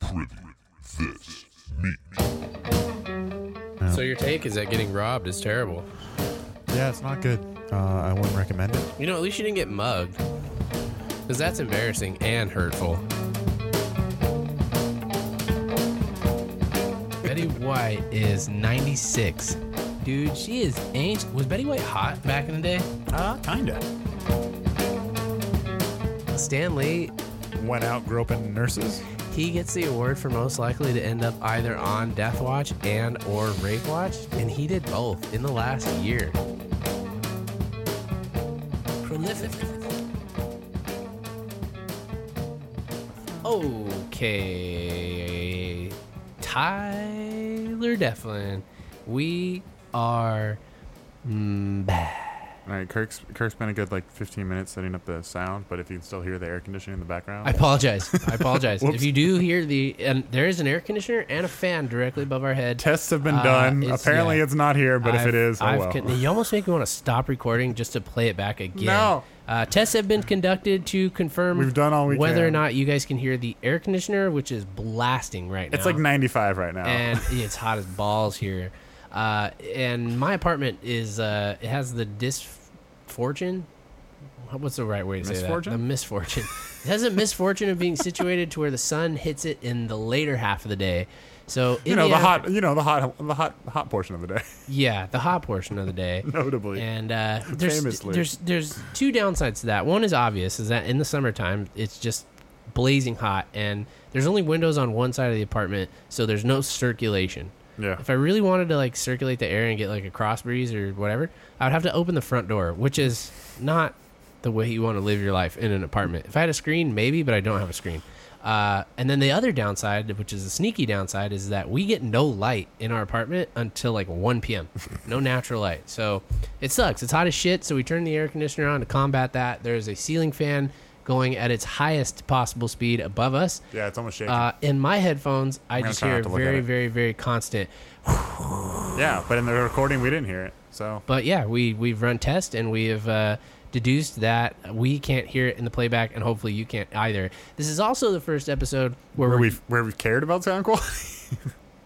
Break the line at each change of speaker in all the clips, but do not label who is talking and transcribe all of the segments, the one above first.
privy. This meat.
So your take is that getting robbed is terrible.
Yeah, it's not good. Uh, I wouldn't recommend it.
You know, at least you didn't get mugged. Because that's embarrassing and hurtful. Betty White is 96. Dude, she is ancient. Was Betty White hot back in the day?
Uh, kinda.
Stan Lee,
Went out groping nurses.
he gets the award for most likely to end up either on Death Watch and or Rape Watch, and he did both in the last year. Prolific. Okay. Tyler Deflin, we are mm, back.
All right, Kirk's Kirk's been a good like 15 minutes setting up the sound, but if you can still hear the air conditioning in the background,
I apologize. I apologize. if you do hear the, and there is an air conditioner and a fan directly above our head.
tests have been
Uh,
done.
it's-
Apparently,
yeah.
it's not here, but if
I've-
it is, oh
I've
well.
con- you almost make me want to stop recording just to play it back again.
No.
Uh, tests have been conducted to confirm
We've done all we
whether or
can.
not you guys can hear the air conditioner, which is blasting right now.
it's like 95 right now.
and it's hot as balls here. Uh, and my apartment is uh, it has the disfortune. What's the right way to say
Misfortune?
that? The misfortune. it has a misfortune of being situated to where the sun hits it in the later half of the day. So
you
in
know the
after-
hot, you know the hot, the hot, hot portion of the day,
yeah, the hot portion of the day.
notably.
And uh, there's
Famously.
there's there's two downsides to that. One is obvious is that in the summertime it's just blazing hot, and there's only windows on one side of the apartment, so there's no circulation.
yeah,
If I really wanted to like circulate the air and get like a cross breeze or whatever, I would have to open the front door, which is not the way you want to live your life in an apartment. If I had a screen, maybe, but I don't have a screen. Uh, and then the other downside, which is a sneaky downside, is that we get no light in our apartment until like 1 p.m. No natural light. So it sucks. It's hot as shit. So we turn the air conditioner on to combat that. There's a ceiling fan going at its highest possible speed above us.
yeah, it's almost shaking.
Uh, in my headphones, I
gonna
just
try not
hear
to look at
very,
it.
very, very constant.
yeah, but in the recording, we didn't hear it, so
But yeah, we we've run tests and we have uh, deduced that we can't hear it in the playback, and hopefully you can't either. This is also the first episode where,
where
we're-
we've where we've cared about sound quality.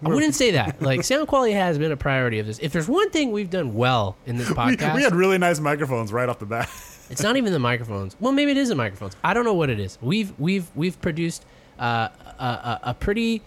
I wouldn't say that. Like sound quality has been a priority of this. If there's one thing we've done well in this
we,
podcast,
we had really nice microphones right off the bat.
It's not even the microphones. Well, maybe it is the microphones. I don't know what it is. We've we've we've produced uh, a, a, a pretty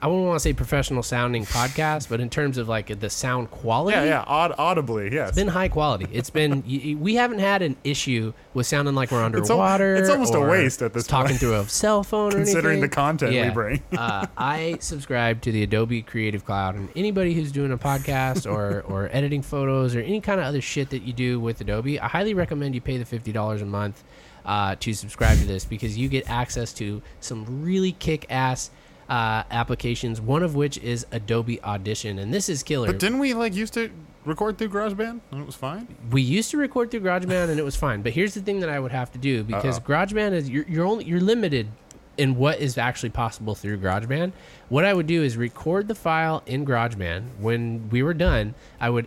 I wouldn't want to say professional sounding podcast, but in terms of like the sound quality,
yeah, yeah, aud- audibly, yes.
it's been high quality. It's been y- y- we haven't had an issue with sounding like we're
It's al-
underwater.
it's almost a
or
waste at this
talking
point.
through a cell phone. or
Considering
anything.
the content we bring.
uh, I subscribe to the Adobe Creative Cloud, and anybody who's doing a podcast or or editing photos or any kind of other shit that you do with Adobe, I highly recommend you pay the fifty dollars a month uh, to subscribe to this because you get access to some really kick ass. Uh, applications, one of which is Adobe Audition, and this is killer.
but didn't we like used to record through GarageBand and it was fine?
we used to record through GarageBand and it was fine. But here's the thing that I would have to do because GarageBand is you're, you're only you're limited in what is actually possible through GarageBand. What I would do is record the file in GarageBand. When we were done, I would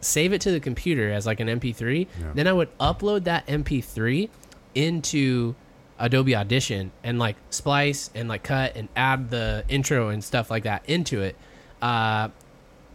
save it to the computer as like an MP3. Then I would upload that MP3 into Adobe Audition and like splice and like cut and add the intro and stuff like that into it. Uh,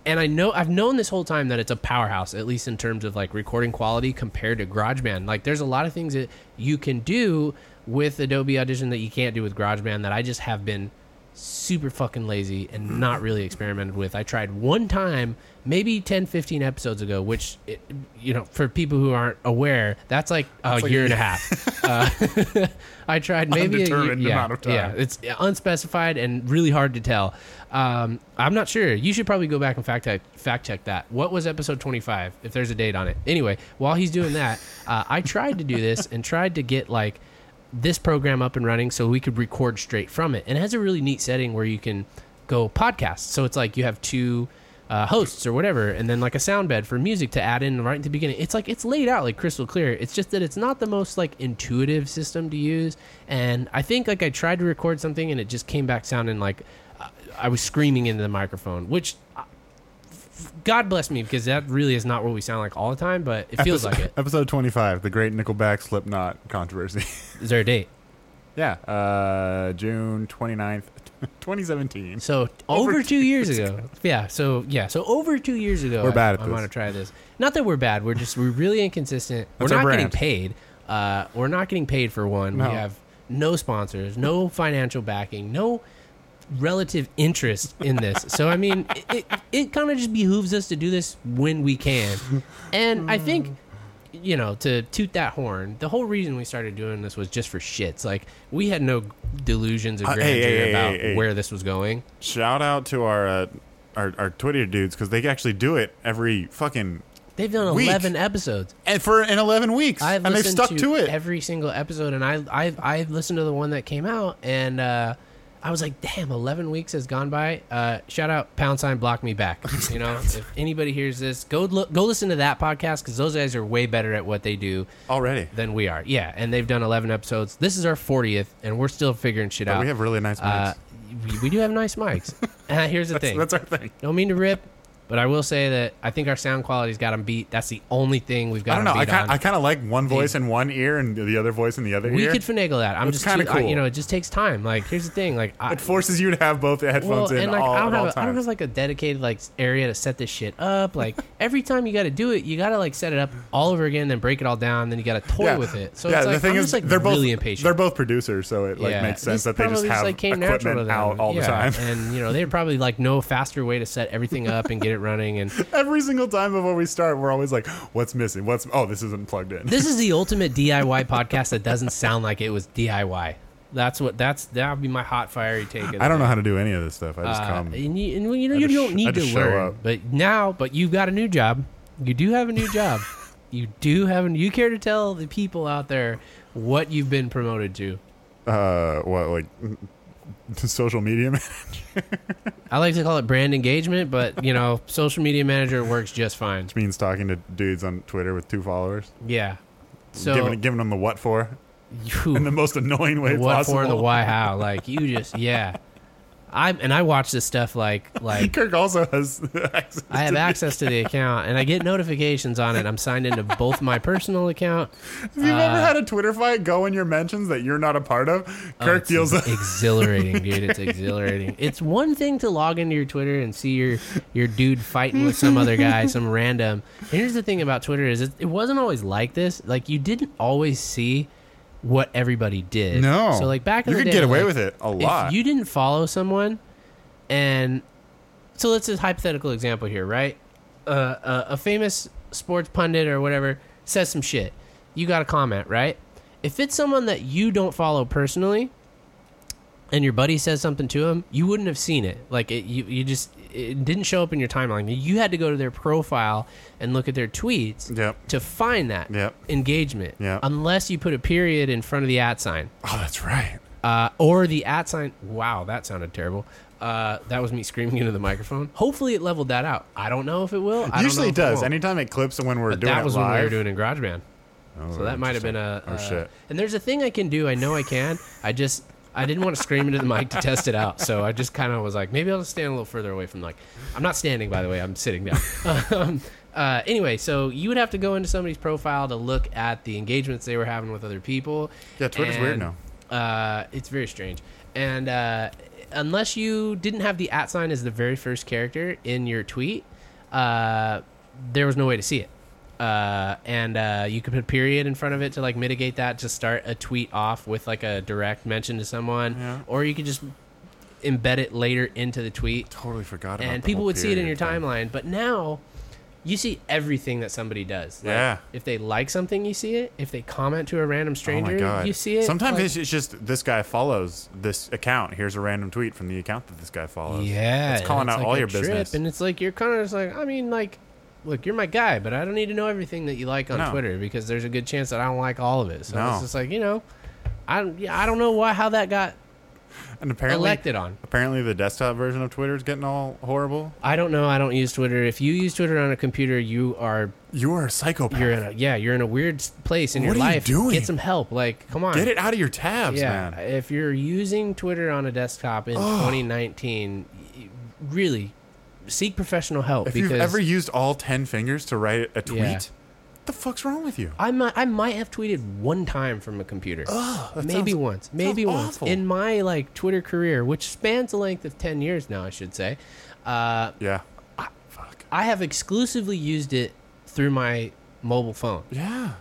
and I know I've known this whole time that it's a powerhouse, at least in terms of like recording quality compared to GarageBand. Like, there's a lot of things that you can do with Adobe Audition that you can't do with GarageBand that I just have been super fucking lazy and not really experimented with. I tried one time, maybe 10, 15 episodes ago, which, it, you know, for people who aren't aware, that's like a
like
year
a-
and a half. Uh, I tried maybe a
Undetermined
year, yeah,
amount of time.
Yeah, it's unspecified and really hard to tell. Um, I'm not sure. You should probably go back and fact check, fact check that. What was episode 25? If there's a date on it. Anyway, while he's doing that, uh, I tried to do this and tried to get like this program up and running so we could record straight from it. And it has a really neat setting where you can go podcast. So it's like you have two uh, hosts or whatever, and then like a sound bed for music to add in right at the beginning. It's like it's laid out like crystal clear. It's just that it's not the most like intuitive system to use. And I think like I tried to record something and it just came back sounding like uh, I was screaming into the microphone, which. uh, f- God bless me because that really is not what we sound like all the time, but it feels like it.
Episode 25, the great Nickelback Slipknot controversy.
Is there a date?
yeah, uh, June 29th, 2017.
So t- over,
Over
two, years ago. Yeah. So yeah. So over two years ago,
We're
I,
bad at
I
this.
want to try this. Not that we're bad. We're just we're really inconsistent. we're
That's our
not getting
brand.
paid. Uh, we're not getting paid for one.
No.
We have no sponsors, no financial backing, no relative interest in this. so I mean, it it, it kind of just behooves us to do this when we can, and I think you know, to toot that horn, the whole reason we started doing this was just for shits. Like we had no delusions of
Uh,
grandeur
hey, hey, hey,
about
hey, hey.
where this was going.
Shout out to our uh, our, our Twitter dudes because they actually do it every fucking
They've done
Week.
eleven episodes.
and for in 11 weeks,
I've
and they've
listened
stuck to, it.
every single episode, and I I've I've listened to the one that came out, and uh, I was like, damn, eleven weeks has gone by. Uh, shout out pound sign block me back. You know, if anybody hears this, go look, go listen to that podcast because those guys are way better at what they do
Already,
than we are. Yeah, and they've done eleven episodes. This is our fortieth, and we're still figuring shit
but
out.
we have really nice
uh,
mics.
we, we do have nice mics. Uh, here's the
that's,
thing.
that's our thing.
Don't mean to rip, but I will say that I think our sound quality's got them beat. That's the only thing we've
I
got.
don't
'em
know. I
beat
kind
on.
I kind of like one voice in one ear and the other voice in the other
we
ear.
could finagle that. I'm
It's
just
kinda
too, I-
cool.
you know, it just takes time. Like here's the thing. Like I,
it forces you to have both the headphones in
and like
all,
I don't
at all
have a, I don't have
times.
like a dedicated like s- area to set this shit up. Like every time you got to do it, you got to like set it up all over again, then break it all down, then you got to toy with it. So it's like, I'm just, like
they're both
really impatient.
They're both producers, so it like
Yeah.
makes sense
This
that they just
probably
have equipment out all
Yeah.
the time.
and you know they probably like no faster way to set everything up and get it running. And
Every single time before we start, we're always like, "What's missing? What's oh, this isn't plugged in."
this is the ultimate DIY podcast that doesn't sound like it was DIY. That's what that's that would be my hot fiery take. of the
I don't
day.
know how to do any of this stuff. I just
Uh,
come.
and you, and, well, you know
I
you
just-
don't need
I
to
just show
learn,
up.
but now but you've got a new job. You do have a new job. you do have. A, you care to tell the people out there what you've been promoted to?
Uh, what like social media? man?
I like to call it brand engagement, but you know, social media manager works just fine.
Which means talking to dudes on Twitter with two followers,
Yeah. So
giving giving them the what for
you-
in the most annoying way
the what
possible.
for and the why how like you just yeah i'm and i watch this stuff like like
Kirk also has access.
i have access to the account and i get notifications on it i'm signed into both my personal account
If you've ever
Uh,
had a Twitter fight go in your mentions that you're not a part of,
Oh,
Kirk
it's
deals
ex- exhilarating dude it's exhilarating it's one thing to log into your twitter and see your your dude fighting with some other guy some random here's the thing about twitter is it, it wasn't always like this like you didn't always see what everybody did
No.
so like back in
you
the
could
day,
get away
like,
with it a
If
lot.
you didn't follow someone, and so let's just hypothetical example here, right? Uh, a, a famous sports pundit or whatever says some shit. You got a comment, right? If it's someone that you don't follow personally, and your buddy says something to him, you wouldn't have seen it. Like it, you, you just it didn't show up in your timeline. You had to go to their profile and look at their tweets
yep.
to find that
Yep.
engagement.
Yeah.
Unless you put a period in front of the at sign
Oh, that's right.
uh, or the at sign. Wow, that sounded terrible. Uh, that was me screaming into the microphone. Hopefully, it leveled that out. I don't know if it will. I
Usually it
don't know if
does.
won't.
Anytime it clips when we're
But
doing
that was
it
when we were
live.
doing it in GarageBand.
Oh,
So that might have been a.
Oh,
uh,
shit.
And there's a thing I can do. I know I can. I just I didn't want to scream into the mic to test it out. So I just kind of was like, maybe I'll just stand a little further away from like. I'm not standing, by the way. I'm sitting down. um, uh, anyway, so you would have to go into somebody's profile to look at the engagements they were having with other people.
Yeah, Twitter's weird
And, Uh, it's very strange. And uh, unless you didn't have the at sign as the very first character in your tweet, uh, there was no way to see it. Uh, and uh, you could put a period in front of it to like mitigate that to start a tweet off with like a direct mention to someone,
Yeah.
or you could just embed it later into the tweet
Totally forgot about
and
the
people
whole
would see it in your
period thing.
timeline. But now, you see everything that somebody does. Like,
Yeah.
If they like something, you see it. If they comment to a random
Oh my
stranger,
god!
you see it.
Sometimes
Like-
it's it's just this guy follows this account. Here's a random tweet from the account that this guy follows.
yeah,
it's calling
and
out
like
all
a
your business.
And it's like you're kind of just like, I mean, like, look, you're my guy, but I don't need to know everything that you like on
No.
Twitter because there's a good chance that I don't like all of it. So
No.
it's just like you know, I don't, yeah, I don't know why how that got
And apparently,
elected on.
apparently the desktop version of Twitter is getting all horrible.
I don't know. I don't use Twitter. If you use Twitter on a computer, you are
You are a psychopath.
you're in a yeah you're in a weird s- place in
What
your
are you
life
doing?
get some help like come on
Get it out of your tabs,
yeah
man.
if you're using twitter on a desktop in 2019 y- really seek professional help
If
because
you've ever used all ten fingers to write a tweet,
Yeah.
the fuck's wrong with you?
I might I might have tweeted one time from a computer.
that
maybe
sounds-
once. Maybe
sounds
once
awful.
in my like Twitter career, which spans a length of 10 years now, I should say. Uh,
Yeah. Fuck.
I have exclusively used it through my mobile phone.
Yeah.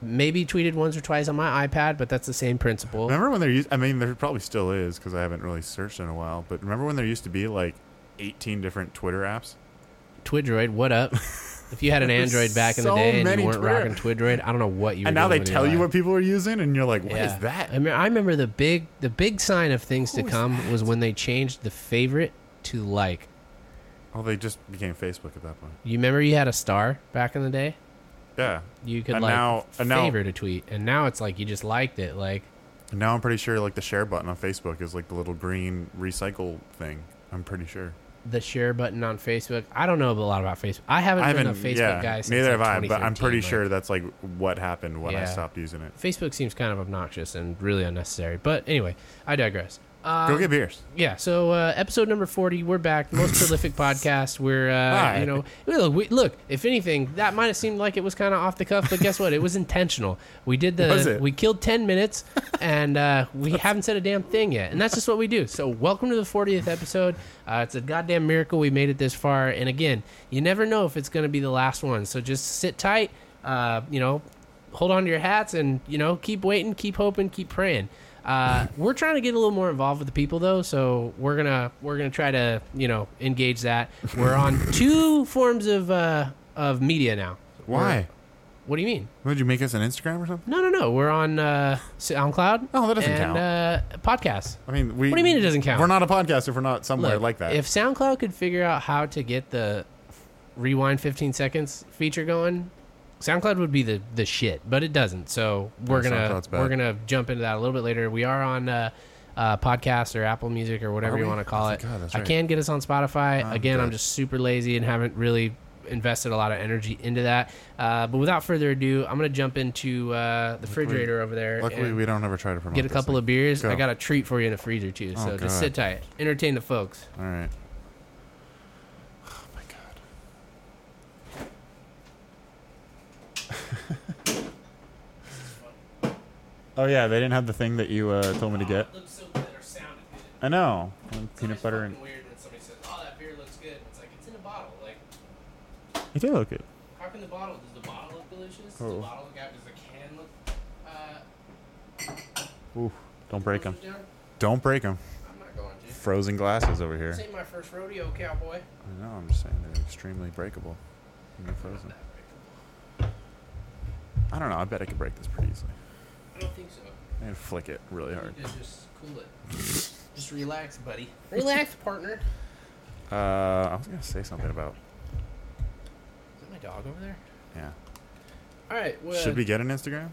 Maybe tweeted once or twice on my iPad, but that's the same principle.
Remember when there used? I mean, there probably still is because I haven't really searched in a while. But remember when there used to be like 18 different Twitter apps?
Twidroid, what up? If you had an
There's
Android back in the
so
day and
many
you weren't
Twitter-
rocking Twidroid, I don't know what you.
and
were
now they
doing with your
tell you
life.
what people are using, and you're like, "What is
Yeah.
that?"
I mean, I remember the big the big sign of things
What
to
was
come was when they changed the favorite to like.
oh, they just became Facebook at that point.
You remember you had a star back in the day.
Yeah.
You could
And
like
now- and now-
favorite a tweet, and now it's like you just liked it. Like
And now I'm pretty sure like the share button on Facebook is like the little green recycle thing. I'm pretty sure.
the share button on Facebook. I don't know a lot about Facebook. I haven't, been a Facebook guy. Since
neither
like,
have I, but I'm
2013,
pretty
like,
sure that's like what happened when I
Yeah.
stopped using it.
Facebook seems kind of obnoxious and really unnecessary. But anyway, I digress.
Go get beers.
yeah so uh, episode number 40 we're back the most prolific podcast we're uh,
Hi.
you know look, we, look if anything that might have seemed like it was kind of off the cuff but guess what it was intentional we did the
Was it?
we killed 10 minutes and uh, we haven't said a damn thing yet and that's just what we do so welcome to the 40th episode uh, it's a goddamn miracle we made it this far and again you never know if it's going to be the last one so just sit tight uh, you know hold on to your hats and you know keep waiting keep hoping keep praying uh, we're trying to get a little more involved with the people though so we're gonna we're gonna try to you know engage that we're on two forms of uh, of media now
Why?
what do you mean
Would you make us an Instagram or something?
no no no we're on uh, soundcloud
Oh, that doesn't
and,
count.
uh, podcasts
I mean, we.
What do you mean it doesn't count?
We're not a podcast if we're not somewhere
Look,
Oh, like that.
if soundcloud could figure out how to get the rewind 15 seconds feature going soundcloud would be the, the shit but it doesn't so we're
Yeah,
gonna
SoundCloud's bad.
we're gonna jump into that a little bit later we are on uh, uh, podcasts or apple music or whatever
Are
you
we?
want to call
Oh,
it
thank God, that's
i
right.
can get us on spotify
I'm
again i'm
dead.
just super lazy and haven't really invested a lot of energy into that uh, but without further ado i'm gonna jump into uh, the refrigerator over there
Luckily,
and-
we don't ever try to promote.
get a couple of beers. I
Go.
got a treat for you in the freezer too. So
Oh,
just sit tight. Entertain the folks.
All right. Oh my god. oh yeah, they didn't have the thing that you uh, told me to get.
looks so good or sounded good.
I know. Peanut
It's
butter and
fucking weird when somebody says, "Oh, that beer looks good." It's like it's in a bottle. Like
it did look good.
how can the bottle? Does the bottle look delicious? Does the
Oh.
bottle look out? Does the can look? Uh,
Oof. Don't break them.
closed down?
Don't break them.
I'm not going to.
Frozen glasses over here.
This ain't my first rodeo, cowboy.
I know. I'm just saying they're extremely breakable. when they're frozen. I don't know. I bet I could break this pretty easily.
I don't think so.
And flick it really hard.
You could just cool it. just relax, buddy. Relax, partner.
Uh, I was gonna say something about
Is that my dog over there?
yeah.
All right. Well,
Should we get an Instagram?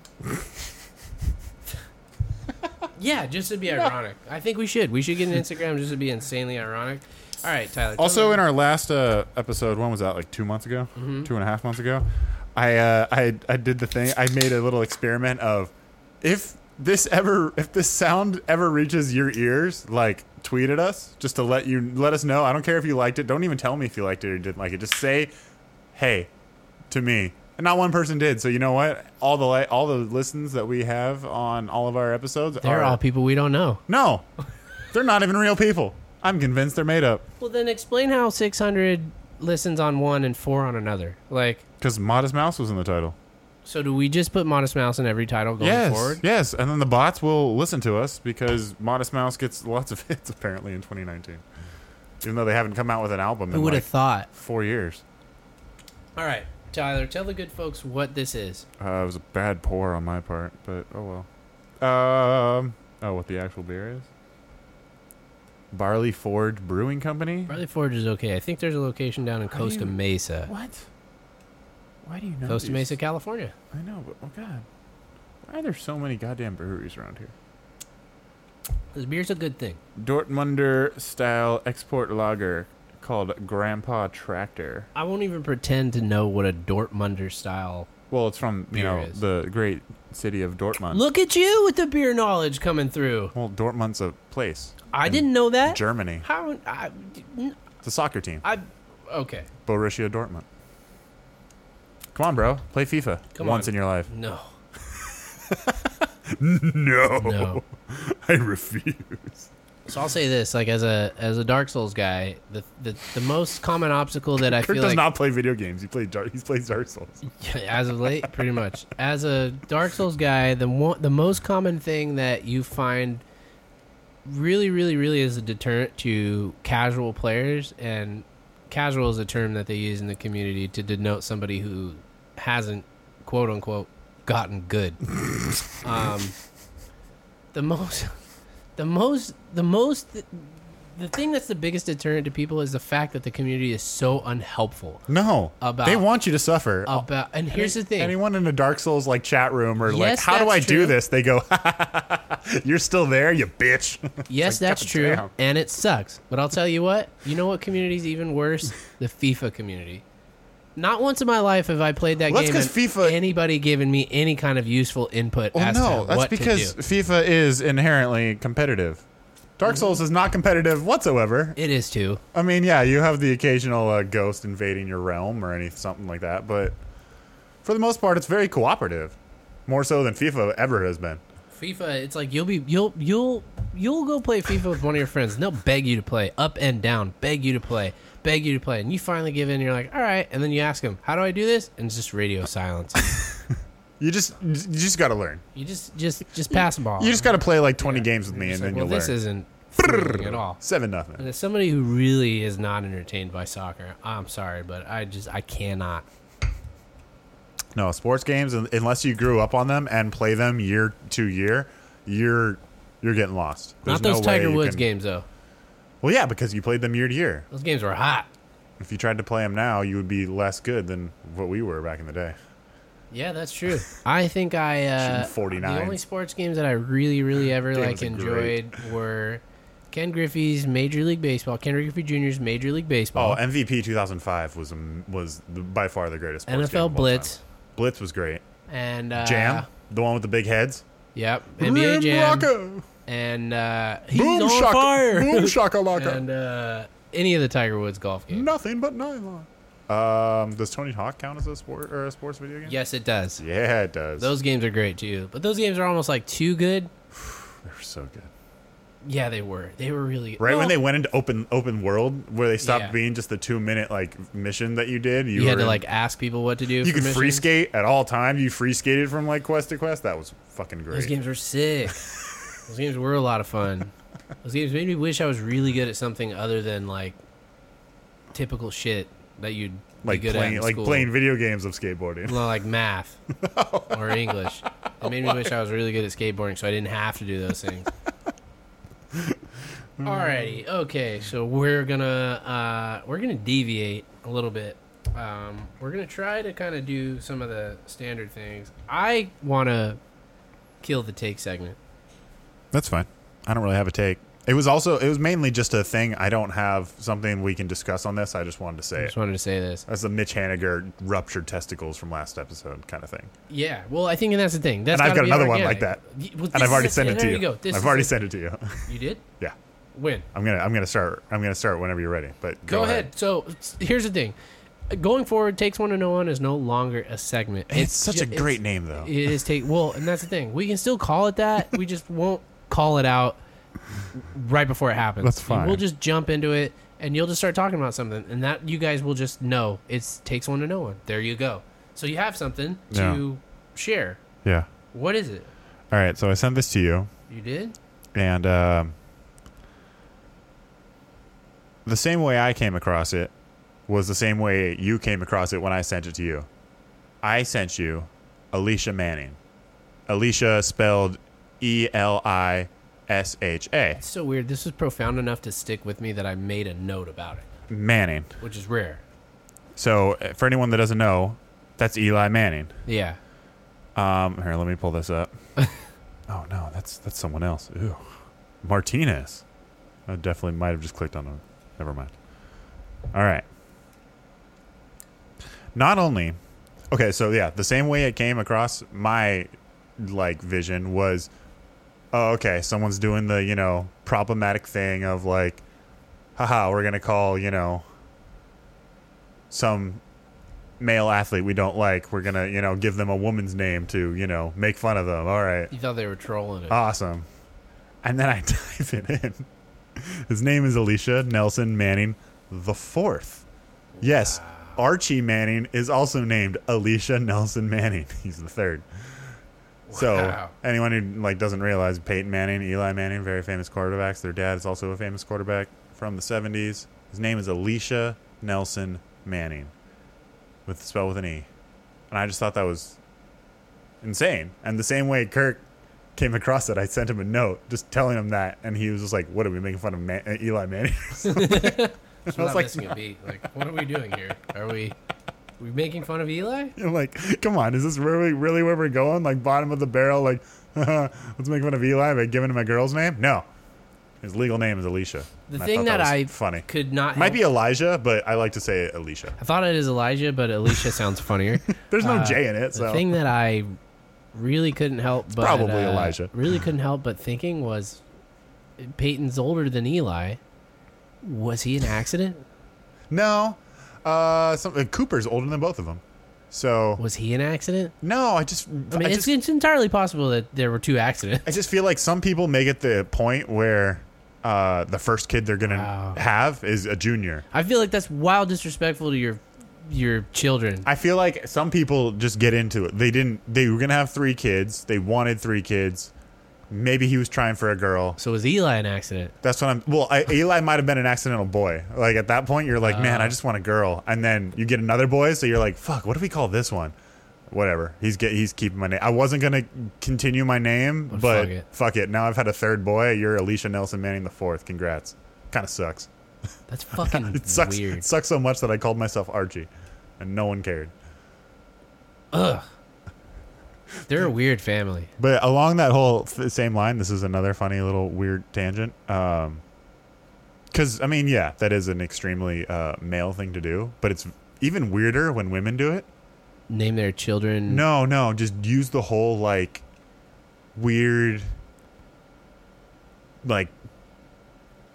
Yeah, just to be ironic. I think we should. We should get an Instagram just to be insanely ironic. All right, Tyler. tell
Also,
me-
in our last uh, episode, when was that? Like two months ago,
Mm-hmm.
Two and a half months ago, I uh, I I did the thing. I made a little experiment of if this ever if this sound ever reaches your ears, like tweet at us just to let you let us know. I don't care if you liked it. Don't even tell me if you liked it or didn't like it. Just say, hey, to me. And not one person did. So you know what? All the li- all the listens that we have on all of our episodes
they're
are
all people we don't know.
no, they're not even real people. I'm convinced they're made up.
Well, then explain how 600 listens on one and four on another. Like,
Because Modest Mouse was in the title.
so do we just put Modest Mouse in every title going
yes,
forward?
yes, and then the bots will listen to us because Modest Mouse gets lots of hits apparently in 2019, even though they haven't come out with an album
Who
in
would have
like
thought?
four years.
All right, Tyler, tell the good folks what this is.
Uh, it was a bad pour on my part, but oh well. Um, oh, what the actual beer is? Barley Forge Brewing Company.
Barley Forge is okay. I think there's a location down in
How do
Costa
you-
Mesa,
What? Why do you know?
Costa
these?
Mesa, California.
I know, but oh god, why are there so many goddamn breweries around here?
Because beer's a good thing.
Dortmunder style export lager called Grandpa Tractor.
I won't even pretend to know what a Dortmunder style
Well, it's from you
Beer
know
is.
the great city of Dortmund.
Look at you with the beer knowledge coming through.
Well, Dortmund's a place.
I
in
didn't know that.
Germany.
How? I,
It's a soccer team.
I okay.
Borussia Dortmund.
Come on, bro. Play FIFA
Come
once
on.
in your life.
No.
No,
No.
I refuse.
So I'll say this, like as a as a Dark Souls guy, the the, the most common obstacle that I
Kirk
feel
does
like
not play video games. He played. Dar- he's played Dark Souls.
as of late, pretty much as a Dark Souls guy, the one, the most common thing that you find really, really, really is a deterrent to casual players, and casual is a term that they use in the community to denote somebody who hasn't quote unquote gotten good. um, the most, the most, the most. the thing that's the biggest deterrent to people is the fact that the community is so unhelpful
No,
About- Uh,
they want you to suffer.
about. And here's the thing:
Anyone in a Dark Souls like chat room or like,
Yes,
how do I
that's
do
true.
this? They go, "You're still there, you bitch."
Yes, that's
"God
true,
damn."
and it sucks. But I'll tell you what. You know what community's even worse? The FIFA community. Not once in my life have I played that
Well, that's
game
'cause
and
FIFA
anybody given me any kind of useful input
Well,
as
no,
to
that's
what
because
to do.
FIFA is inherently competitive. Dark Souls is not competitive whatsoever.
It is too.
I mean, yeah, you have the occasional uh, ghost invading your realm or any something like that, but for the most part, it's very cooperative, more so than FIFA ever has been.
FIFA, it's like you'll be you'll you'll you'll go play FIFA with one of your friends and they'll beg you to play up and down, beg you to play, beg you to play, and you finally give in. and You're like, all right, and then you ask them, how do I do this? And it's just radio silence.
You just you just got to learn.
you just just just pass the ball.
You just got to play like 20 games with me,
It's
and
like,
then
well,
you'll
this
learn.
isn't fooling at all.
Seven
And
nothing.
as somebody who really is not entertained by soccer, I'm sorry, but I just I cannot.
No sports games, un- unless you grew up on them and play them year to year, you're you're getting lost. There's
not those
no way
Tiger
you
Woods
can-
games though.
Well, yeah, because you played them year to year.
Those games were hot.
If you tried to play them now, you would be less good than what we were back in the day.
Yeah, that's true. I think I uh,
Shooting 49.
The only sports games that I really, really ever
Games
like
are great.
enjoyed were Ken Griffey's Major League Baseball, Ken Griffey Jr.'s Major League
Oh,
Baseball,
MVP 2005 was um, was the, by far the greatest. sports game of all
NFL
time.
Blitz,
Blitz was great.
and uh,
Jam, the one with the big heads.
Yep, NBA
Rim
Jam,
Rocka.
and uh, he's
Boom
on
shaka.
fire,
Boom shakalaka.
and uh, any of the Tiger Woods golf games.
Nothing but nylon. Um, does Tony Hawk count as a sport or a sports video game?
Yes, it does.
Yeah, it does.
Those games are great too, but those games are almost like too good.
They're so good.
Yeah, they were. They were really
Right when
Well,
they went into open open world, where they stopped
Yeah.
being just the two minute like mission that you did, you,
you, had
were
to
in-
like ask people what to do.
you
for
could free
missions.
skate at all time. You free skated from like quest to quest. That was fucking great.
Those games were sick. Those games were a lot of fun. Those games made me wish I was really good at something other than like typical shit that you'd
like
be good at
playing
in
like
school.
playing video games of skateboarding.
No, like math or English. It made me wish I was really good at skateboarding, so I didn't have to do those things. Alrighty, okay, so we're gonna uh, we're gonna deviate a little bit. Um, we're gonna try to kind of do some of the standard things. I want to kill the take segment.
That's fine. I don't really have a take. It was also it was mainly just a thing. I don't have something we can discuss on this. I just wanted to say
I
it.
just wanted to say this.
That's the Mitch Haniger ruptured testicles from last episode kind of thing.
Yeah, well, I think that's the thing. That's
And I've
gotta
got
be
another one like
organic.
that.
Y- well,
And
this
I've already
is
sent it
and
to
there
you.
go. This
I've
is
already
it.
sent it to you.
You did
yeah.
when?
I'm gonna I'm gonna start I'm gonna start whenever you're ready. But
Go, ahead. So s- here's the thing. Going forward, takes one to no one is no longer a segment.
It's, such
ju-
a great name though.
It's, it is take well, and that's the thing. We can still call it that. we just won't call it out right before it happens.
That's fine.
We'll just jump into it, and you'll just start talking about something, and that you guys will just know it's takes one to no one. There you go. So you have something to share.
yeah.
What is it?
All right. So I sent this to you,
You did?
and um, the same way I came across it was the same way you came across it when I sent it to you. I sent you Alicia Manning. Alicia spelled E L I S H A.
It's so weird. This was profound enough to stick with me that I made a note about it,
Manning.
which is rare.
So uh, for anyone that doesn't know, that's Eli Manning.
Yeah.
Um, here, let me pull this up. oh no, that's that's someone else. Ooh, Martinez. I definitely might have just clicked on him. Never mind. All right. Not only, okay, so yeah, the same way it came across my like vision was, oh, okay, someone's doing the you know problematic thing of like, haha, we're gonna call you know some male athlete we don't like. We're gonna, you know, give them a woman's name to, you know, make fun of them. All right,
You thought they were trolling it.
awesome. And then I type it in. His name is Alicia Nelson Manning the fourth. Yes, Archie Manning is also named Alicia Nelson Manning. He's the third. So
Wow.
anyone who like doesn't realize Peyton Manning, Eli Manning, very famous quarterbacks. Their dad is also a famous quarterback from the '70s. His name is Alicia Nelson Manning, with spelled with an E. And I just thought that was insane. And the same way Kirk came across it, I sent him a note just telling him that, and he was just like, "What are we making fun of Man- uh, Eli Manning?"
That's
I was
not
like,
missing a beat. Like, what are we doing here? Are we, we making fun of Eli?
I'm like, "Come on, is this really really where we're going? Like bottom of the barrel? Like, let's make fun of Eli by giving him a girl's name? No, his legal name is Alicia."
The
And I
thing
thought
that,
was
I
funny
could not
might be
help-
Elijah, but I like to say Alicia.
I thought it is Elijah, but Alicia sounds funnier.
There's no
Uh,
J in it,
the
so
thing that I really couldn't help but
probably
uh,
Elijah.
really couldn't help but thinking was Peyton's older than Eli. Was he an accident?
no. Uh, some, uh, Cooper's older than both of them, so
Was he an accident?
no. I just
I mean,
I
it's,
just-
it's entirely possible that there were two accidents.
I just feel like some people make it the point where uh, the first kid they're gonna
Wow.
have is a junior.
I feel like that's wild disrespectful to your your children.
I feel like some people just get into it. They didn't. They were gonna have three kids. They wanted three kids. Maybe he was trying for a girl.
So was Eli an accident?
That's what I'm. Well, I, Eli might have been an accidental boy. Like at that point, you're like,
Uh-huh.
man, I just want a girl. And then you get another boy, so you're like, fuck, what do we call this one? Whatever. He's get. He's keeping my name. I wasn't gonna continue my name,
But
but,
fuck
fuck,
it.
it. Now I've had a third boy. You're Alicia Nelson Manning the fourth. Congrats. Kind of sucks.
That's fucking
It sucks.
weird.
It sucks so much that I called myself Archie, and no one cared.
Ugh. They're a weird family.
But along that whole th- same line, this is another funny little weird tangent. Um 'cause because I mean, yeah, that is an extremely uh, male thing to do, but it's even weirder when women do it.
Name their children.
No, no, just use the whole like weird, like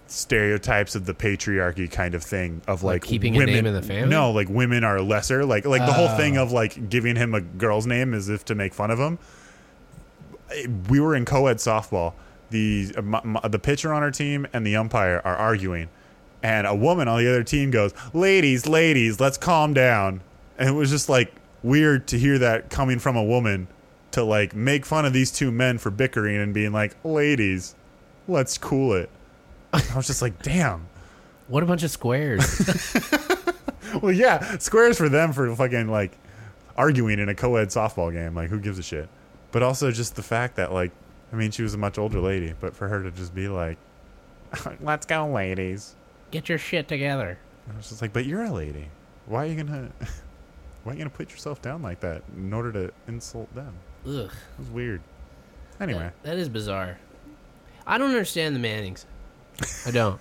stereotypes of the patriarchy kind of thing of like,
Like keeping a
women,
name in the family?
No, like women are lesser. Like like the
Oh.
whole thing of like giving him a girl's name as if to make fun of him. I- We were in co-ed softball. The uh, my, my- the pitcher on our team and the umpire are arguing, and a woman on the other team goes, "Ladies, ladies, let's calm down." And it was just like weird to hear that coming from a woman to like make fun of these two men for bickering and being like, "Ladies, let's cool it." I was just like, "Damn."
What a bunch of squares.
Well, yeah, squares for them for fucking like arguing in a co-ed softball game. Like, who gives a shit? But also just the fact that like, I mean, she was a much older lady, but for her to just be like, "Let's go, ladies,"
Get your shit together.
I was just like, "But you're a lady. Why are you gonna? Why are you gonna put yourself down like that in order to insult them?"
Ugh.
It was weird. Anyway,
That- that is bizarre. I don't understand the Mannings. I don't.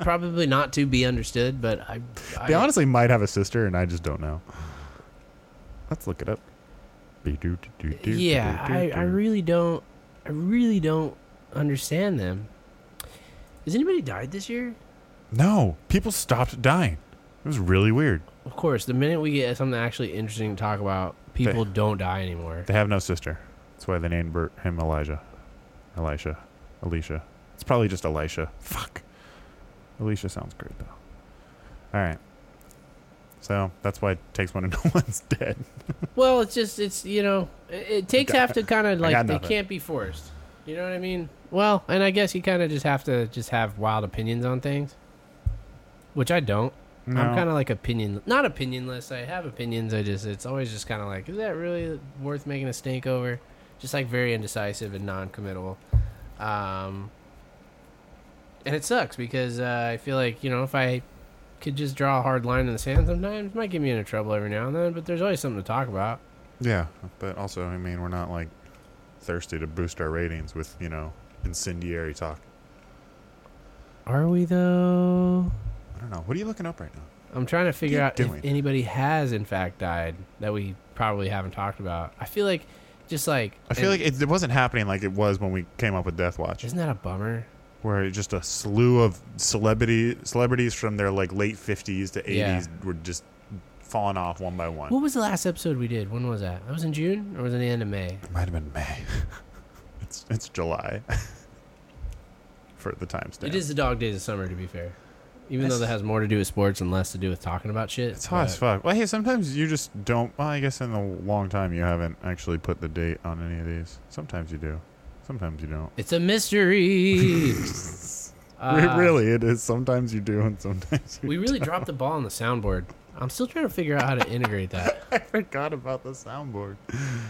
Probably not to be understood, but I. I
they honestly might have a sister, and I just don't know. Let's look it up.
yeah, I, I really don't. I really don't understand them. Has anybody died this year?
no. People stopped dying. It was really weird.
Of course, the minute we get something actually interesting to talk about, people don't die anymore.
They have no sister. That's why they named Bert him Elijah. Elisha. Alicia. It's probably just Elisha. Fuck. Alicia sounds great though. Alright. So that's why it takes one to know one's dead.
Well, it's just it's you know it, it takes have to kind of like
got
they
nothing.
can't be forced. You know what I mean? Well, and I guess you kind of just have to just have wild opinions on things, which I don't. I'm
No.
kind of like opinion, not opinionless. I have opinions. I just it's always just kind of like, is that really worth making a stink over? Just like very indecisive and non-committal. Um, and it sucks because uh, I feel like you know if I could just draw a hard line in the sand, sometimes it might get me into trouble every now and then. But there's always something to talk about.
Yeah. But also, I mean, we're not like thirsty to boost our ratings with, you know, incendiary talk.
Are we though?
I don't know. What are you looking up right now?
I'm trying to figure
you
out
doing?
if anybody has in fact died that we probably haven't talked about. I feel like just like
I feel
and
like it, it wasn't happening like it was when we came up with Death Watch.
isn't that a bummer?
where it just a slew of celebrity celebrities from their like late fifties to
Yeah.
eighties were just falling off one by one.
What was the last episode we did? When was that? That was in June or was it the end of May?
It might have been May. it's it's July. For the timestamp,
It is the dog days of summer, to be fair. Even though that has more to do with sports and less to do with talking about shit.
It's hot as
but-
fuck. Well, hey, sometimes you just don't. Well, I guess in the long time you haven't actually put the date on any of these. Sometimes you do. Sometimes you don't.
It's a mystery. Uh,
Re- really, it is. Sometimes you do, and sometimes you.
We really dropped the ball on the soundboard. I'm still trying to figure out how to integrate that.
I forgot about the soundboard.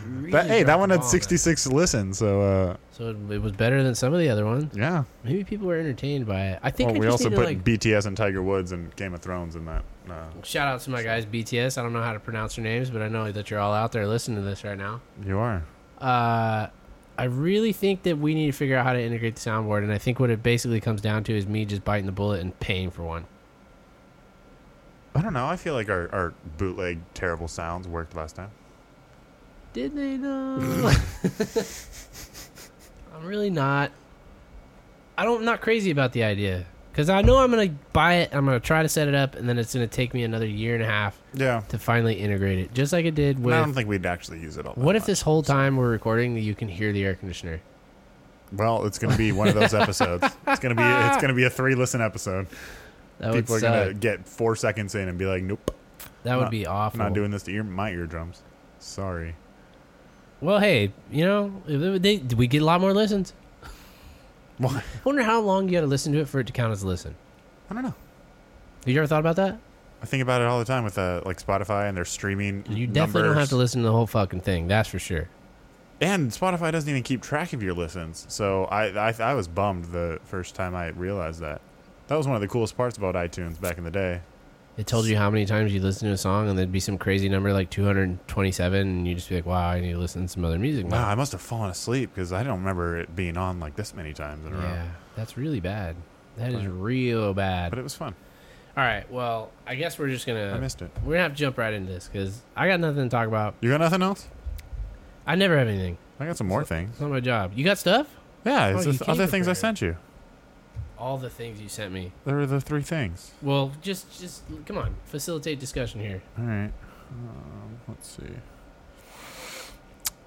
We really
That, hey, that
dropped
one
the
had
ball on
66 listens. So uh,
So it, it was better than some of the other ones.
yeah.
Maybe people were entertained by it. I think
Well,
I
we
just
also
need
put
to like
BTS and Tiger Woods and Game of Thrones in that. Uh,
shout out to my guys BTS. I don't know how to pronounce your names, but I know that you're all out there listening to this right now.
you are.
Uh, I really think that we need to figure out how to integrate the soundboard, and I think what it basically comes down to is me just biting the bullet and paying for one.
I don't know. I feel like our, our bootleg terrible sounds worked last time.
Did they know? I'm really not. I don't. I'm not crazy about the idea because I know I'm gonna buy it. I'm gonna try to set it up, and then it's gonna take me another year and a half
Yeah.
to finally integrate it, just like it did
I don't
with.
think we'd actually use it all. that
What if
much.
this whole time we're recording that you can hear the air conditioner?
Well, it's going to be one of those episodes. It's going to be it's going to be a three listen episode.
That would
People are
suck.
going to get 4 seconds in and be like, "Nope,
that would
uh, not-
be
I'm
awful.
not doing this to ear my eardrums." Sorry.
Well, hey, you know, if they, they- we get a lot more listens.
Why?
I wonder how long you got to listen to it for it to count as a listen.
I don't know.
Have you ever thought about that?
I think about it all the time with uh, like Spotify and their streaming.
You definitely don't have
numbers.
to listen to the whole fucking thing. That's for sure.
And Spotify doesn't even keep track of your listens. So I, I I was bummed the first time I realized that. That was one of the coolest parts about iTunes back in the day.
It told you how many times you listened to a song, and there'd be some crazy number like 227, and you'd just be like, wow, I need to listen to some other music.
Wow,
now."
I must have fallen asleep because I don't remember it being on like this many times in a row.
Yeah, that's really bad. That is real bad.
But
All
it was fun.
right, well, I guess we're just going
I
to.
missed it.
We're going to have to jump right into this because I got nothing to talk about.
You got nothing else?
I never have anything.
I got some more things.
It's not my job. You got stuff?
Yeah,
Oh,
it's
you
just
came
other things I
prepared.
sent you.
All the things you sent me.
There were the three things.
Well, just just come on, facilitate discussion here.
All right. Um, let's see.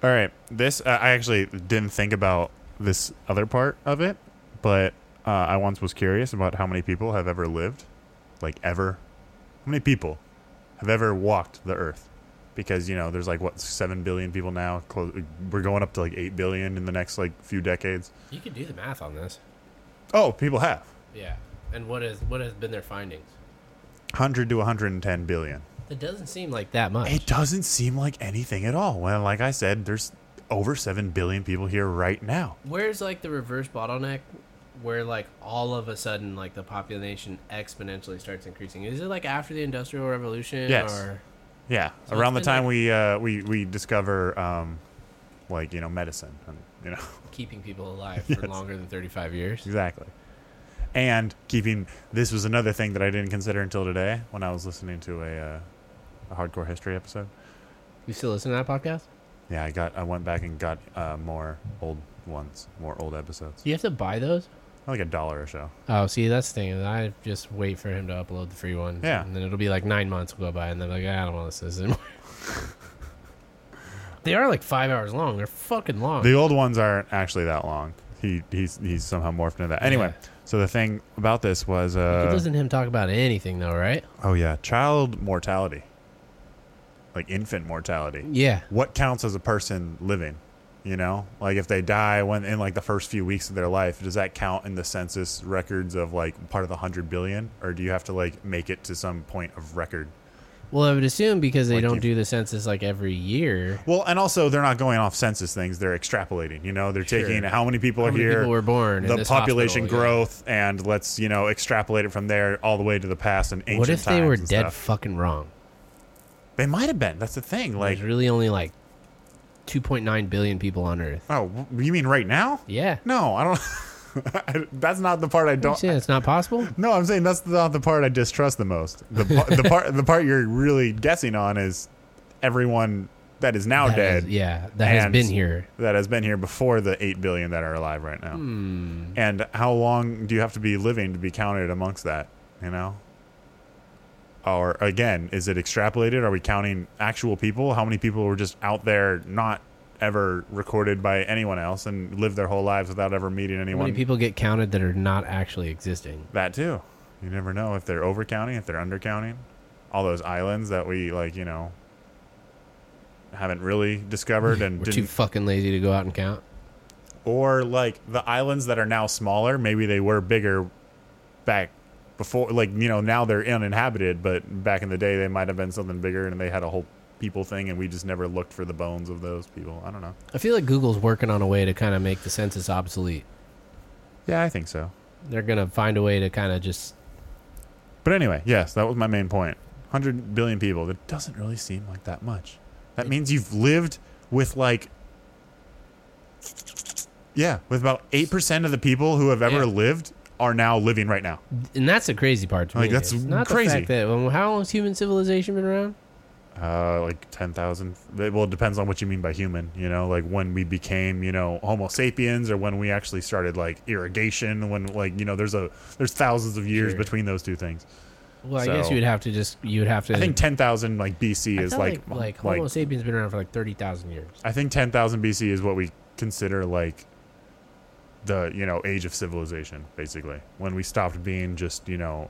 All right. This uh, I actually didn't think about this other part of it, but uh, I once was curious about how many people have ever lived, like ever. How many people have ever walked the Earth? Because you know, there's like what seven billion people now. Close, we're going up to like eight billion in the next like few decades.
You could do the math on this.
Oh, people have
Yeah. And what is what has been their findings?
100 to 110 billion.
It doesn't seem like that much.
It doesn't seem like anything at all. Well, like I said, there's over 7 billion people here right now.
Where's like the reverse bottleneck where like all of a sudden like the population exponentially starts increasing? Is it like after the industrial revolution
Yes.
or
Yeah,
So
around the
it's been
time
like-
we uh, we we discover um, like you know medicine and you know
keeping people alive for
Yes.
longer than 35 years?
exactly. And keeping this was another thing that I didn't consider until today when I was listening to a, uh, a hardcore history episode.
You still listen to that podcast?
Yeah, I got I went back and got uh, more old ones, more old episodes,
Do you have to buy those?
like a dollar a show.
Oh, see, that's the thing. is I just wait for him to upload the free one.
Yeah.
And then it'll be like nine months will go by, and then like, I don't want to listen to this anymore. they are like five hours long. They're fucking long.
The old ones aren't actually that long. He he's he's somehow morphed into that. Anyway,
Yeah.
so the thing about this was
you could
uh,
listen to him talk about anything, though, right?
oh yeah, child mortality, like infant mortality.
Yeah.
What counts as a person living? You know, like if they die when in like the first few weeks of their life, does that count in the census records of like part of the hundred billion, or do you have to like make it to some point of record?
Well, I would assume because they
Like
don't
you-
do the census like every year.
Well, and also they're not going off census things; they're extrapolating. You know, they're
Sure.
taking how many people
How
are
many
here,
people were born? in
the
this
population
hospital, yeah.
growth and let's you know extrapolate it from there all the way to the past and ancient
What if they
times
were
and
dead
stuff.
fucking wrong?
they might have been that's the thing like
There's really only like 2.9 billion people on Earth.
oh w- you mean right now
Yeah.
no i don't I, that's not the part i
You
don't
saying it's not possible?
no i'm saying that's not the part i distrust the most the, pa- the part the part you're really guessing on is everyone that is now
That
dead
is- yeah, that has
And-
been here.
that has been here before the 8 billion that are alive right now
Hmm.
and how long do you have to be living to be counted amongst that you know or again, is it extrapolated? Are we counting actual people? How many people were just out there not ever recorded by anyone else and lived their whole lives without ever meeting
How many
anyone?
people get counted that are not actually existing?
That too. You never know if they're overcounting, if they're undercounting. All those islands that we like, you know, haven't really discovered and
We're
didn't
too fucking lazy to go out and count.
or like the islands that are now smaller maybe they were bigger back before like you know now they're uninhabited but back in the day they might have been something bigger and they had a whole people thing and we just never looked for the bones of those people i don't know
I feel like Google's working on a way to kind of make the census obsolete.
yeah i think so
They're gonna find a way to kind of just
but anyway yes that was my main point 100 billion people that doesn't really seem like that much that means you've lived with like yeah with about 8% of the people who have ever
Yeah.
lived are now living right now
and that's the crazy part to
Like,
me.
that's
It's not
crazy.
The fact that, well, how long has human civilization been around?
Uh, like ten thousand. Well, it depends on what you mean by human. You know, like when we became, you know, Homo sapiens, or when we actually started like irrigation. When like you know, there's a there's thousands of years
Sure.
between those two things.
Well, I
So-
guess you would have to just you would have to.
I think ten thousand like BC
I
is
thought,
like
like, Homo sapiens been around for like thirty thousand years.
I think ten thousand BC is what we consider like the you know age of civilization, basically when we stopped being just you know.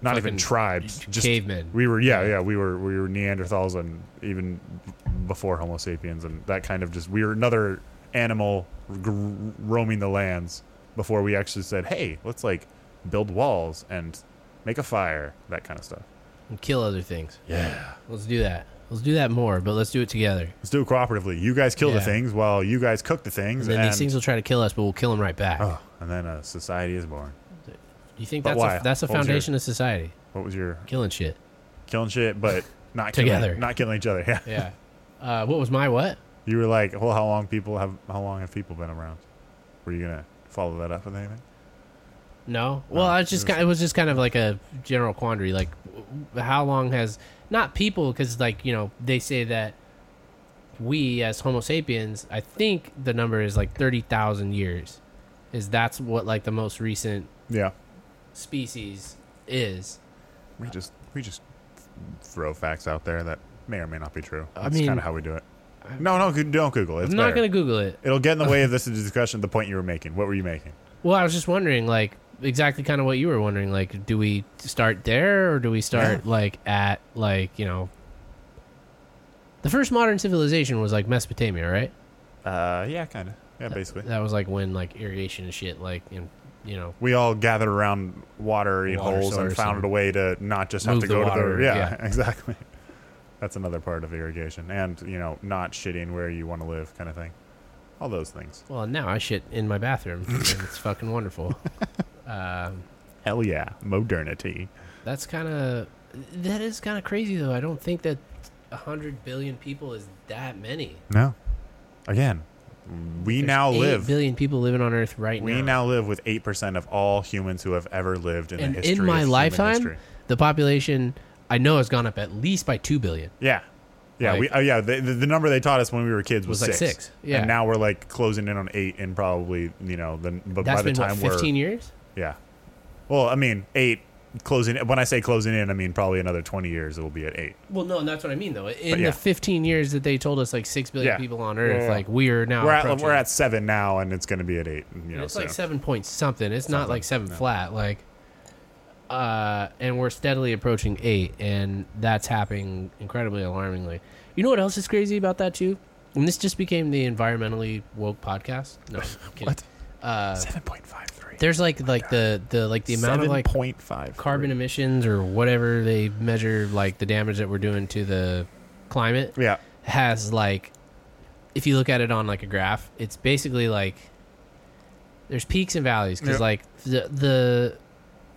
Not even
Fucking
tribes, just
cavemen.
We were, yeah, yeah, we were, we were Neanderthals, and even before Homo sapiens, and that kind of just we were another animal g- roaming the lands before we actually said, hey, let's like build walls and make a fire, that kind of stuff.
and kill other things.
Yeah,
Let's do that. Let's do that more, but let's do it together.
let's do it cooperatively. You guys kill the
Yeah.
things while you guys cook the things,
And
and
then these things will try to kill us, but we'll kill them right back.
oh, and then a society is born.
you think
but
that's
why?
a, that's a
What was your-
foundation of society?
What was your
Killing shit.
killing shit, but not killing,
Together.
not killing each other? Yeah,
Yeah. uh, what was my what?
you were like, well, how long people have, how long have people been around? Were you gonna follow that up with anything?
No. Well, I was just
it was-
kind. It was just kind of like a general quandary. Like, w- w- how long has not people? Because like you know they say that we as Homo sapiens, I think the number is like thirty thousand years. Is that's what like the most recent
Yeah.
species is?
We just we just throw facts out there that may or may not be true.
I
That's
mean-
kind of how we do it. No, no, goo- don't Google. it. It's
I'm not
better.
gonna Google it.
It'll get in the way of this discussion. The point you were making. What were you making?
Well, I was just wondering, like exactly kind of what you were wondering. Like, do we start there, or do we start like at like you know? The first modern civilization was like Mesopotamia, right?
Uh, yeah, kind of. Yeah, basically.
That was like when like irrigation and shit, like and you know,
We all gathered around watery
Water
holes and
source
found
and-
a way to not just have
Move
to
the
go to
water,
the yeah,
yeah.
exactly. That's another part of irrigation, and you know, not shitting where you want to live, kind of thing. All those things.
well now I shit in my bathroom. and it's fucking wonderful. um,
Hell yeah, modernity.
that's kind of that is kind of crazy though. I don't think that a hundred billion people is that many.
No, again, we
There's
now
eight
live.
billion people living on Earth right
We now live with eight percent of all humans who have ever lived in
and
the history.
in my
of human
lifetime,
history.
the population I know has gone up at least by two billion.
yeah, yeah,
Like-
we, oh yeah, the, the, the number they taught us when we were kids was,
Was like six, yeah.
and now we're like closing in on eight, and probably you know, then but
That's
by the
been
time
what, 15
we're
years.
yeah, well, I mean eight closing. When I say closing in, I mean probably another twenty years it will be at eight.
Well, no, and that's what I mean though. In
But yeah.
the 15 years that they told us like six billion
Yeah.
people on Earth,
Yeah, yeah.
like we are now
we're at
approaching
we're
that.
at seven now, and it's going to be at eight. You
And
know,
it's like
soon.
seven point something. It's not
Something,
like seven
no.
flat. Like, uh, and we're steadily approaching eight, and that's happening incredibly alarmingly. You know what else is crazy about that too? And this just became the environmentally woke podcast. No, I'm kidding.
What?
Uh,
seven point five three.
there's like like the the like the amount of like
point five
carbon emissions or whatever they measure like the damage that we're doing to the climate
Yeah,
has like if you look at it on like a graph it's basically like there's peaks and valleys because
Yep.
like the the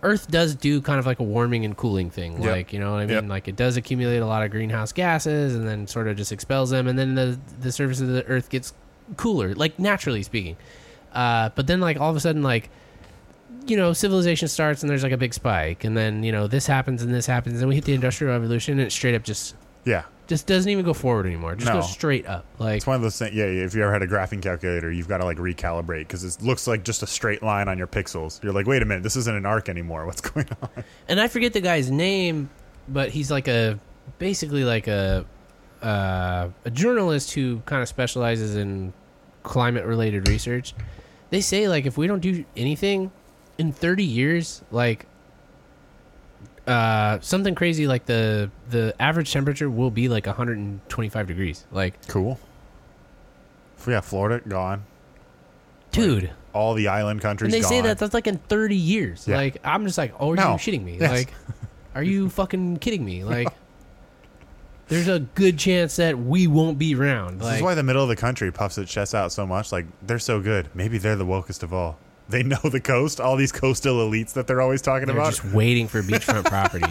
earth does do kind of like a warming and cooling
Yep.
thing like you know what i mean
Yep.
like it does accumulate a lot of greenhouse gases and then sort of just expels them and then the the surface of the earth gets cooler like naturally speaking uh, but then like all of a sudden like you know civilization starts and there's like a big spike and then you know this happens and this happens and we hit the industrial revolution and it straight up just
yeah.
just doesn't even go forward anymore. It Just
No.
goes straight up. Like
It's one of those things. Yeah, yeah, if you ever had a graphing calculator, you've got to like recalibrate because it looks like just a straight line on your pixels. You're like, wait a minute, this isn't an arc anymore. What's going on?
and I forget the guy's name but he's like a basically like a uh, a journalist who kind of specializes in climate related research. They say like if we don't do anything in 30 years, like uh, something crazy like the the average temperature will be like 125 degrees. Like,
Cool. Yeah, Florida gone.
dude,
All the island countries.
and they
gone.
say that that's like in 30 years.
Yeah.
Like, I'm just like, oh, are
No.
you shitting me?
Yes.
Like, are you fucking kidding me? Like, there's a good chance that we won't be around.
This
Like,
is why the middle of the country puffs its chest out so much. Like they're so good. Maybe they're the wokest of all. They know the coast. All these coastal elites that they're always talking
they're
about.
just waiting for beachfront property.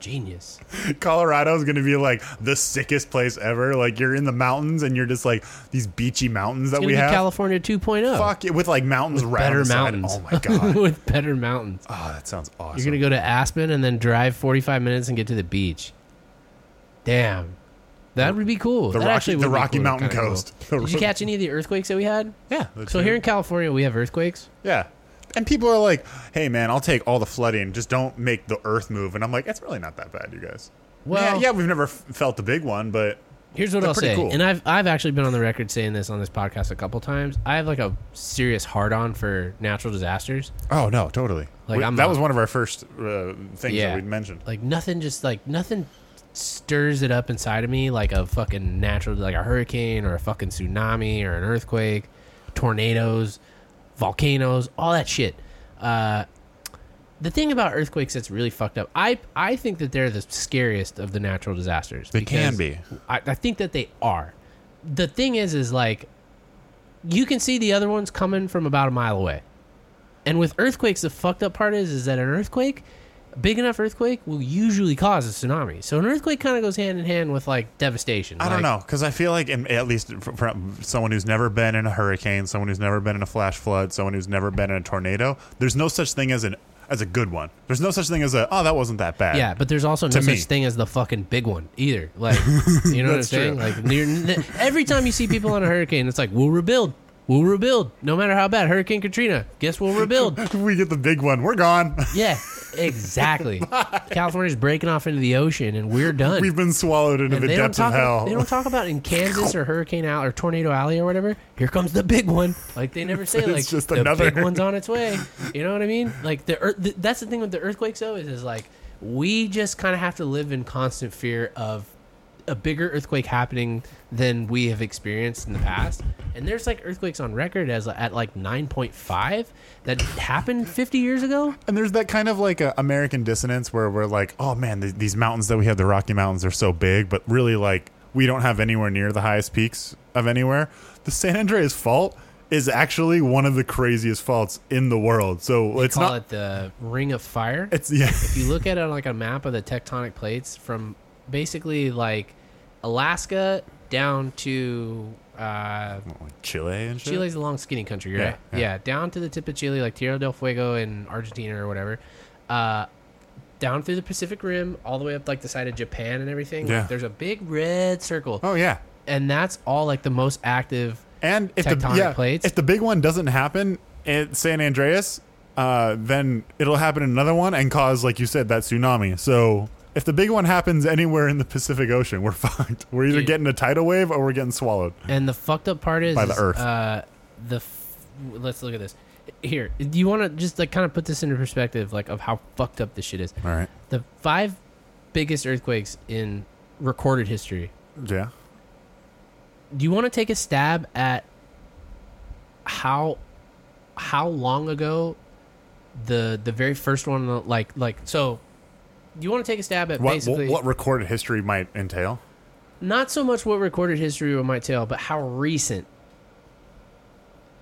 Genius.
Colorado is going to be like the sickest place ever. Like you're in the mountains and you're just like these beachy mountains that
It's gonna
we
be
have.
California 2.0.
Fuck it with like mountains with
better
the side.
mountains.
Oh my god.
With better mountains.
oh, that sounds awesome.
You're gonna go to Aspen and then drive 45 minutes and get to the beach. Damn, that would be cool.
the
That
Rocky-
actually would
the
be
Rocky
cool.
Mountain
Kinda cool.
coast.
Did you catch any of the earthquakes that we had?
Yeah. the
So
two.
here in California, we have earthquakes.
Yeah. And people are like, "Hey man, I'll take all the flooding. Just don't make the earth move." And I'm like, "It's really not that bad, you guys."
Well,
yeah, yeah, we've never f- felt the big one, but
here's what
They're
I'll
pretty
say,
cool.
and I've I've actually been on the record saying this on this podcast a couple times. I have like a serious hard on for natural disasters.
Oh no, totally.
Like,
We-
I'm
that
not-
was one of our first uh, things
Yeah.
that we mentioned.
Like nothing, just like nothing stirs it up inside of me like a fucking natural, like a hurricane or a fucking tsunami or an earthquake, tornadoes, volcanoes, all that shit. Uh, the thing about earthquakes that's really fucked up, I I think that they're the scariest of the natural disasters.
They can
because-
be.
I, I think that they are. The thing is, is like you can see the other ones coming from about a mile away. And with earthquakes, the fucked up part is, is that an earthquake, a big enough earthquake, will usually cause a tsunami. So an earthquake kind of goes hand in hand with like devastation.
I don't
Like,
know because I feel like, in, at least fr- from someone who's never been in a hurricane, someone who's never been in a flash flood, someone who's never been in a tornado, there's no such thing as an as a good one. There's no such thing as a oh that wasn't that bad.
Yeah, but there's also no
To
such
me.
thing as the fucking big one either. Like, you know what I'm
That's
saying?
true.
Like, near, n- every time you see people on a hurricane, it's like we'll rebuild, we'll rebuild, no matter how bad. Hurricane Katrina, guess we'll rebuild.
If we get the big one, we're gone.
Yeah, exactly. California's breaking off into the ocean, and we're done.
We've been swallowed into
And
the
they don't
depths of
talk.
hell.
They don't talk about in Kansas or Hurricane Alley or Tornado Alley or whatever. Here comes the big one. Like they never say
It's
like
just
the
another-
big one's on its way. You know what I mean? Like the, earth, th that's the thing with the earthquakes though is is like we just kind of have to live in constant fear of a bigger earthquake happening than we have experienced in the past. And there's like earthquakes on record as at like 9.5 that happened 50 years ago.
and there's that kind of like a American dissonance where we're like, oh man, th- these mountains that we have, the Rocky Mountains, are so big, but really like we don't have anywhere near the highest peaks of anywhere. The San Andreas Fault is actually one of the craziest faults in the world. So it's
call
not.
it the Ring of Fire.
It's yeah.
if you look at it on like a map of the tectonic plates from basically like Alaska down to uh,
Chile and shit.
Chile's a long skinny country,
Yeah,
right? Yeah,
yeah.
down to the tip of Chile, like Tierra del Fuego in Argentina or whatever. Uh, down through the Pacific Rim, all the way up like the side of Japan and everything.
Yeah.
There's a big red circle,
Oh yeah.
and that's all like the most active.
And if the
Tectonic
yeah,
plates.
if the big one doesn't happen at San Andreas, uh, then it'll happen in another one and cause, like you said, that tsunami. So if the big one happens anywhere in the Pacific Ocean, we're fucked. We're either
Dude.
getting a tidal wave or we're getting swallowed.
And the fucked up part is
By the
is,
earth.
Uh, the f- let's look at this. Here, do you want to just like kind of put this into perspective, like of how fucked up this shit is?
All right.
the five biggest earthquakes in recorded history.
Yeah.
Do you want to take a stab at how how long ago the the very first one like like so you want to take a stab at
What, what
basically
what recorded history might entail?
not so much what recorded history might tell, but how recent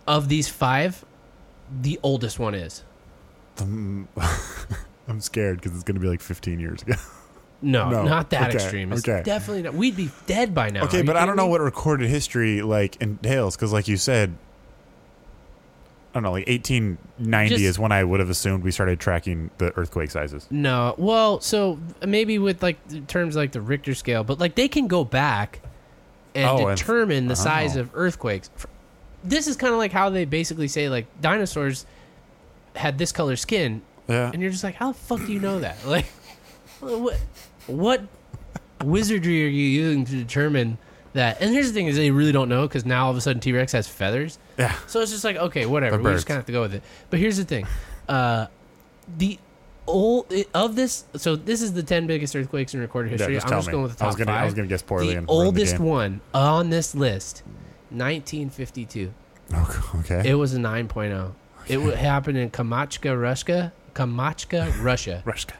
of these five the oldest one is.
I'm scared because it's going to be like 15 years ago.
No,
No.
not that
Okay.
extreme. It's
Okay.
definitely not. We'd be dead by now. Are
okay,
you
but I
kidding
don't know
me?
what recorded history like entails because, like you said, I don't know, like 1890
Just-
is when I would have assumed we started tracking the earthquake sizes.
No, well, so maybe with like the terms like the Richter scale, but like they can go back and
Oh, and-
determine the size
oh.
of earthquakes. This is kind of like how they basically say like dinosaurs had this color skin,
Yeah.
and you're just like, how the fuck do you know that? Like, What, what wizardry are you using to determine that? And here's the thing: is they really don't know because now all of a sudden T Rex has feathers.
Yeah.
So it's just like okay, whatever.
They're
We just
birds.
kind of have to go with it. But here's the thing: uh, the old of this. So this is the ten biggest earthquakes in recorded
Yeah,
history.
just
I'm
tell
just
me.
going with the top
I was gonna,
five.
I was gonna guess poorly.
the
and ruin
oldest
game.
one on this list, 1952.
Oh, okay.
It was a 9.0. It w- happened in Kamachka, Russia. Kamachka, Russia.
Rushka.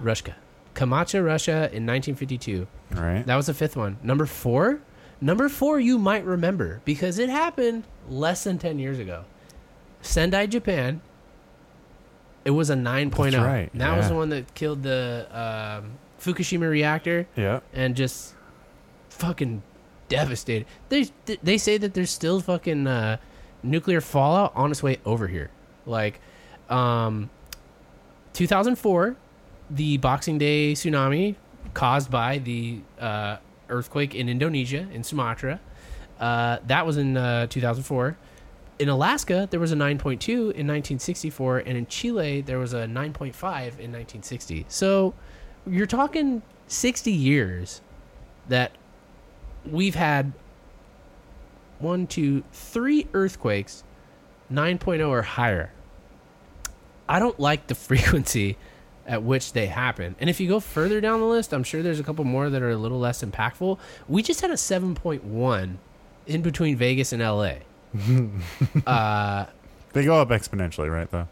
Russia. Kamacha, Russia in 1952.
All right.
That was the fifth one. Number four? Number four, you might remember because it happened less than 10 years ago. Sendai, Japan. It was a 9.0.
That's right,
That was
yeah.
the one that killed the um, Fukushima reactor
yeah.
and just fucking devastated. They they say that there's still fucking uh, nuclear fallout on its way over here. Like, um, 2004, the Boxing Day tsunami caused by the uh, earthquake in Indonesia in Sumatra. Uh, that was in uh, 2004. In Alaska, there was a 9.2 in 1964, and in Chile, there was a 9.5 in 1960. So you're talking 60 years that we've had one, two, three earthquakes 9.0 or higher. I don't like the frequency at which they happen. And if you go further down the list, I'm sure there's a couple more that are a little less impactful. We just had a 7.1 in between Vegas and LA.
They go up exponentially, right? Though.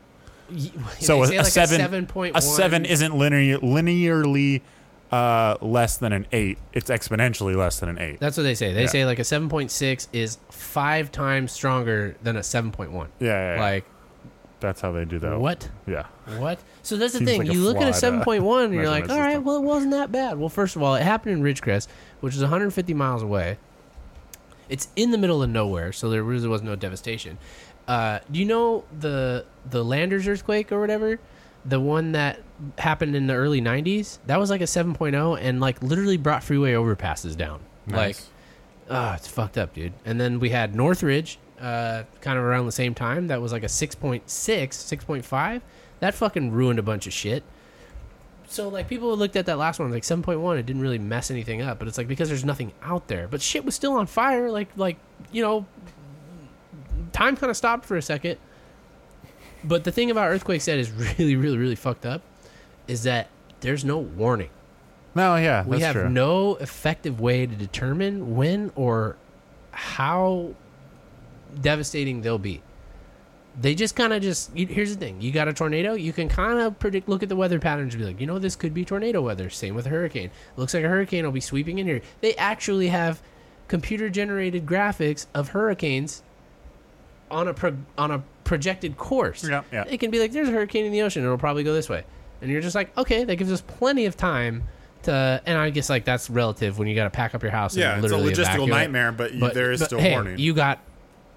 Y-
So
they say
a, a
like
seven,
seven point
a seven isn't linear, linearly uh, less than an eight. It's exponentially less than an eight.
That's what they say. They
Yeah.
say like a 7.6 is five times stronger than a 7.1.
yeah, yeah, yeah.
Like
that's how they do that.
what?
Yeah.
What? So that's the
Seems
thing.
like a
you look at a
flawed, uh,
7.1 and you're like,
measurement
all right,
system."
well, it wasn't that bad. Well, first of all, it happened in Ridgecrest, which is 150 miles away. It's in the middle of nowhere, so there really was no devastation. Uh, do you know the the Landers earthquake or whatever? The one that happened in the early 90s? That was like a 7.0 and like literally brought freeway overpasses down. Like Ah, it's fucked up, dude. And then we had Northridge, uh, kind of around the same time. That was like a 6.6, 6.5. That fucking ruined a bunch of shit. So, like, people looked at that last one, like 7.1, it didn't really mess anything up. But it's like because there's nothing out there. But shit was still on fire. Like, like you know, time kind of stopped for a second. But the thing about earthquakes that is really, really, really fucked up is that there's no warning
no, yeah, that's
we have
true.
no effective way to determine when or how devastating they'll be. They just kind of just you, here's the thing: you got a tornado, you can kind of predict, look at the weather patterns, and be like, you know, this could be tornado weather. Same with a hurricane. Looks like a hurricane will be sweeping in here. They actually have computer-generated graphics of hurricanes on a pro- on a projected course.
Yeah, yeah.
It can be like, there's a hurricane in the ocean. It'll probably go this way, and you're just like, okay, that gives us plenty of time to. And I guess like that's relative when you got to pack up your house.
Yeah,
and
it's a
literally
logistical
evacuate.
nightmare, but, you,
But-
there is
but
still
hey,
warning.
You got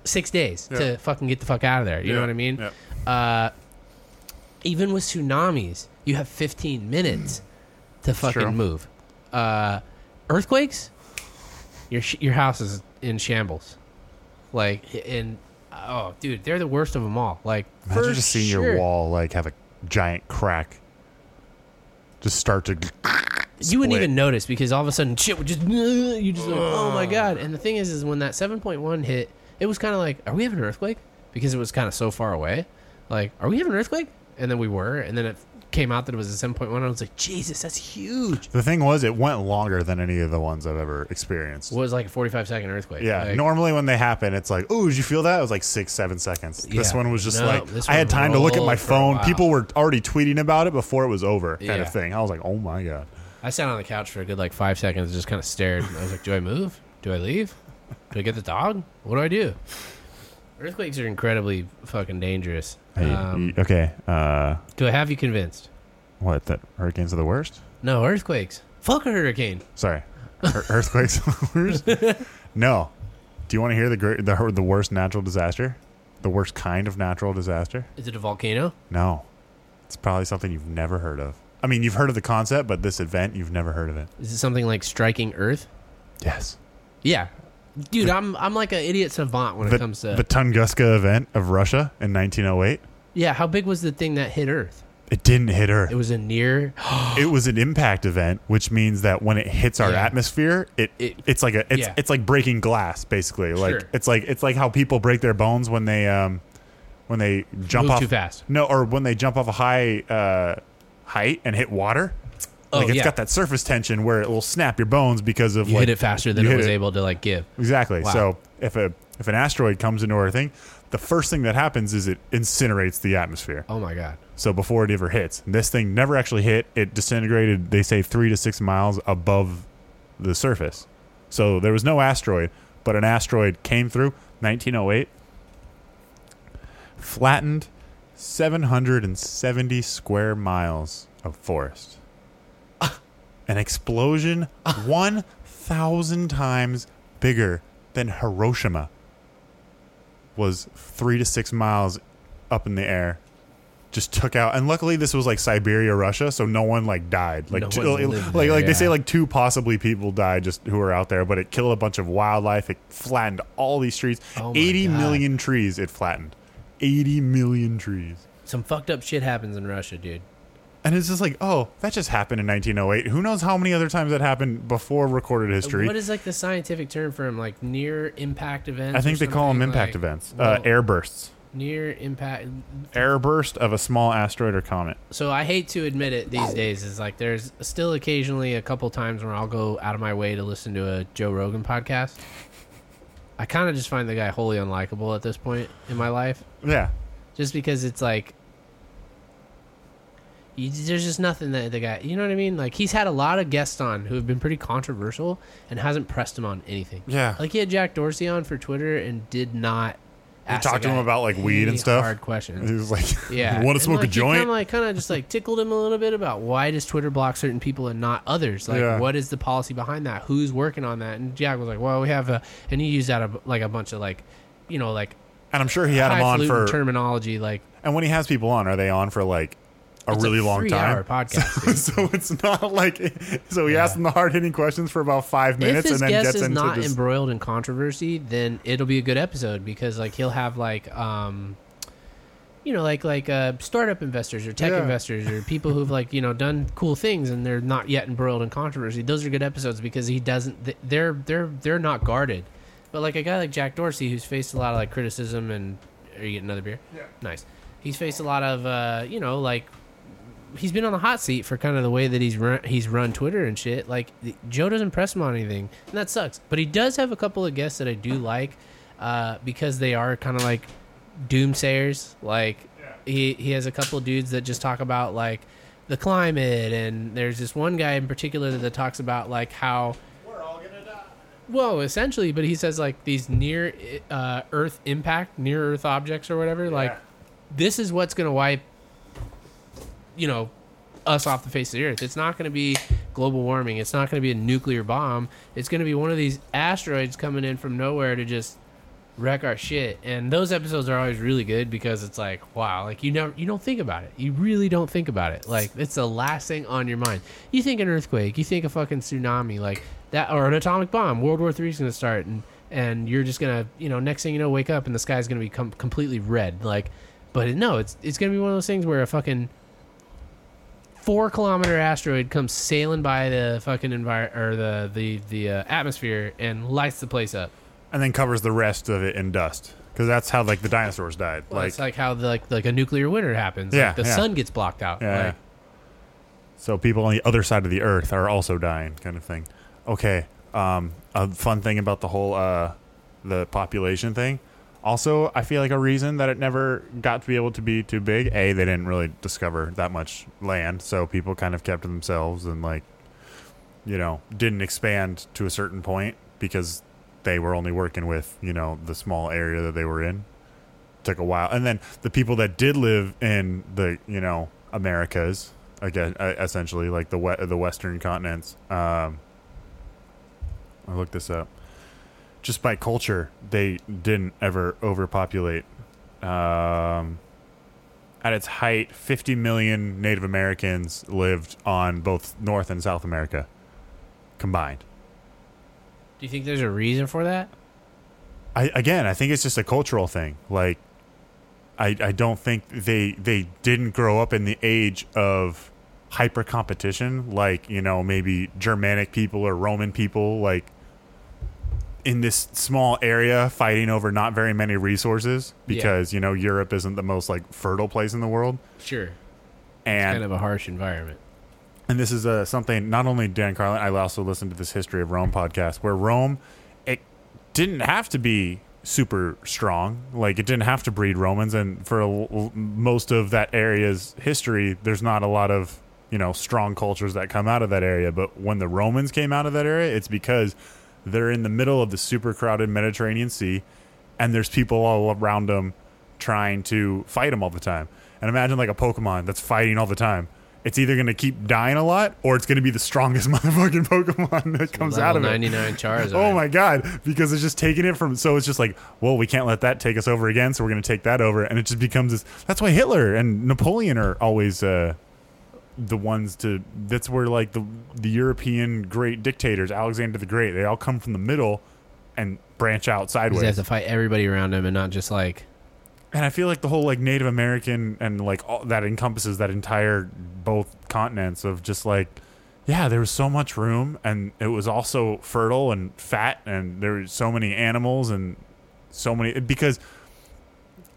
six days
Yeah.
to fucking get the fuck out of there. You know
Yeah,
what I mean?
yeah.
Even with tsunamis, you have 15 minutes to fucking
true.
move. Uh, earthquakes, your sh- your house is in shambles. Like and oh, dude, they're the worst of them all. Like
Imagine
for
just seeing
sure,
your wall like have a giant crack. Just start to.
You wouldn't
split.
even notice because all of a sudden shit would just you just like oh my god. And the thing is, is when that 7.1 hit, it was kind of like, are we having an earthquake? Because it was kind of so far away. Like, are we having an earthquake? And then we were, and then it came out that it was a 7.1. And I was like, Jesus, that's huge.
The thing was, it went longer than any of the ones I've ever experienced.
It was like a 45 second earthquake.
Yeah.
Like,
normally when they happen, it's like, oh, did you feel that? It was like six, seven seconds. This
Yeah.
one was just
No,
like,
this
I had
one
time to look at my
rolled for a
phone.
while.
People were already tweeting about it before it was over, kind
Yeah.
of thing. I was like, oh my god.
I sat on the couch for a good like five seconds, and just kind of stared. I was like, "Do I move? Do I leave? Do I get the dog? What do I do?" Earthquakes are incredibly fucking dangerous.
Hey,
Um,
y- okay. Uh,
do I have you convinced?
what? That hurricanes are the worst?
No earthquakes. Fuck a hurricane.
Sorry, Ear- earthquakes are the worst. No. Do you want to hear the great, the, the worst natural disaster? The worst kind of natural disaster?
Is it a volcano?
No. It's probably something you've never heard of. I mean, you've heard of the concept, but this event, you've never heard of it.
Is it something like striking Earth?
Yes.
Yeah, dude, I'm I'm like an idiot savant when
The,
it comes to
the Tunguska event of Russia in 1908.
yeah. How big was the thing that hit Earth?
It didn't hit Earth.
It was a near.
It was an impact event, which means that when it hits our
Yeah.
atmosphere, it,
It-
it's like a it's
yeah.
it's like breaking glass basically. Like
Sure.
it's like it's like how people break their bones when they um when they jump
Move
off
too fast.
No, or when they jump off a high uh height and hit water.
Oh,
Like it's
yeah.
got that surface tension where it will snap your bones because of
You
like
hit it faster than
you
it
hit
was able to like give.
Exactly.
Wow.
So if a if an asteroid comes into our thing, the first thing that happens is it incinerates the atmosphere.
Oh my god.
So before it ever hits, this thing never actually hit. It disintegrated. They say three to six miles above the surface. So there was no asteroid, but an asteroid came through 1908, flattened 770 square miles of forest. An explosion 1,000 times bigger than Hiroshima was three to six miles up in the air. Just took out, and luckily this was like Siberia, Russia, so no one like died. Like,
No
two,
one
like,
lived
like
there,
they say,
yeah.
like two possibly people died just who were out there, but it killed a bunch of wildlife. It flattened all these trees.
Oh my
80
God.
million trees it flattened. 80 million trees.
Some fucked up shit happens in Russia, dude.
And it's just like, oh, that just happened in 1908. Who knows how many other times that happened before recorded history?
What is like the scientific term for them? Like near impact events.
I think
or
they call them
something?
impact
Like,
events, uh,
well,
airbursts.
near impact.
Airburst of a small asteroid or comet.
So I hate to admit it these days. Is like there's still occasionally a couple times where I'll go out of my way to listen to a Joe Rogan podcast. I kind of just find the guy wholly unlikable at this point in my life.
Yeah.
just because it's like you, there's just nothing that the guy you know what i mean like he's had a lot of guests on who have been pretty controversial and hasn't pressed him on anything
Yeah.
like he had jack dorsey on for twitter and did not ask the
talked to him
guy
about, like, weed and
any
stuff?
hard
He
questions
was like,
yeah
you want
And,
to smoke
like,
a
he
joint?
kinda, like kind of just like tickled him a little bit about why does twitter block certain people and not others like
Yeah.
what is the policy behind that who's working on that and jack was like well we have a and he used out a, like a bunch of like you know like
and I'm sure he had him on
highfalutin
for.
terminology like
and when he has people on, are they on for like a
It's
really long time?
three-hour podcast. dude.
so it's not like. So he asks them the hard hitting questions for about five
if
minutes
his
and then
guest
gets
is
into
not
this.
embroiled in controversy, then it'll be a good episode because like he'll have like um, you know, like like uh, startup investors or tech
Yeah.
investors or people who've like you know done cool things and they're not yet embroiled in controversy. Those are good episodes because he doesn't. th- They're they're they're not guarded. But like a guy like Jack Dorsey who's faced a lot of like criticism and are you getting another beer? Yeah. Nice. He's faced a lot of uh, you know like he's been on the hot seat for kind of the way that he's run, he's run Twitter and shit. Like the- Joe doesn't press him on anything, and that sucks. But he does have a couple of guests that I do like uh, because they are kind of like doomsayers. Like he he has a couple dudes that just talk about like the climate, and there's this one guy in particular that talks about like how. Well, essentially, but he says like these near uh, Earth impact, near Earth objects or whatever. Like, this is what's going to wipe you know us off the face of the earth. It's not going to be global warming. It's not going to be a nuclear bomb. It's going to be one of these asteroids coming in from nowhere to just wreck our shit. And those episodes are always really good because it's like, wow, like you never you don't think about it. You really don't think about it. Like it's the last thing on your mind. You think an earthquake, you think a fucking tsunami, like that or an atomic bomb. World War Three's going to start and and you're just going to, you know, next thing you know, wake up and the sky's going to be com- completely red. Like but no, it's it's going to be one of those things where a fucking four kilometer asteroid comes sailing by the fucking envir or the the the uh, atmosphere and lights the place up.
and then covers the rest of it in dust because that's how like the dinosaurs died.
Well,
like,
it's like how the, like like a nuclear winter happens.
Yeah,
like the
yeah.
sun gets blocked out.
yeah,
like,
So people on the other side of the earth are also dying, kind of thing. Okay. Um, a fun thing about the whole uh, the population thing. Also, I feel like a reason that it never got to be able to be too big. A, they didn't really discover that much land, so people kind of kept to themselves and like, you know, didn't expand to a certain point because they were only working with you know the small area that they were in took a while. And then the people that did live in the you know Americas again, uh, essentially like the we- the Western continents. Um, I looked this up. Just by culture, they didn't ever overpopulate. Um, at its height, 50 million Native Americans lived on both North and South America combined.
Do you think there's a reason for that?
I again, I think it's just a cultural thing. Like, I, I don't think they they didn't grow up in the age of hyper competition like you know maybe Germanic people or Roman people like in this small area fighting over not very many resources
Yeah.
because you know Europe isn't the most like fertile place in the world
Sure.
and
Kind of a harsh environment.
and this is uh, something not only Dan Carlin, I also listened to this History of Rome podcast where Rome, it didn't have to be super strong. Like it didn't have to breed Romans. And for a l- l- most of that area's history, there's not a lot of, you know, strong cultures that come out of that area. But when the Romans came out of that area, it's because they're in the middle of the super crowded Mediterranean Sea and there's people all around them trying to fight them all the time. And imagine like a Pokemon that's fighting all the time. It's either going to keep dying a lot or it's going to be the strongest motherfucking Pokemon that comes
Level
out of it.
99 Charizard.
Oh my god! Because it's just taking it from. So it's just like, well, we can't let that take us over again. So we're going to take that over, and it just becomes this. That's why Hitler and Napoleon are always uh, the ones to. That's where like the the European great dictators, Alexander the Great, they all come from the middle and branch out
Because
sideways.
they have to fight everybody around him and not just like
And I feel like the whole like Native American and like all, that encompasses that entire both continents of just like yeah, there was so much room and it was also fertile and fat and there were so many animals and so many because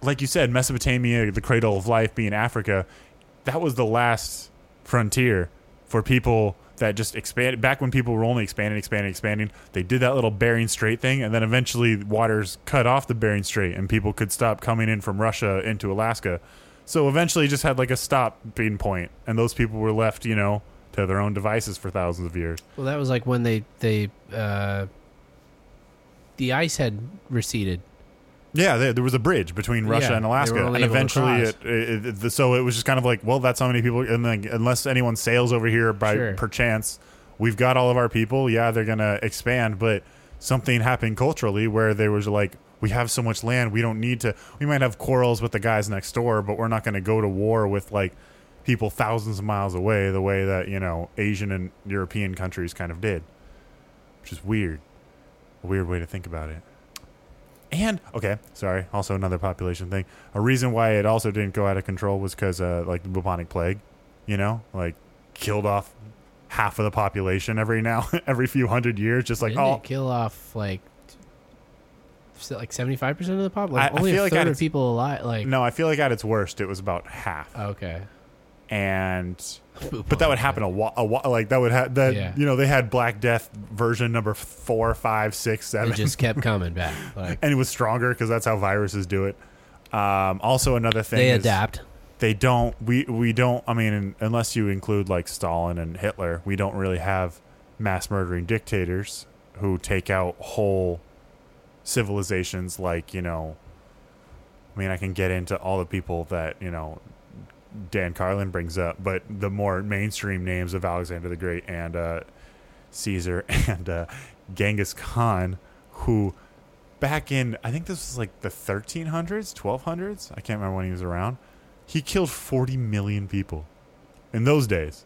like you said Mesopotamia, the cradle of life being Africa, that was the last frontier for people that just expanded back when people were only expanding expanding expanding they did that little bering strait thing and then eventually waters cut off the bering strait and people could stop coming in from russia into alaska so eventually it just had like a stopping point and those people were left you know to their own devices for thousands of years
Well, that was like when they they uh, the ice had receded.
yeah there, there was a bridge between russia
Yeah,
and
they were
alaska
only
and
able to
eventually
cross.
it, it, it- the- so it was just kind of like well that's how many people and then unless anyone sails over here by
Sure.
perchance we've got all of our people yeah they're gonna expand but something happened culturally where they was like we have so much land we don't need to we might have quarrels with the guys next door but we're not gonna go to war with like people thousands of miles away the way that you know asian and european countries kind of did which is weird a weird way to think about it and okay sorry also another population thing a reason why it also didn't go out of control was because uh, like the bubonic plague you know like killed off half of the population every now every few hundred years just like
Didn't
oh
it kill off like s- like seventy five percent of the pop? Like
I- I
only
feel
a
like at
third
its-
of people alive. Like
no i feel like at its worst it was about half
okay,
and but that would happen a lot a wa- like that would have that
Oh, Yeah.
you know they had black death version number four five six
It
seven
just kept coming back. Like
and it was stronger because that's how viruses do it um, also another thing
they
is-
adapt.
they don't we we don't i mean un- unless you include like stalin and hitler we don't really have mass murdering dictators who take out whole civilizations like you know i mean i can get into all the people that you know dan carlin brings up but the more mainstream names of alexander the great and uh caesar and uh genghis khan who back in i think this was like the 1300s 1200s i can't remember when he was around he killed 40 million people in those days.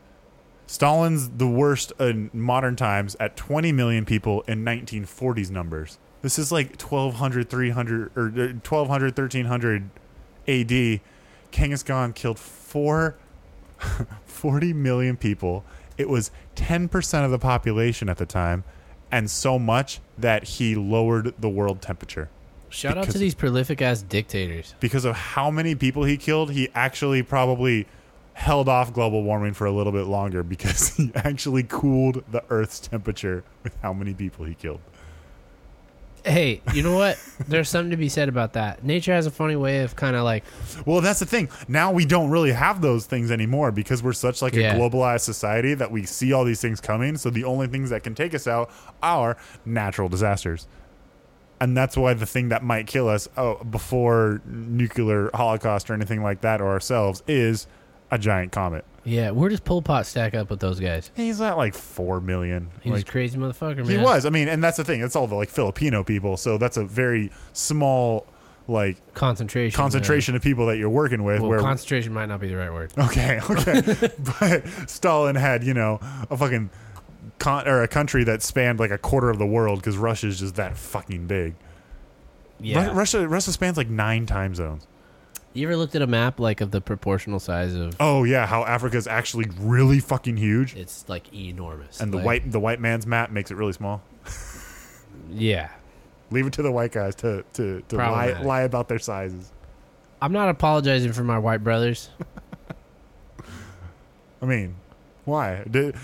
Stalin's the worst in modern times at 20 million people in 1940s numbers. This is like 1200, 300, or uh, 1200, 1300 AD. Genghis Khan killed four, 40 million people. It was 10% of the population at the time, and so much that he lowered the world temperature
Shout out to
because-
these prolific ass dictators.
because of how many people he killed, he actually probably held off global warming for a little bit longer because he actually cooled the Earth's temperature with how many people he killed.
Hey, you know what? There's something to be said about that. Nature has a funny way of kind of like
Well, that's the thing. Now we don't really have those things anymore because we're such like
Yeah.
a globalized society that we see all these things coming. So the only things that can take us out are natural disasters. And that's why the thing that might kill us oh, before nuclear holocaust or anything like that or ourselves is a giant comet.
yeah. Where does Pol Pot stack up with those guys?
He's at like four million.
He was a
Like,
crazy motherfucker. Man.
he was. I mean, and that's the thing. It's all the like Filipino people, so that's a very small like
concentration. there.
concentration of people that you're working with.
Well,
where
concentration might not be the right word.
okay, okay, but Stalin had you know a fucking con- or a country that spanned like a quarter of the world because Russia's just that fucking big.
Yeah,
Ru- Russia Russia spans like nine time zones.
You ever looked at a map like of the proportional size of?
Oh yeah, how Africa's actually really fucking huge,
It's like enormous.
and the
Like,
white the white man's map makes it really small.
Yeah,
Leave it to the white guys to to, to lie
Problematic.
lie about their sizes.
I'm not apologizing for my white brothers.
I mean, why? Did,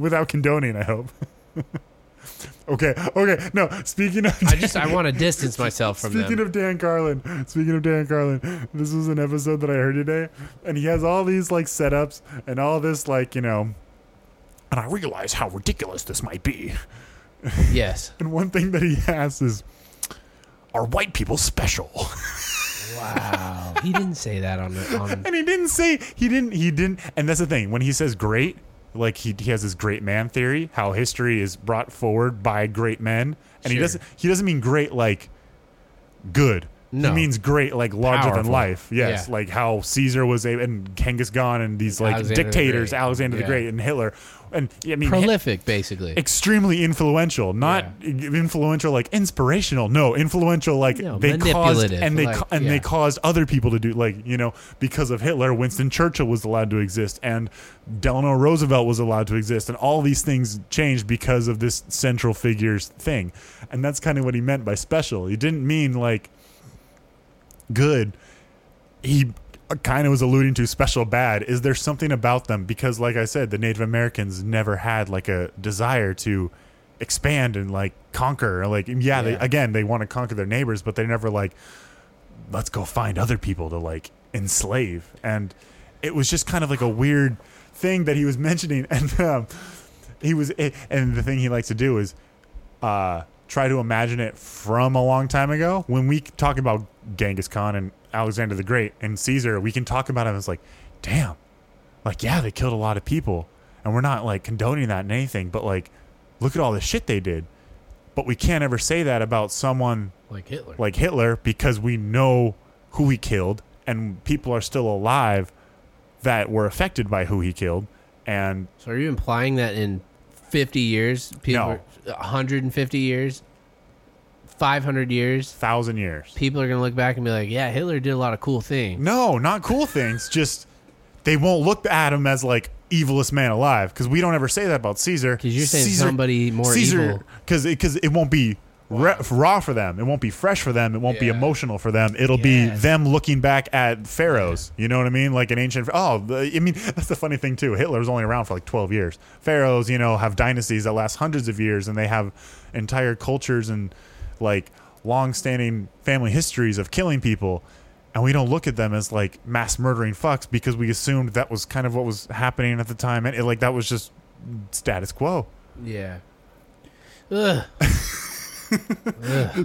without condoning, I hope. okay, okay. No, speaking of
I just I want to distance myself from
Speaking
them.
of Dan Carlin, speaking of Dan Carlin, this was an episode that I heard today, and he has all these like setups and all this like you know, and I realize how ridiculous this might be.
yes.
And one thing that he asks is, "Are white people special?"
Wow. he didn't say that on the on.
And he didn't say he didn't he didn't. And that's the thing when he says great, like he he has this great man theory, how history is brought forward by great men, and he
Sure.
doesn't he doesn't mean great like good.
No.
He means great, like larger than
Powerful.
life. Yes,
Yeah.
like how Caesar was able, and Genghis Khan, and these like
Alexander the
dictators,
Great.
Alexander
Yeah.
the Great, and Hitler, and I mean, Hit-
Prolific, basically.
extremely influential not influential like inspirational no influential like
No,
they caused
manipulative,
and they
like,
ca- and they
yeah.
caused other people to do like you know because of hitler winston churchill was allowed to exist and delano roosevelt was allowed to exist and all these things changed because of this central figures thing and that's kind of what he meant by special he didn't mean like good he kind of was alluding to special bad is there something about them because like i said the native americans never had like a desire to expand and like conquer like yeah, They,
Yeah.
again they want to conquer their neighbors but they never like let's go find other people to like enslave and it was just kind of like a weird thing that he was mentioning and um, he was eh, and the thing he likes to do is uh, try to imagine it from a long time ago. When we talk about Genghis Khan and Alexander the Great and Caesar, we can talk about it as like, damn, like yeah, they killed a lot of people, and we're not like condoning that in anything, but like, look at all the shit they did. But we can't ever say that about someone
like Hitler.
like Hitler because we know who he killed and people are still alive that were affected by who he killed. And
so are you implying that in 50 years, people,
No.
are- 150 years, 500 years,
thousand years.
people are gonna look back and be like, yeah, Hitler did a lot of cool things.
No, not cool things. Just they won't look at him as like evilest man alive because we don't ever say that about Caesar.
'Cause you're saying somebody more evil.
because because it, won't be re- raw for them. It won't be fresh for them. It won't be
Yeah.
emotional for them. It'll be
Yes.
them looking back at pharaohs. You know what I mean? Like an ancient. Oh, the, I mean that's the funny thing too. Hitler was only around for like twelve years. Pharaohs, you know, have dynasties that last hundreds of years, and they have entire cultures and like long-standing family histories of killing people and we don't look at them as like mass murdering fucks because we assumed that was kind of what was happening at the time and it, like that was just status quo
Yeah. Ugh.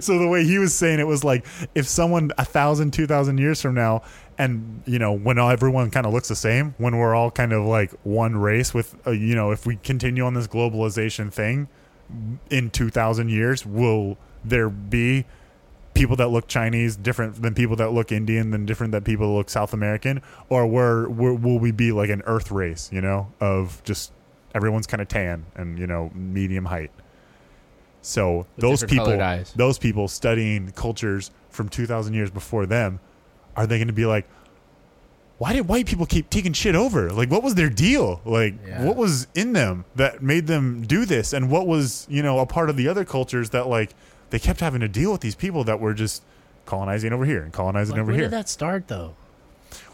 so the way he was saying it was like if someone a thousand two thousand years from now and you know when all, everyone kind of looks the same when we're all kind of like one race with uh, you know if we continue on this globalization thing in 2000 years will there be people that look chinese different than people that look indian than different that people that look south american or where, where will we be like an earth race you know of just everyone's kind of tan and you know medium height so
With
those
different
people
colored eyes.
those people studying cultures from 2000 years before them are they going to be like why did white people keep taking shit over? Like, what was their deal? Like,
Yeah.
what was in them that made them do this? And what was, you know, a part of the other cultures that, like, they kept having to deal with these people that were just colonizing over here and colonizing
Like,
over
where
here?
did that start though?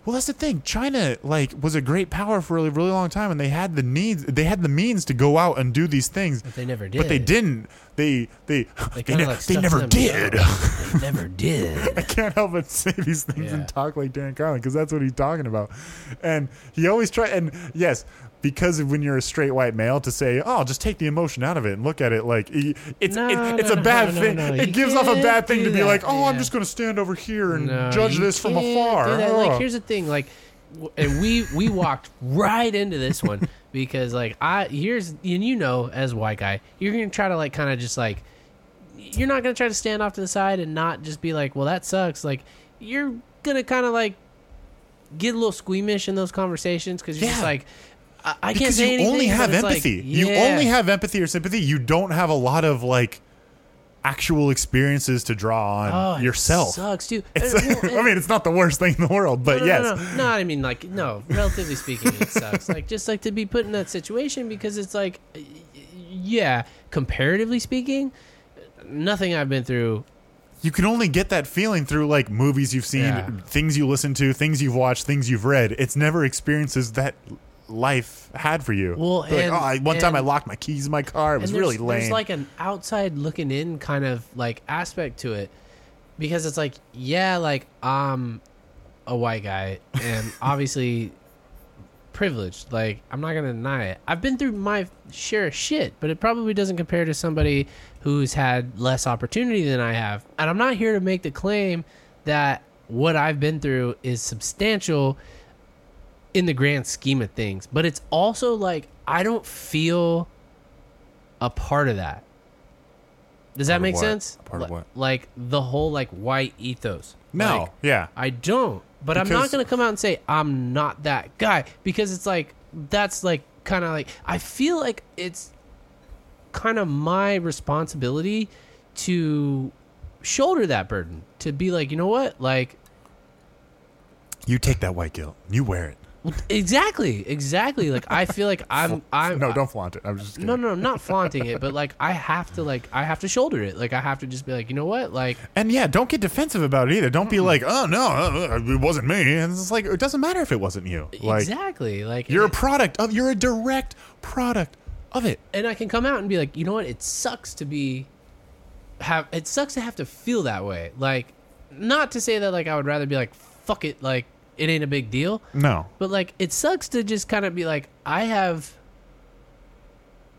well, that's the thing. China, like, was a great power for a really, really long time, and they had the needs, they had the means to go out and do these things,
But they never did.
but they didn't. They, they, they,
kinda,
ne-
like,
they
stuck
never
them
did.
down. They never did.
I can't help but say these things
Yeah.
and talk like Dan Carlin because that's what he's talking about. And he always try and yes, because when you're a straight white male to say, "Oh, just take the emotion out of it and look at it like e- it's
No,
it- it's
no,
a
no,
bad
no,
thing.
no, you
it gives off a
can't
bad thing
do
to be
that,
like, "Oh, I'm
yeah.
just going to stand over here and
No,
judge
Uh, you
this from
can't
afar."
do that. Like,
Oh.
here's the thing, like, w- and we we walked right into this one because, like, I here's and you know, as a white guy, you're gonna try to like kind of just like, you're not gonna try to stand off to the side and not just be like, well, that sucks. Like, you're gonna kind of like get a little squeamish in those conversations because you're just
Yeah.
like, I, I can't
because
say
you
anything.
only
but
have
it's like,
empathy. You
yeah.
only have empathy or sympathy. You don't have a lot of like actual experiences to draw
Oh,
on
it
yourself.
sucks too.
It's,
Uh, well,
I
and-
mean, it's not the worst thing in the world, but
no,
yes,
no, no, no. I mean, like, no. Relatively speaking, it sucks. Like, just like to be put in that situation because it's like, y- y- yeah. Comparatively speaking, nothing I've been through.
you can only get that feeling through like movies you've seen,
Yeah.
things you listen to, things you've watched, things you've read. It's never experiences that life had for you.
Well,
Be like,
and-
oh, I, one time
and-
I locked my keys in my car. It was
and there's-
really lame.
There's like an outside looking in kind of like aspect to it because it's like, yeah, like I'm a white guy and obviously privileged. Like I'm not gonna deny it. I've been through my share of shit, but it probably doesn't compare to somebody who's had less opportunity than I have. And I'm not here to make the claim that what I've been through is substantial in the grand scheme of things, but it's also like I don't feel a part of that. Does that
of
make
what?
sense?
A part of
Li-
what?
Like the whole like white ethos.
no,
Like,
yeah,
I don't. But I'm not
Because-
going to come out and say I'm not that guy because it's like that's like kind of like I feel like it's kind of my responsibility to shoulder that burden to be like you know what like
you take that white guilt, you wear it.
exactly exactly like I feel like I'm I'm
no, don't flaunt it. I'm just kidding.
no no not flaunting it but like I have to like I have to shoulder it like I have to just be like you know what like
And yeah, don't get defensive about it either. Don't be like, oh no, uh, uh, it wasn't me. And it's like it doesn't matter if it wasn't you. Like
exactly like
you're a product of you're a direct product of it.
and I can come out and be like, you know what? It sucks to be have it sucks to have to feel that way. Like not to say that like I would rather be like fuck it, like it ain't a big deal,
No.
but like it sucks to just kind of be like I have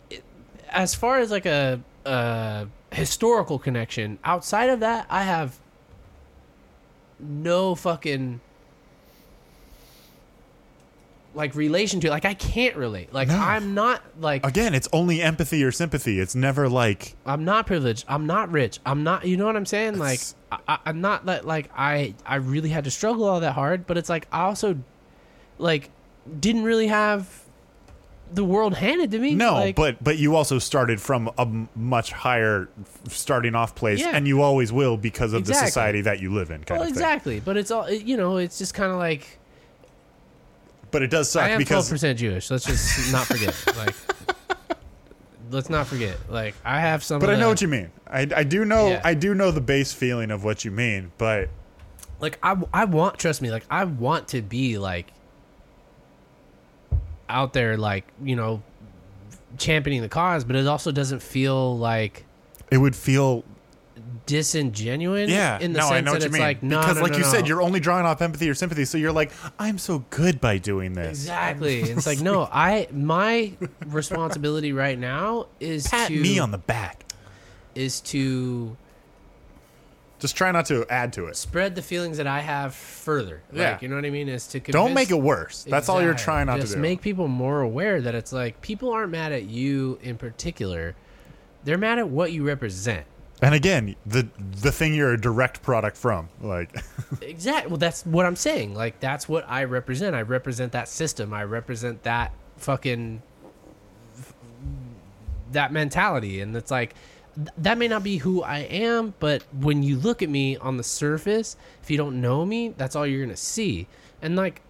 it, as far as like a a historical connection, outside of that, I have no fucking like relation to like I can't relate. Like
No.
I'm not like
Again, it's only empathy or sympathy. It's never like
I'm not privileged. I'm not rich. I'm not. You know what I'm saying? Like,
It's-
I, I, I'm not that. Like, I I really had to struggle all that hard. But it's like I also, like, didn't really have the world handed to me.
no,
Like,
but but you also started from a m- much higher f- starting off place,
Yeah.
and you always will because of the
Exactly.
society that you live in. Kind
well,
of
exactly. But it's all. it- You know, it's just kind of like
thing. But it does
I
suck
am
because
12% Jewish. Let's just not forget. like, let's not forget. Like, I have some.
But
of
I know
the-
what you mean. I, I do know
Yeah.
I do know the base feeling of what you mean, but
like I, I want trust me like i want to be like out there like you know championing the cause but it also doesn't feel like
it would feel
disingenuous
yeah.
in the
no,
sense
I know
that
what you
it's
mean.
like no
because,
no,
like
no,
you said,
no.
you're only drawing off empathy or sympathy. So you're like, I'm so good by doing this.
exactly it's like no i my responsibility right now is
Pat
to
me on the back.
is to
Just try not to add to it.
spread the feelings that i have further like
Yeah.
you know what i mean is to
Don't
convince-
make it worse. That's all you're
Exactly.
trying not
Just
to do.
make people more aware that it's like people aren't mad at you in particular; they're mad at what you represent.
and again, the the thing you're a direct product from, like
exactly. Well, that's what I'm saying. Like that's what I represent. I represent that system. I represent that fucking that mentality, and it's like th- that may not be who I am, but when you look at me on the surface, if you don't know me, that's all you're gonna see, and like.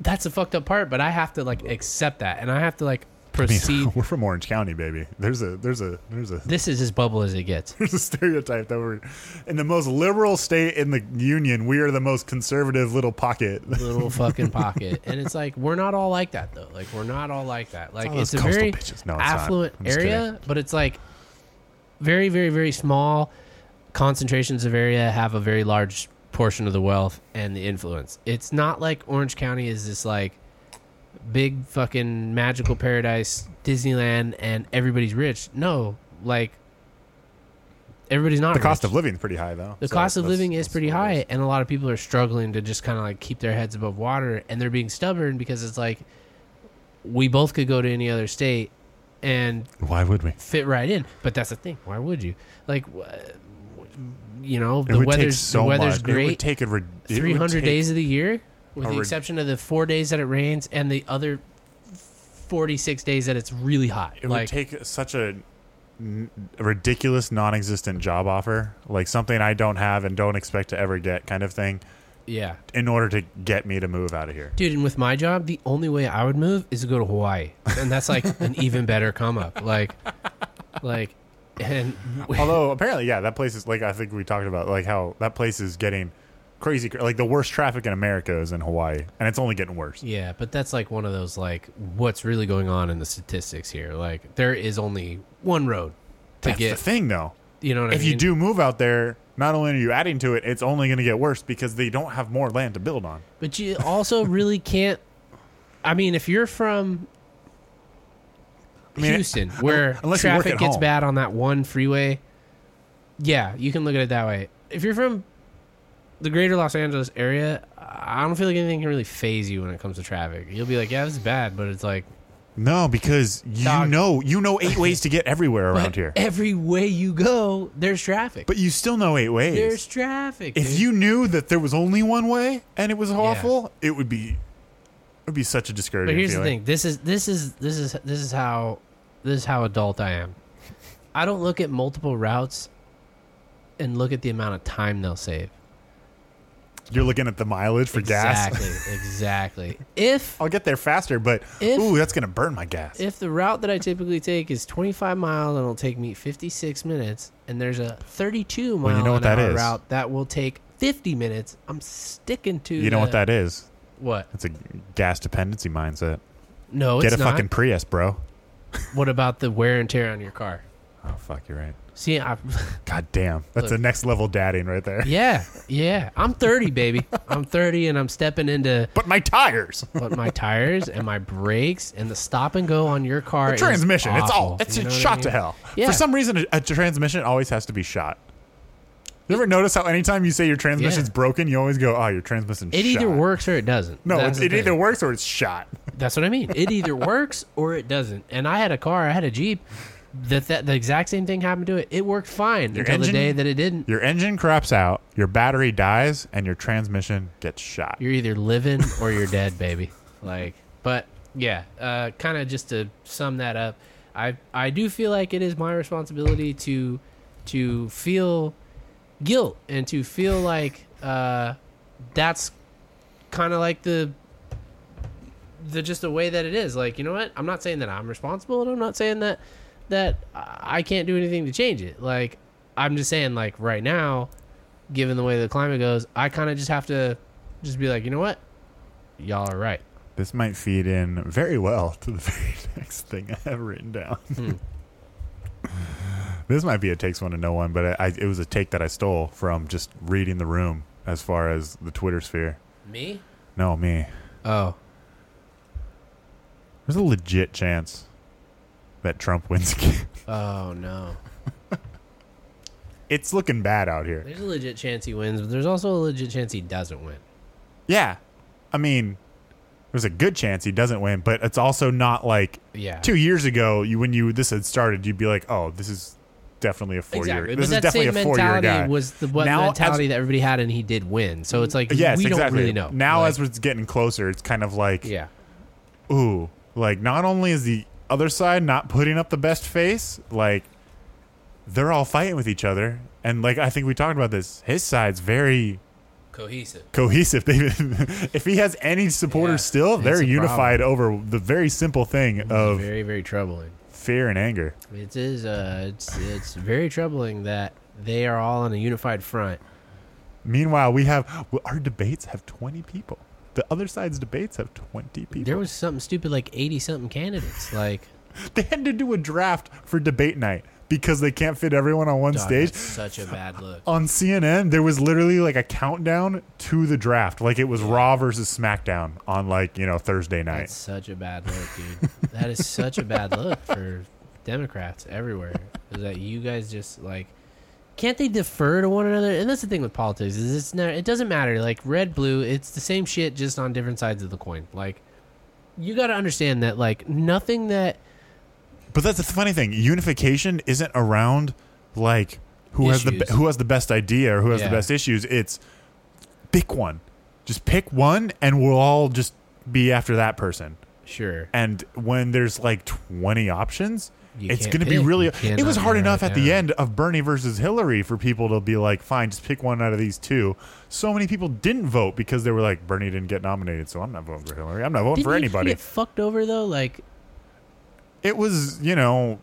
That's a fucked up part, but I have to like accept that, and I have to like proceed.
we're from Orange County, baby. There's a there's a there's a
this is as bubble as it gets.
there's a stereotype that we're in the most liberal state in the union. We are the most conservative little pocket.
little fucking pocket. And it's like we're not all like that though. Like we're not all like that. Like
all
it's,
Oh, those
a
coastal
very
bitches. No, it's not.
affluent
I'm just
area,
kidding.
but it's like very, very, very small concentrations of area have a very large portion of the wealth and the influence. It's not like Orange County is this like big fucking magical paradise Disneyland and everybody's rich. No, like everybody's not
The cost
rich
of living is pretty high, though.
the
So
cost of
that's-
living is
that's
pretty
what it
high and a lot of people are struggling to just kind of like keep their heads above water and they're being stubborn because it's like we both could go to any other state and
is. Why would we?
fit right in but that's the thing why would you like wh- you know
It
the
would take
weather's
so
the weather's
much. It would
great
take a re- it would
300
take-
days of the year with
a
the
re-
exception of the 4 days that it rains and the other 46 days that it's really hot
It
like
would take such a ridiculous non-existent job offer, like something I don't have and don't expect to ever get, kind of thing,
Yeah.
in order to get me to move out of here.
Dude, and with my job, the only way I would move is to go to Hawaii. And that's like an even better come up. Like, like, and
Mm-hmm. Although apparently, yeah, that place is like I think we talked about, like how that place is getting crazy. cra- Like the worst traffic in America is in Hawaii, and it's only getting worse.
yeah, but that's like one of those, like, what's really going on in the statistics here? Like, there is only one road to
That's the
get,
thing, though.
you know what I
If
mean?
you do move out there, not only are you adding to it, it's only going to get worse because they don't have more land to build on.
But you also really can't. I mean, if you're from
mean,
Houston, where
unless you work
traffic
at
gets
home.
bad on that one freeway, yeah, you can look at it that way. If you're from the greater Los Angeles area, I don't feel like anything can really phase you when it comes to traffic. You'll be like, yeah, this is bad, but it's like
No, because you
Dog.
know you know eight ways to get everywhere around
but eh,
here,
Every way you go, there's traffic.
but you still know eight ways.
there's traffic.
if
dude.
you knew that there was only one way and it was awful, it would be it would be such a discouraging.
But here's
feeling.
the thing. This is this is this is this is how this is how adult I am. I don't look at multiple routes and look at the amount of time they'll save.
You're looking at the mileage for gas.
exactly, exactly. If
I'll get there faster, but
If-
ooh, that's gonna burn my gas.
if the route that I typically take is 25 miles and it'll take me 56 minutes, and there's a 32 mile
you know what
an
that
hour
is.
route that will take 50 minutes, I'm sticking to.
you know what that is?
What?
That's a gas dependency mindset.
No,
get
it's
a
not.
fucking Prius, bro.
What about the wear and tear on your car?
Oh fuck, you're right.
See, I,
God damn, that's
Look.
the next level dadding right there.
yeah, yeah. I'm 30, baby. I'm 30, and I'm stepping into
But my tires,
but my tires and my brakes and the stop and go on your car
the
is
transmission, it's all
awful.
it's
You know what I
shot to
mean?
hell.
Yeah.
For some reason, a, a transmission always has to be shot. You ever notice how anytime you say your transmission's broken, you always go, "Oh, your transmission's
It
shot."
either works or it doesn't.
No,
That's
it,
the
it
thing.
either works or it's shot.
That's what I mean. It either works or it doesn't. And I had a car, I had a Jeep. That, that the exact same thing happened to it. It worked fine until the
engine-
day that it didn't.
Your engine craps out, your battery dies, and your transmission gets shot.
You're either living or you're dead, baby. Like, but yeah, uh, kind of just to sum that up, I I do feel like it is my responsibility to to feel guilt and to feel like uh, that's kind of like the the just the way that it is. Like, you know what? I'm not saying that I'm responsible, and I'm not saying that that I I can't do anything to change it. Like, I'm just saying like right now, given the way the climate goes, I kind of just have to just be like, you know what? Y'all are right.
This might feed in very well to the very next thing I have written down. this might be a takes one to no one, but I, I, it was a take that I stole from just reading the room as far as the Twitter sphere.
Me?
No, me.
Oh,
There's a legit chance that Trump wins again.
oh no.
it's looking bad out here.
There's a legit chance he wins, but there's also a legit chance he doesn't win.
Yeah. I mean, there's a good chance he doesn't win, but it's also not like
Yeah.
two years ago, you when you this had started, you'd be like, "Oh, this is definitely a four
Exactly,
year.
but
This is
that
definitely
same
a four year
mentality
guy."
was the what
Now, as-
mentality that everybody had, and he did win. So it's like
yes,
we
exactly.
don't really know
Now,
Like,
as it's getting closer, it's kind of like,
yeah,
ooh, like not only is the other side not putting up the best face, like they're all fighting with each other, and like I think we talked about this. His side's very
cohesive.
cohesive. They, if he has any supporters
Yeah,
still,
it's
they're
a
unified over the very simple thing of
very very troubling.
fear and anger.
It is uh, it's it's very troubling that they are all on a unified front.
Meanwhile, we have well, our debates have 20 people. The other side's debates have 20 people.
There was something stupid like eighty something candidates. Like
they had to do a draft for debate night because they can't fit everyone on one
dog,
stage. Oh,
that's such a bad look.
On CNN, there was literally like a countdown to the draft. Like it was Raw versus SmackDown on like, you know, Thursday night.
That's such a bad look, dude. that is such a bad look for Democrats everywhere. Is that you guys just like can't they defer to one another? And that's the thing with politics is it's not it doesn't matter. Like red blue, it's the same shit just on different sides of the coin. Like you got to understand that like nothing that
But that's the funny thing. Unification isn't around like who has the
Issues.
be- who has the best idea or who has
Yeah.
the best issues. It's pick one. Just pick one and we'll all just be after that person.
Sure.
and when there's like 20 options
You
it's
can't
going to be
pick.
really
You
it was
cannot
hard
narrow
enough
it
at the
down.
end of bernie versus hillary for people to be like fine just pick one out of these two so many people didn't vote because they were like bernie didn't get nominated so i'm not voting for hillary i'm not voting
Didn't
for
he kinda
anybody
get fucked over though? Like
it was you know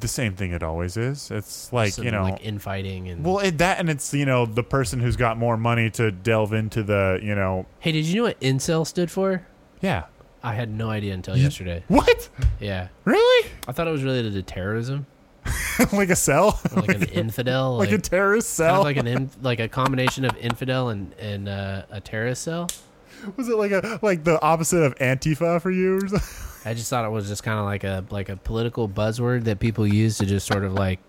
the same thing it always is it's like
some,
you know
like infighting and.
well it, that and it's you know the person who's got more money to delve into the you know
hey, did you know what incel stood for?
yeah
I had no idea until yesterday.
what
Yeah,
really
I thought it was related to terrorism,
like a cell
or like an infidel,
like a terrorist
kind
cell
of like an in, like a combination of infidel and and uh, a terrorist cell.
was it like a like the opposite of antifa for you or something
I just thought it was just kind of like a like a political buzzword that people use to just sort of like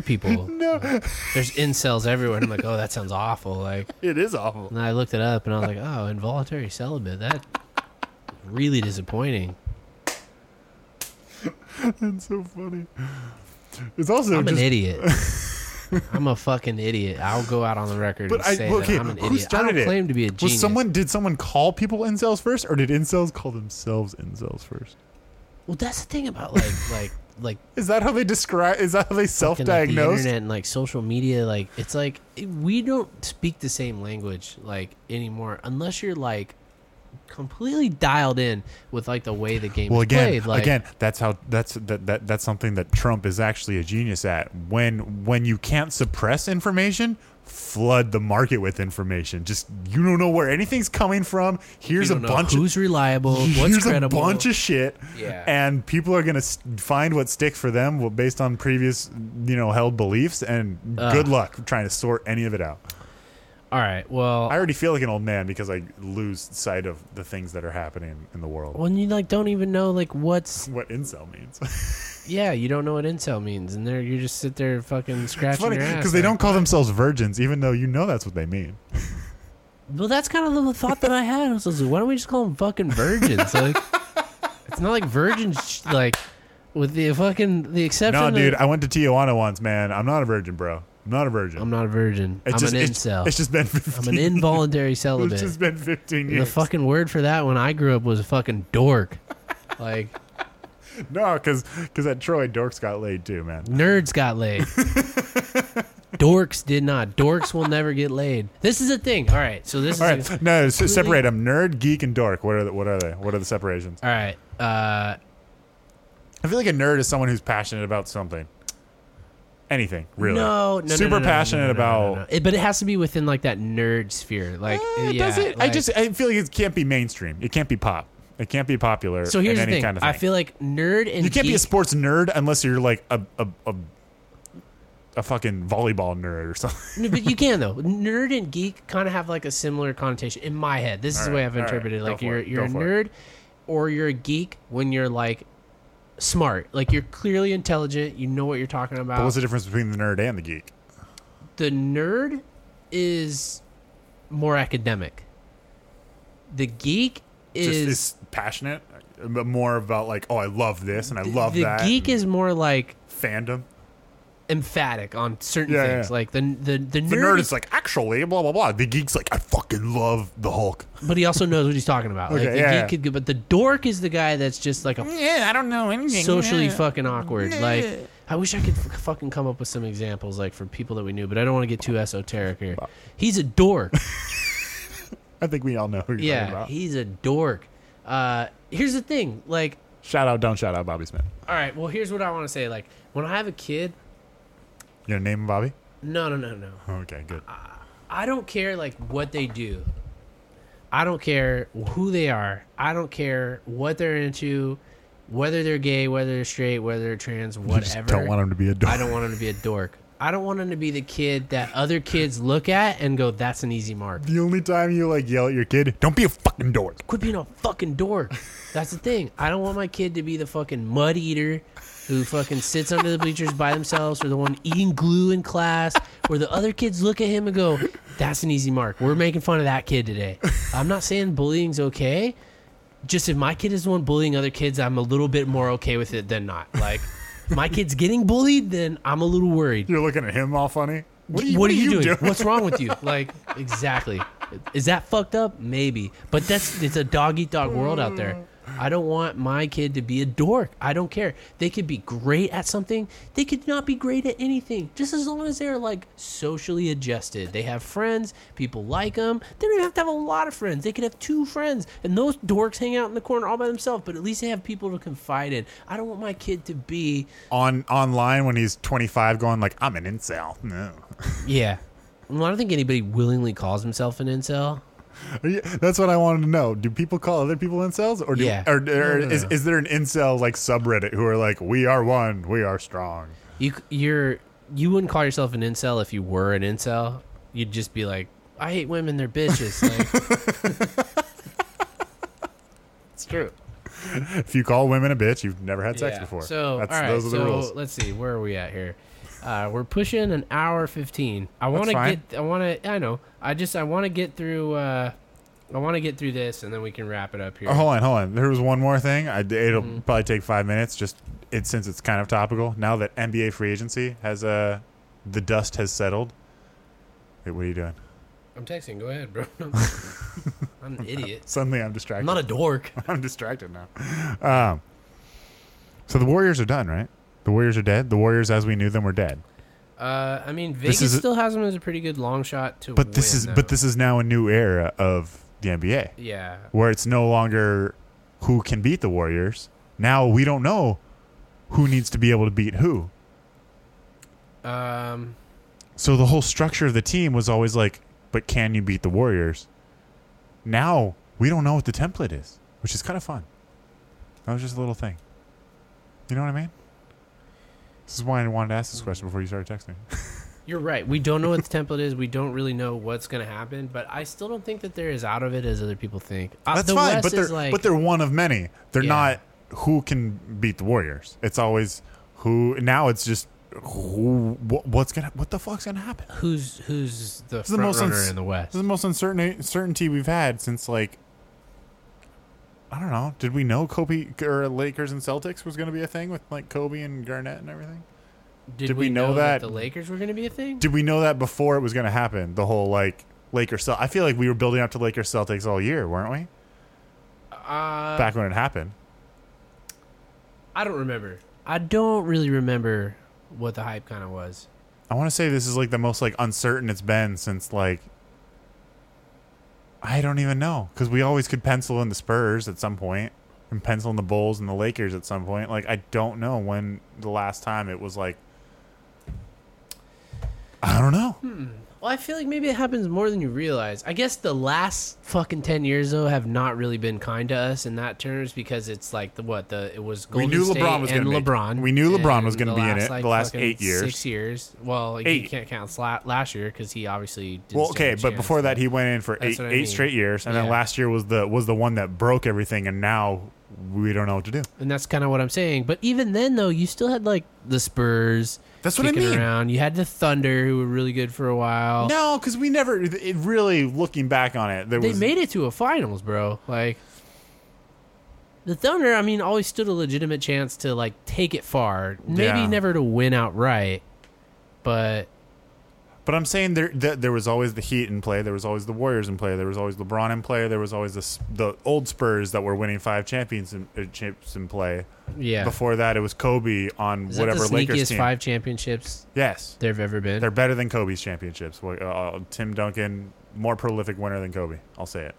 people. no, there's incels everywhere. And I'm like, oh, that sounds awful. Like,
It is awful.
and I looked it up and I was like, oh, involuntary celibate. That really disappointing.
It's so funny. It's also
I'm
just.
an idiot. I'm a fucking idiot. I'll go out on the record
But
and
I-
say
okay,
that I'm an
who
idiot. I
started
don't
it?
claim to be a genius.
was someone did someone call people incels first, or did incels call themselves incels first?
Well, that's the thing about like like like
Is that how they describe? Is that how they
fucking, like, the
self-diagnose?
internet and like social media. Like it's like it- we don't speak the same language like anymore unless you're like completely dialed in with like the way the game
well,
is
again,
played. Like,
again, that's how that's that, that that's something that Trump is actually a genius at. When when you can't suppress information, flood the market with information. Just you don't know where anything's coming from.
you
Here's a
don't know
bunch of
who's reliable, what's
Here's
credible.
a bunch of shit,
Yeah.
and people are gonna s- find what sticks for them wh- based on previous, you know, held beliefs. And good luck trying to sort any of it out.
All right, well,
I already feel like an old man because I lose sight of the things that are happening in the world.
when you like don't even know like what's
What incel means?
yeah, you don't know what incel means, and there you just sit there fucking
it's
scratching
funny
your ass eh?
because they
like,
don't call themselves virgins, even though you know that's what they mean.
Well, that's kind of the thought that I had. I was like, why don't we just call them fucking virgins? Like, it's not like virgins, sh- like, with the fucking the exception.
No,
of-
dude, I went to Tijuana once, man. I'm not a virgin, bro. I'm not a virgin.
I'm not a virgin.
It's
I'm
just,
an
it's,
incel.
It's just been 15
I'm an involuntary celibate.
It's just been 15
And the
years.
fucking word for that when I grew up was fucking dork. Like
no, because at Troy, dorks got laid too, man.
nerds got laid. Dorks did not. Dorks will never get laid. This is a thing. All right. So this
All
is
right, no, s-
Really?
separate them. Nerd, geek, and dork. What are the, what are they? What are the separations?
all right. Uh,
I feel like a nerd is someone who's passionate about something, anything really.
No, no, no,
super
no, no, no,
passionate
no, no, no,
about.
no, no. It, but it has to be within like that nerd sphere. Like,
Eh,
yeah,
does it? I
like-
just I feel like it can't be mainstream. It can't be pop. It can't be popular.
So here's
in any
the thing.
Kind of
I
thing.
feel like nerd and
you can't be a
geek-
sports nerd unless you're like a a. a a fucking volleyball nerd or something.
No, but you can though. Nerd and geek kind of have like a similar connotation in my head. This is the
right,
way I've
all right.
interpreted. it.
Go
Like
for
you're
it,
you're
go
a
for
nerd, or you're a geek when you're like smart. Like you're clearly intelligent. You know what you're talking
But
about.
what's the difference between the nerd and the geek?
the nerd is more academic. The geek is
Just is passionate, uh, more about like, oh, I love this and I
the-
love
the
that.
geek is more like
fandom.
emphatic on certain
Yeah,
things.
yeah.
Like the the the nerd,
The nerd is like, actually, blah blah blah. The geek's like, I fucking love the Hulk.
but he also knows what he's talking about. like
Okay,
the
yeah, yeah.
geek could, but the dork is the guy that's just like a
Yeah, I don't know anything.
socially fucking awkward. Like I wish I could f- fucking come up with some examples like for people that we knew, but I don't want to get too esoteric here. He's a dork.
I think we all know who you're talking
yeah,
about.
he's a dork. Uh, here's the thing, like
shout out, don't shout out, Bobby Smith.
all right, well here's what I want to say. Like when I have a kid,
You gonna name him Bobby?
no, no, no, no.
Okay, good.
Uh, I don't care like what they do. I don't care who they are. I don't care what they're into, whether they're gay, whether they're straight, whether they're trans,
You
whatever.
just don't want him to be a dork.
I don't want him to be a dork. I don't want him to be the kid that other kids look at and go, "That's an easy mark."
The only time you like yell at your kid, don't be a fucking dork.
Quit being a fucking dork. That's the thing. I don't want my kid to be the fucking mud eater who fucking sits under the bleachers by themselves or the one eating glue in class where the other kids look at him and go, that's an easy mark. We're making fun of that kid today. I'm not saying bullying's okay. Just if my kid is the one bullying other kids, I'm a little bit more okay with it than not. Like, if my kid's getting bullied, then I'm a little worried.
You're looking at him all funny. What are you,
What, are you, doing?
doing?
What's wrong with you? Like, exactly. Is that fucked up? Maybe. But that's it's a dog eat dog world out there. I don't want my kid to be a dork. I don't care. They could be great at something. They could not be great at anything. Just as long as they're like socially adjusted. They have friends. People like them. They don't even have to have a lot of friends. They could have two friends, and those dorks hang out in the corner all by themselves. But at least they have people to confide in. I don't want my kid to be
on online when he's 25 going like i'm an incel no
yeah. Well, I don't think anybody willingly calls himself an incel.
Are you- that's what i wanted to know do people call other people incels or do
Yeah.
or, or is, is there an incel like subreddit who are like we are one we are strong
You c- you're you wouldn't call yourself an incel if you were an incel. You'd just be like, I hate women, they're bitches. Like, it's true.
if you call women a bitch you've never had sex
Yeah.
before
So
that's,
all right,
those are the
so
rules
let's see, where are we at here? Uh, we're pushing an hour fifteen. I want to
fine.
get. I want to. I know. I just. I want to get through. Uh, I want to get through this, and then we can wrap it up here.
Oh, hold on, hold on. There was one more thing. I, it'll
Mm-hmm.
probably take five minutes. Just it since it's kind of topical now that NBA free agency has uh the dust has settled. Wait, what are you doing?
I'm texting. Go ahead, bro. I'm an idiot.
Suddenly, I'm distracted.
I'm not a dork.
I'm distracted now. Um, so the Warriors are done, right? The Warriors are dead. The Warriors, as we knew them, were dead.
Uh, I mean, Vegas
is a-
still has him as a pretty good long shot to.
But this
win,
is
though.
but this is now a new era of the NBA.
Yeah,
where it's no longer who can beat the Warriors. Now we don't know who needs to be able to beat who.
um,
So the whole structure of the team was always like, but can you beat the Warriors? Now we don't know what the template is, which is kind of fun. That was just a little thing. You know what I mean? This is why I wanted to ask this question before you started texting.
Uh, you're right. We don't know what the template is. We don't really know what's going to happen. But I still don't think that they're as out of it as other people think. Uh,
That's
the
fine,
West
but they're
is like,
but they're one of many. They're
Yeah.
not who can beat the Warriors. It's always who. Now it's just who. What, what's gonna what the fuck's gonna happen?
who's who's the
This is the
front
most
runner
uns-
in the
This
West?
is the most uncertain uncertainty we've had since like I don't know. Did we know Kobe or Lakers and Celtics was going to be a thing with like Kobe and Garnett and everything? did we know that-
the Lakers were going to be a thing?
Did we know that before it was going to happen? The whole like Lakers. Cel- I feel like we were building up to Lakers Celtics all year, weren't we?
Uh,
Back when it happened.
I don't remember. I don't really remember what the hype kind of was.
I want to say this is like the most like uncertain it's been since like I don't even know because we always could pencil in the Spurs at some point and pencil in the Bulls and the Lakers at some point. Like I don't know when the last time it was like I don't know.
Hmm. Well, I feel like maybe it happens more than you realize. I guess the last fucking ten years though have not really been kind to us in that terms because it's like the what the it was Golden
knew LeBron
State
was
and
gonna make it.
LeBron.
We knew LeBron was
and
gonna be in it the last
fucking
eight years.
six years. Well, you
Eight.
can't count sla- last year because he obviously didn't
Well,
stand
okay,
a
but
chance.
before that he went in for
That's
eight,
what I mean.
eight straight years, and
Yeah.
then last year was the was the one that broke everything, and now we don't know what to do.
and that's kind of what I'm saying. But even then though, you still had like the Spurs.
That's what I
kicking
mean.
Around. You had the Thunder, who were really good for a while.
No, because we never. It really looking back on it, there
They
was
made it to a finals, bro. Like the Thunder, I mean, always stood a legitimate chance to like take it far. Maybe
Yeah.
never to win outright, but
But I'm saying there, there there was always the Heat in play, there was always the Warriors in play, there was always LeBron in play, there was always the S- the old Spurs that were winning five champions in, uh, champs in play.
yeah.
Before that, it was Kobe on
Is
whatever
that the
Lakers
sneakiest
team.
five championships
Yes,
there've ever been?
they're better than Kobe's championships. Well, Uh, Tim Duncan, more prolific winner than Kobe. I'll say it.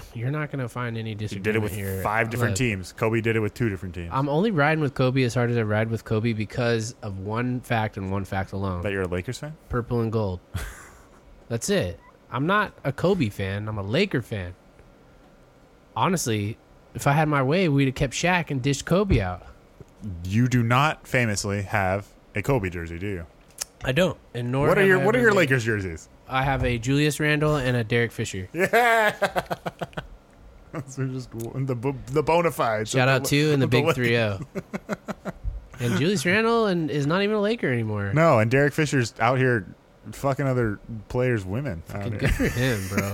You're not gonna find any
He
disagreement
did it with
here.
five different
Look,
teams. Kobe did it with two different teams.
I'm only riding with Kobe as hard as I ride with Kobe because of one fact and one fact alone:
that you're a Lakers fan?
purple and gold. That's it. I'm not a Kobe fan. I'm a Laker fan. Honestly, if I had my way, we'd have kept Shaq and dished Kobe out.
You do not famously have a Kobe jersey, do you?
I don't. And nor
What are
have
your
I
What are
ever
your
been-
Lakers jerseys?
I have a Julius Randle and a Derek Fisher.
So just the bo- the bona fides.
Shout out to and the big
Lake-
three zero. And Julius Randle and is not even a Laker anymore.
No, and Derek Fisher's out here fucking other players' women. out
And
here.
good for him, bro.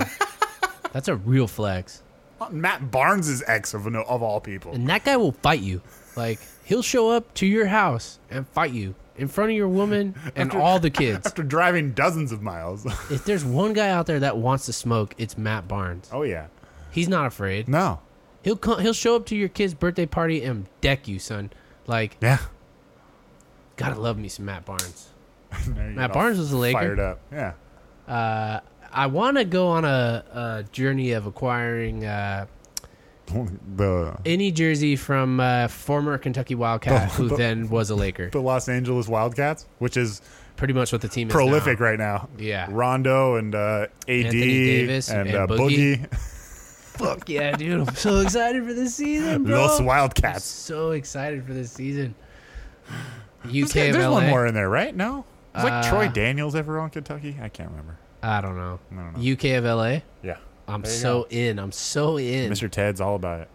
That's a real flex.
Matt Barnes' ex of of all people.
And that guy will fight you. Like he'll show up to your house and fight you in front of your woman and all the kids.
After driving dozens of miles.
If there's one guy out there that wants to smoke, it's Matt Barnes.
oh yeah.
He's not afraid.
No.
He'll come, he'll show up to your kid's birthday party and deck you, son. Like,
Yeah.
gotta love me some Matt Barnes.
Now you
Matt
got all
Barnes was a Laker.
Fired up. Yeah.
Uh, I want to go on a, a journey of acquiring uh,
The
any jersey from uh, former Kentucky Wildcat, who then was a Laker.
the Los Angeles Wildcats, which is
Pretty much what the team is
prolific
now.
right now.
Yeah.
Rondo and uh, AD
Anthony Davis
and,
and
uh,
Boogie.
Boogie.
Fuck yeah, dude! I'm so excited for this season, bro.
Los
I'm
Wildcats.
so excited for this season.
There's,
UK
there's
of LA.
one more in there, right? No. It's like
Uh,
Troy Daniels ever on Kentucky? I can't remember.
I don't know.
I don't know.
UK of LA.
yeah.
I'm
There you
so
go.
in. I'm so in.
Mr. Ted's all about it.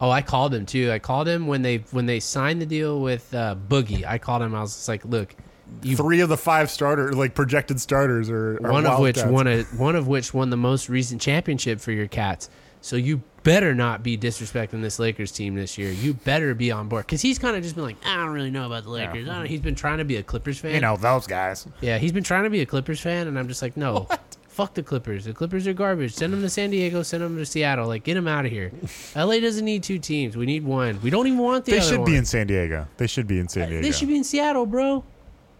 Oh, I called him too. I called him when they when they signed the deal with uh, Boogie. I called him. I was just like, look, you
Three of the five starter, like projected starters, are, are
one of which
Wildcats.
won a one of which won the most recent championship for your cats. So you better not be disrespecting this Lakers team this year. You better be on board because he's kind of just been like, I don't really know about the Lakers. I don't, he's been trying to be a Clippers fan.
You know those guys.
Yeah, he's been trying to be a Clippers fan, and I'm just like, no, fuck the Clippers. The Clippers are garbage. Send them to San Diego. Send them to Seattle. Like, get them out of here. LA doesn't need two teams. We need one. We don't even want the
They
other
should
one.
be in San Diego. They should be in San Diego.
Uh, They should be in Seattle, bro.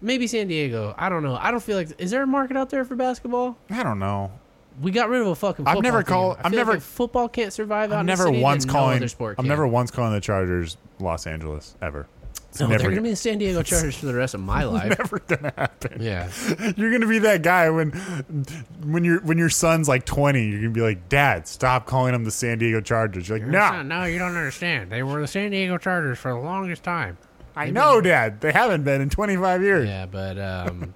Maybe San Diego. I don't know. I don't feel like. Is there a market out there for basketball?
I don't know.
We got rid of a fucking.
I've
Football
never
team.
called-
I
I've
feel like
never-
if football can't survive. out
I'm
in the
never
city, then
once
no
calling.
other sport
I'm
can.
never once calling the Chargers Los Angeles ever. It's
No,
never
they're gonna be the San Diego Chargers for the rest of my life.
never gonna happen.
Yeah.
You're gonna be that guy when when your when your son's like 20, you're gonna be like, Dad, stop calling them the San Diego Chargers. You're like, No,
No, you don't understand. They were the San Diego Chargers for the longest time.
I know, Dad. They haven't been in 25 years.
Yeah, but um,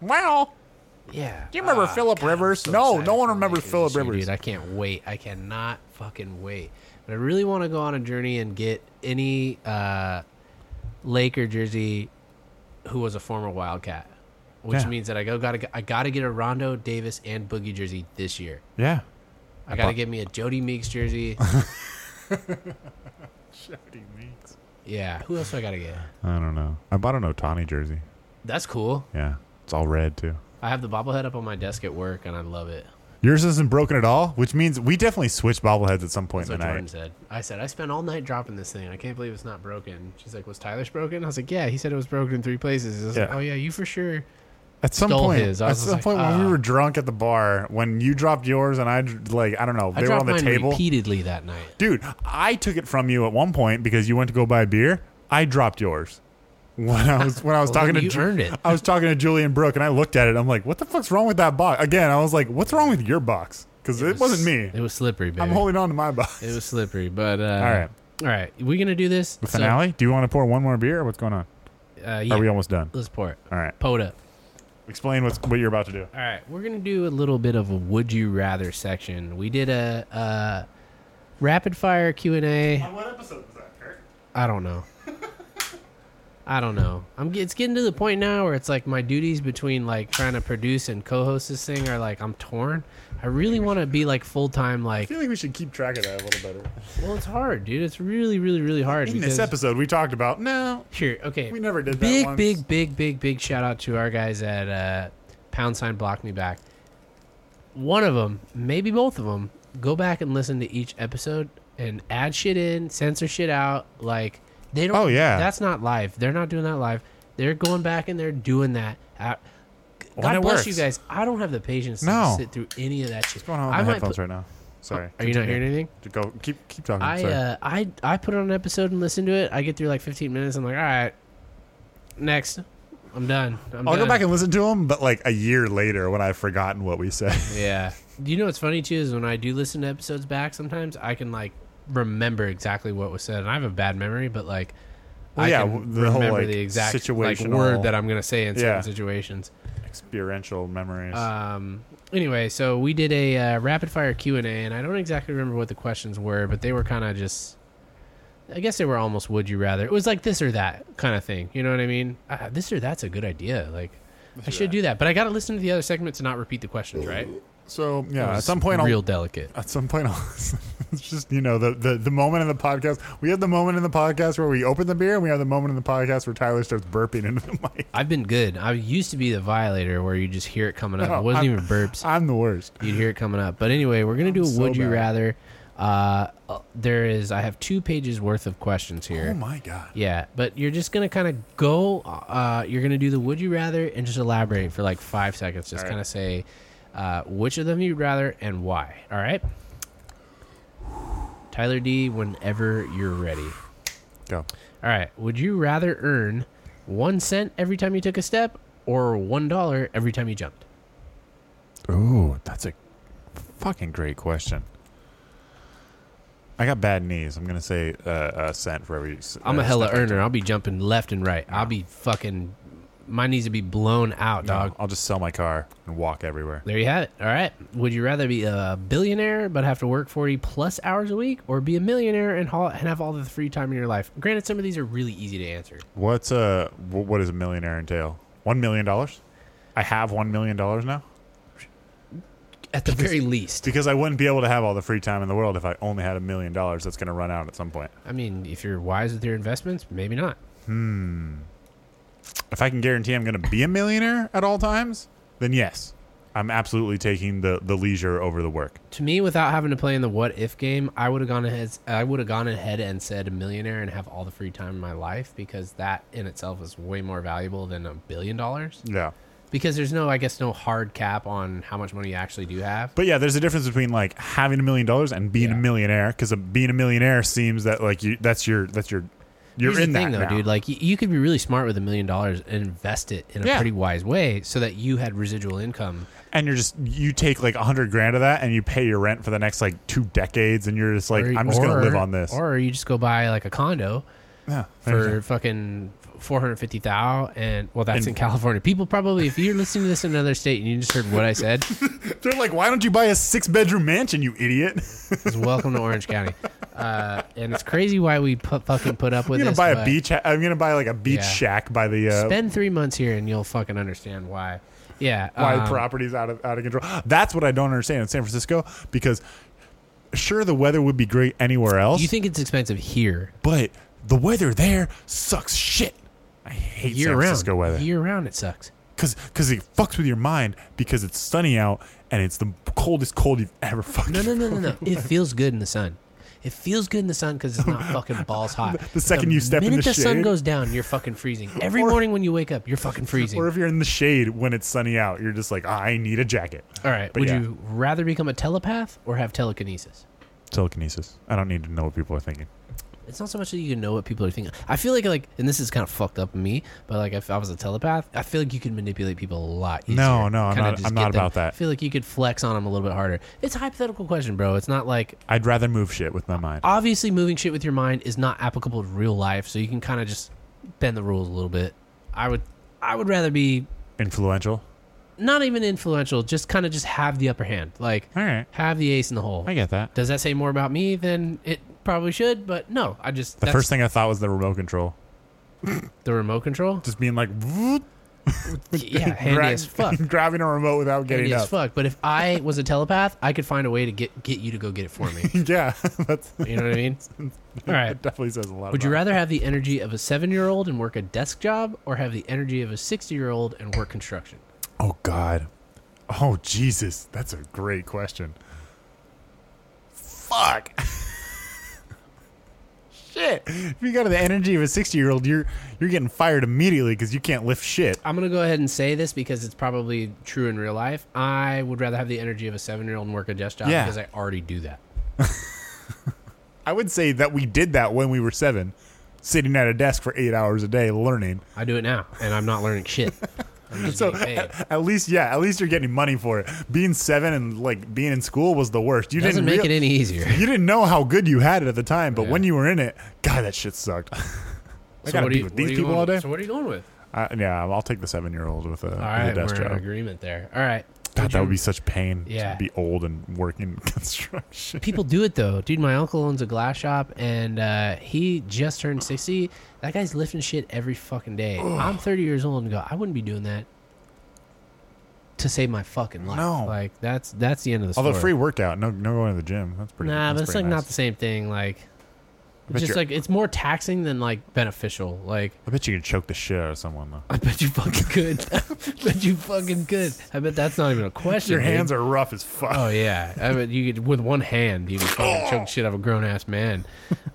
Well,
yeah.
do you remember
Ah,
Philip Rivers?
so
no,
excited
no one
for
remembers
Lakers
Philip
this year,
Rivers.
Dude, I can't wait. I cannot fucking wait. But I really want to go on a journey and get any uh, Laker jersey who was a former Wildcat, which
Yeah.
means that I go gotta I gotta get a Rondo Davis and Boogie jersey this year.
yeah.
I gotta
bought-
get me a Jody Meeks jersey. yeah, who else do I gotta get?
I don't know. I bought an Otani jersey.
That's cool.
Yeah. It's all red too.
I have the bobblehead up on my desk at work, and I love it.
Yours isn't broken at all, which means we definitely switched bobbleheads at some point
That's what
in the night.
Jordan said. I said, I spent all night dropping this thing. I can't believe it's not broken. She's like, Was Tyler's broken? I was like, Yeah. He said it was broken in three places. I was like,
Yeah.
Oh, yeah, you for sure.
At some
stole
point,
his. I
at
was just
some
like,
point when
ah.
we were drunk at the bar, when you dropped yours and I dr- like, I don't know,
I
they were
dropped
on the
mine
table.
repeatedly that night.
Dude, I took it from you at one point because you went to go buy beer. I dropped yours when I was when I was
Well,
talking to
then you
Ju-
earned it.
I was talking to Julian Brooke and I looked at it. I'm like, what the fuck's wrong with that box? Again, I was like, what's wrong with your box? Because it, was, not me.
It was slippery, baby.
I'm holding on to my box.
it was slippery, but. Uh, all
right.
All right. We going to do this?
the finale. Do you want to pour one more beer? or What's going on?
So, uh, yeah.
Are we almost done?
Let's pour it.
All right.
Pull it up.
Explain what's what you're about to do.
All right, we're gonna do a little bit of a would you rather section. We did a, uh rapid fire Q and A.
Uh, What episode was that, Kurt?
I don't know. I don't know. I'm. It's getting to the point now where it's like my duties between like trying to produce and co-host this thing are like I'm torn. I really want to be like full time.
I
Like,
feel like we should keep track of that a little better.
well, it's hard, dude. It's really, really, really hard.
In this
because-
episode, we talked about no,
Here, okay.
we never did that.
big,
once.
big, big, big, big shout out to our guys at uh, Pound Sign Block Me Back. One of them, maybe both of them, go back and listen to each episode and add shit in, censor shit out. Like they don't.
Oh, yeah.
that's not live. They're not doing that live. They're going back and they're doing that. Uh,
When
God
it
bless
works.
you guys. I don't have the patience
No.
to sit through any of that shit.
What's going on with
I
my
might
headphones
put-
right now? Sorry.
Are you not hearing anything?
anything? Go keep keep talking.
I
Sorry.
uh, I I put on an episode and listen to it. I get through like 15 minutes. I'm like, all right, next, I'm done. I'm
I'll
done.
go back and listen to them, but like a year later when I've forgotten what we said.
yeah. You know what's funny too is when I do listen to episodes back, sometimes I can like remember exactly what was said, and I have a bad memory, but like.
Well,
I
yeah,
can
w- the
remember
whole, like,
the exact like,
situational-
word that I'm going to say in certain
Yeah.
situations.
Experiential memories.
Um, anyway, so we did a uh, rapid fire Q and A, and I don't exactly remember what the questions were, but they were kind of just. I guess they were almost would you rather. It was like this or that kind of thing. You know what I mean? Uh, this or that's a good idea. Like, I should do that, but I got to listen to the other segment to not repeat the questions, right?
so
It
yeah, Uh, at
was
some point
real
I'll.
delicate.
At some point, I'll, it's just you know the, the the moment in the podcast. We have the moment in the podcast where we open the beer, and we have the moment in the podcast where Tyler starts burping into the mic.
I've been good. I used to be the violator where you just hear it coming up.
No,
it wasn't
I'm-
even burps.
I'm the worst.
You'd hear it coming up. But anyway, we're gonna do a
so
would you
bad.
rather. Uh, uh, there is. I have two pages worth of questions here.
Oh my god.
Yeah, but you're just gonna kind of go. Uh, you're gonna do the would you rather and just elaborate for like five seconds. Just
All right.
kind of say uh, which of them you'd rather and why. All right. Tyler D, whenever you're ready.
Go.
All right. Would you rather earn one cent every time you took a step or one dollar every time you jumped?
Ooh, that's a fucking great question. I got bad knees. I'm gonna say uh, a cent for every. s-
I'm a
uh,
hella
step I
earner. I'll be jumping left and right. I'll be fucking. My knees would be blown out,
take.
dog.
I'll just sell my car and walk everywhere.
There you have it. All right. Would you rather be a billionaire but have to work 40 plus hours a week or be a millionaire and, haul, and have all the free time in your life? Granted, some of these are really easy to answer.
What's a wh- what does a millionaire entail? One million dollars. I have one million dollars now
At the very least.
because I wouldn't be able to have all the free time in the world if I only had a million dollars. That's gonna run out at some point.
I mean, if you're wise with your investments, maybe not.
If I can guarantee I'm gonna be a millionaire at all times, then yes, I'm absolutely taking the the leisure over the work.
To me, without having to play in the what if game, I would have gone ahead. I would have gone ahead and said a millionaire and have all the free time in my life because that in itself is way more valuable than a billion dollars.
Yeah.
Because there's no, I guess, no hard cap on how much money you actually do have.
But yeah, there's a difference between like having a million dollars and being a
Yeah.
millionaire because being a millionaire seems that like you that's your that's your you're
Here's
in
the thing,
that
though,
now.
dude. Like, y- you could be really smart with a million dollars and invest it in a
Yeah.
pretty wise way, so that you had residual income.
and you're just you take like a hundred grand of that and you pay your rent for the next like two decades and you're just like
Or-
I'm just gonna
or-
live on this.
or you just go buy like a condo
yeah,
for fucking four hundred fifty thousand, and well, that's
And-
in California. People probably, if you're listening to this in another state and you just heard what I said,
they're like, why don't you buy a six bedroom mansion, you idiot?
is welcome to Orange County. Uh, and it's crazy why we pu- fucking put up with
I'm gonna
this.
buy a
but-
beach. Ha- I'm gonna buy like a beach
Yeah.
shack by the uh,
Spend three months here, and you'll fucking understand why. Yeah,
why
um,
property's out of out of control. That's what I don't understand in San Francisco because sure the weather would be great anywhere else.
you think it's expensive here?
but the weather there sucks shit. I hate
year
San
round.
Francisco weather
Year round, it sucks.
because it fucks with your mind because it's sunny out and it's the coldest cold you've ever fucking.
No, no, no, no, no. It feels good in the sun. It feels good in the sun because it's not fucking balls hot.
The second you step in
minute
the
sun
shade-
goes down, you're fucking freezing. Every
Or-
morning when you wake up, you're fucking freezing.
Or if you're in the shade when it's sunny out, you're just like, "Ah, I need a jacket.
All right.
but
Would
yeah.
you rather become a telepath or have telekinesis?
Telekinesis. I don't need to know what people are thinking.
It's not so much that you can know what people are thinking. I feel like like, and this is kind of fucked up in me, but like if I was a telepath, I feel like you could manipulate people a lot. Easier.
No, no, I'm
Kinda
not-
just
I'm
get
not
them-
about that.
I feel like you could flex on them a little bit harder. It's a hypothetical question, bro. It's not like
I'd rather move shit with my mind.
obviously moving shit with your mind is not applicable to real life, so you can kind of just bend the rules a little bit. I would I would rather be
Influential.
not even influential, just kind of just have the upper hand. Like
All right.
have the ace in the hole.
I get that.
Does that say more about me than it probably should? But no, I just
The
that's
first thing I thought was the remote control.
the remote control.
Just being like, "Vroom,"
yeah, handy
gra-
as fuck.
grabbing a remote without getting
Handy
up.
as fuck. But if I was a telepath, I could find a way to get get you to go get it for me.
yeah, that's
You know what I mean? All right.
that definitely says a lot.
Would you
about it.
rather have the energy of a seven year old and work a desk job or have the energy of a 60 year old and work construction?
Oh God. Oh Jesus. That's a great question. Fuck. shit. If you got the energy of a sixty-year-old, you're you're getting fired immediately because you can't lift shit.
I'm going to go ahead and say this because it's probably true in real life. I would rather have the energy of a seven year old and work a desk job
Yeah.
because I already do that.
I would say that we did that when we were seven, sitting at a desk for eight hours a day learning.
I do it now and I'm not learning shit. I'm just
So
getting paid.
at, at least, yeah, at least you're getting money for it. Being seven and like being in school was the worst. You
Doesn't
didn't
make
rea-
it any easier.
You didn't know how good you had it at the time, but
Yeah.
when you were in it, God, that shit sucked. I gotta
what are
be
you-
with
what
these
are you
people
going-
all day.
So, what are you going with?
I, yeah, I'll take the seven-year-old with a, with a
All right,
desk
we're in
job.
agreement there. All right.
God,
Would
that
you-
would be such pain.
Yeah.
to be old and working construction.
people do it though dude my uncle owns a glass shop and uh, he just turned 60 that guy's lifting shit every fucking day i'm 30 years old and go i wouldn't be doing that to save my fucking life
No.
like that's that's the end of the story
Although free workout, no, no going to the gym. That's pretty. that's
nah but it's
pretty
like
nice.
not the same thing like
bet
just
you're-
like it's more taxing than like beneficial. Like
I bet you could choke the shit out of someone though.
I bet you fucking could. I bet you fucking could. I bet that's not even a question.
Your hands are rough as fuck.
Oh yeah, I bet you could with one hand you could
Oh.
fucking choke shit out of a grown ass man.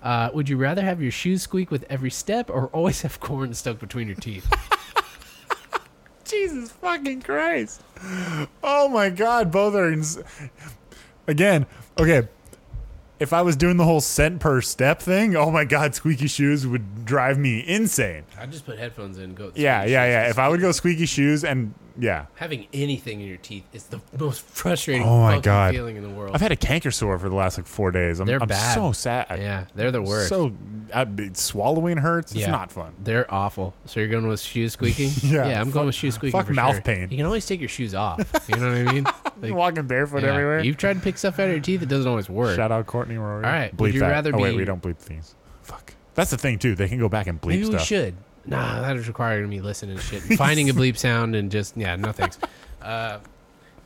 Uh, would you rather have your shoes squeak with every step, or always have corn stuck between your teeth?
Jesus fucking Christ. Oh my God, both are. Ins- Again, okay. If I was doing the whole cent per step thing, oh my God, squeaky shoes would drive me insane.
I just put headphones in. Go.
Yeah, yeah, yeah. If I would go squeaky shoes and yeah.
Having anything in your teeth is the most frustrating
Oh my
fucking
God.
feeling in the world.
I've had a canker sore for the last like four days. I'm,
They're
I'm
bad.
so sad.
yeah, they're the worst.
So I, swallowing hurts. It's
Yeah.
not fun.
They're awful. So you're going with shoe squeaking?
Yeah,
I'm
fuck-
going with shoe squeaking.
fuck
for
mouth
sure.
pain.
You can always take your shoes off. You know what I mean? Like,
Walking barefoot
yeah.
everywhere.
You've tried to pick stuff out of your teeth, it doesn't always work.
Shout out Courtney Rory.
All right, would
Bleep
you
that.
rather
oh, wait,
be-
we don't bleep things. Fuck. That's the thing too. They can go back and bleep
Maybe
stuff.
we should. Nah, that is requiring me listening to shit, and finding a bleep sound, and just yeah, no thanks. Uh,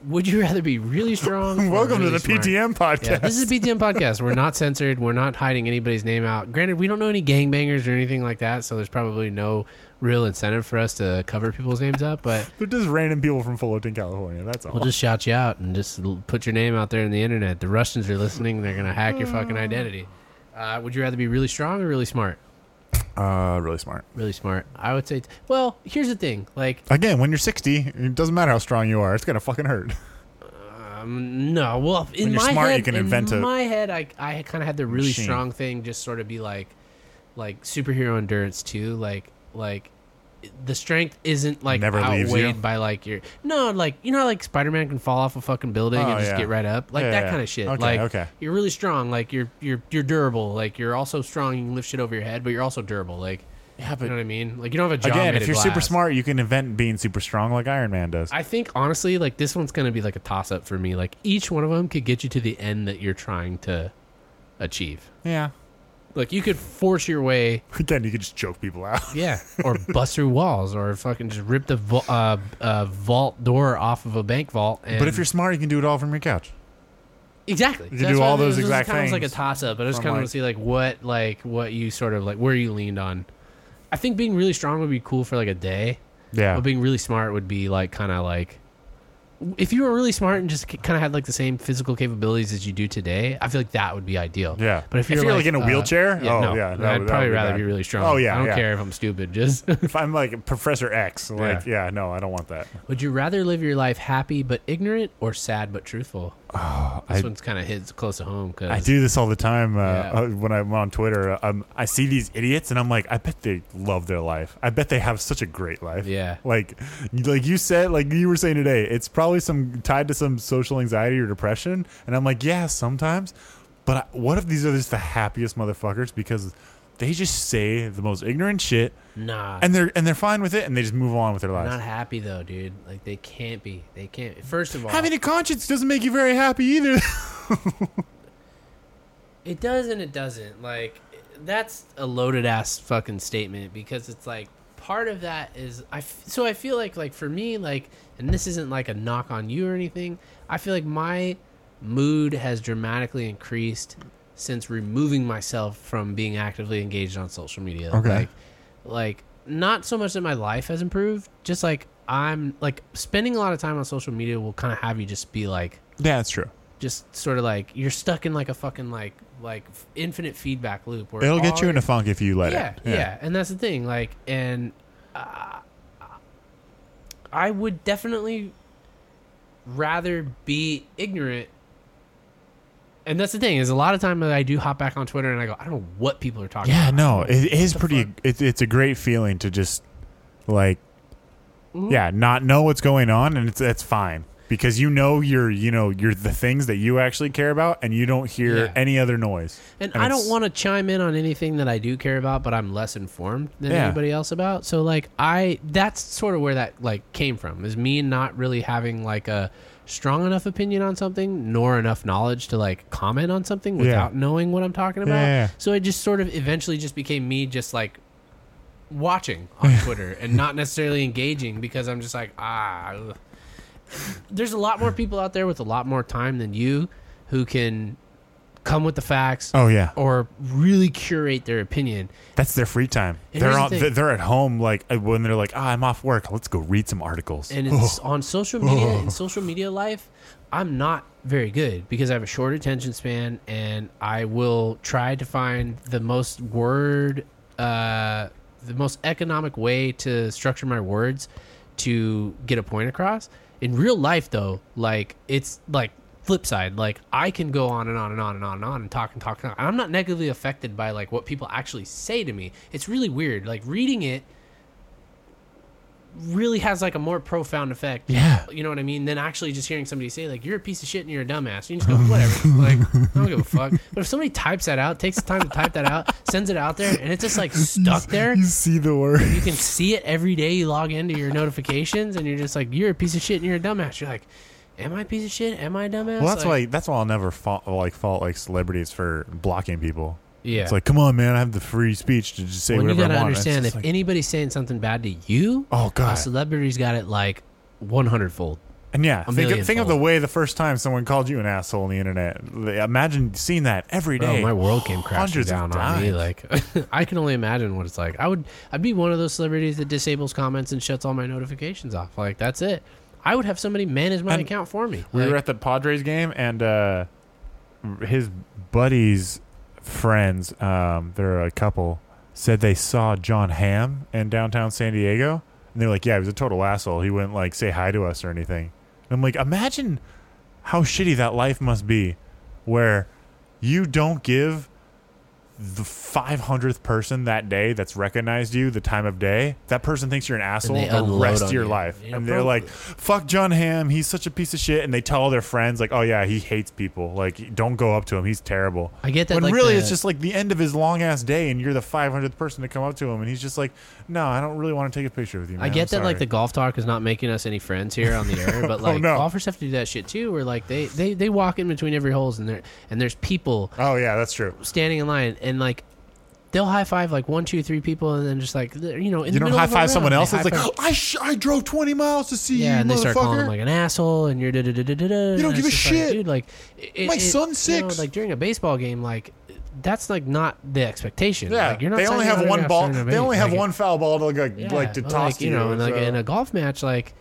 would you rather be really strong? or
Welcome
really
to the
smart?
PTM podcast.
Yeah, this is a BTM podcast. We're not censored. We're not hiding anybody's name out. Granted, we don't know any gangbangers or anything like that, so there's probably no real incentive for us to cover people's names up. But
They're just random people from Fullerton, California. That's all.
We'll just shout you out and just l- put your name out there in the internet. The Russians are listening. They're gonna hack your fucking identity. Uh, would you rather be really strong or really smart?
uh, really smart.
Really smart. I would say. T- well, here's the thing. Like,
Again, when you're 60, it doesn't matter how strong you are. It's gonna fucking hurt.
um, no. Well, in
When you're
my
smart, you
head,
can
in
invent a
my head, I I kind of had the really
machine.
strong thing, just sort of be like, like superhero endurance too. Like, like the strength isn't like
Never leaves you?
outweighed by like your no like you know how, like spider-man can fall off a fucking building
Oh,
and just
yeah.
get right up like
Yeah,
that
yeah.
kind of shit
Okay,
like
okay.
you're really strong like you're you're you're durable like you're also strong you can lift shit over your head but you're also durable like
Yeah,
you know what i mean like you don't have a jaw
again,
made
if
of
you're super
glass.
smart, you can invent being super strong like Iron Man does.
i think honestly like this one's gonna be like a toss-up for me like each one of them could get you to the end that you're trying to achieve
yeah.
like you could force your way
Again, you can just choke people out.
Yeah, or bust through walls, or fucking just rip the vo- uh, uh, vault door off of a bank vault. And
But if you're smart, you can do it all from your couch.
exactly,
you
That's
do
why
all
this-
those
this is
exact
kind of like a
things
toss up. But I just
from,
kind of
like-
want to see like what like what you sort of like where you leaned on. I think being really strong would be cool for like a day,
Yeah.
but being really smart would be like kind of like if you were really smart and just kind of had like the same physical capabilities as you do today. I feel like that would be ideal.
Yeah.
but if
If
you're,
you're, like, in a
uh,
wheelchair?
yeah,
Oh,
no,
yeah, that
I'd
would- that
probably
would be
rather
bad.
be really strong.
Oh, yeah,
I don't
yeah.
care if I'm stupid. Just
if I'm like Professor X, like yeah. no, I don't want that.
Would you rather live your life happy but ignorant or sad but truthful? this
Oh, I-
one's kind of hits close to home because
I do this all the time uh,
Yeah.
uh, when I'm on Twitter. uh, Um, I see these idiots, and I'm like, I bet they love their life. I bet they have such a great life.
Yeah.
Like, like you said, like you were saying today, it's probably some tied to some social anxiety or depression. And I'm like, yeah, sometimes. But I, what if these are just the happiest motherfuckers because they just say the most ignorant shit,
Nah,
and they're and they're fine with it, and they just move on with their
they're
lives.
not happy though, dude. Like they can't be. They can't. First of all,
Having a conscience doesn't make you very happy either.
it does and it doesn't. Like that's a loaded ass fucking statement because it's like part of that is I. F- so I feel like like for me like, and this isn't like a knock on you or anything. I feel like my mood has dramatically increased since removing myself from being actively engaged on social media.
Okay.
Like, like not so much that my life has improved, just like I'm like spending a lot of time on social media will kind of have you just be like
yeah, that's true.
just sort of like you're stuck in like a fucking like like f- infinite feedback loop. Where
It'll get
all
you in a
your-
funk if you let
yeah,
it.
yeah, and that's the thing. Like, and uh, I would definitely rather be ignorant. And that's the thing is a lot of time that I do hop back on Twitter and I go, I don't know what people are talking.
Yeah,
about.
no, it is
the
pretty.
fuck?
It, it's a great feeling to just like,
Mm-hmm.
yeah, not know what's going on, and it's that's fine because you know you're you know you're the things that you actually care about, and you don't hear
Yeah.
any other noise.
And, I don't
it's-
want to chime in on anything that I do care about, but I'm less informed than
Yeah.
anybody else about. So like I that's sort of where that like came from is me not really having like a strong enough opinion on something nor enough knowledge to like comment on something without knowing what I'm talking about.
yeah, yeah.
So it just sort of eventually just became me just like watching on Twitter and not necessarily engaging because I'm just like ah ugh there's a lot more people out there with a lot more time than you who can come with the facts
Oh yeah,
or really curate their opinion.
that's their free time.
And
they're
here's the
on,
thing.
they're- they're at home like when they're like, ah, I'm off work. Let's go read some articles.
And it's on social media and social media life, I'm not very good because I have a short attention span and I will try to find the most word uh the most economic way to structure my words to get a point across. In real life though, like it's like flip side like i can go on and on and on and on and on and talk and talk and talk. i'm not negatively affected by like what people actually say to me it's really weird like reading it really has like a more profound effect.
Yeah.
You know what I mean? Than actually just hearing somebody say like you're a piece of shit and you're a dumbass. You just go whatever. like I don't give a fuck. But if somebody types that out, takes the time to type that out, sends it out there, and it's just like stuck there.
you see the word.
You can see it every day. You log into your notifications, and you're just like you're a piece of shit and you're a dumbass. You're like, am I a piece of shit? Am I a dumbass?
Well, that's
like,
why that's why I'll never fault like fault like celebrities for blocking people.
Yeah.
It's like, come on, man, I have the free speech to just say
when you
whatever
gotta
I want. It's
understand
just
if
like,
anybody's saying something bad to you,
oh
a
god,
celebrity's got it like 100 fold.
and yeah, think,
millionfold.
think of the way the first time someone called you an asshole on the internet. Imagine seeing that every
Bro,
day.
Oh, my world came crashing
hundreds of
down on me.
times.
Like I can only imagine what it's like. I would I'd be one of those celebrities that disables comments and shuts all my notifications off. Like that's it. I would have somebody manage my
And
account for me.
we
Like,
were at the Padres game, and uh, his buddies' friends, um, they're a couple, said they saw John Hamm in downtown San Diego, and they're like, "Yeah, he was a total asshole. He wouldn't like say hi to us or anything." And I'm like, imagine how shitty that life must be, where you don't give the 500th person that day that's recognized you the time of day that person thinks you're an asshole
they
the
unload
rest of
on
your
you.
life
Yeah,
and they're like fuck john ham he's such a piece of shit and they tell all their friends like oh yeah he hates people like don't go up to him he's terrible
I get that,
when
like,
really
the-
it's just like the end of his long ass day and you're the 500th person to come up to him and he's just like no i don't really want to take a picture with you man.
I
I'm
get that
sorry."
like
Oh,
the golf talk is not making us any friends here on the air, but like
no.
golfers have to do that shit too. Where like they, they they walk in between every holes and there and there's people
oh yeah that's true
standing in line and like they'll high five like one two three people and then just like they're, you know in
you
the
don't
middle
high
of a round,
five someone
they
else. It's like,
high-five-
I, sh- I drove 20 miles to see you,
Yeah, and they
motherfucker.
start calling him like an asshole, and you're da da da da da. You
give a shit.
dude. Like, it- it-
My
it-
son's
you know,
six.
like during a baseball game, like that's like not the expectation.
Yeah,
like, you're not
they only
signing
have one
autographs,
ball.
signing a
They
base.
only have
Like,
one foul ball to like,
yeah,
like to
but,
toss
like, you know, and like in a golf match, like.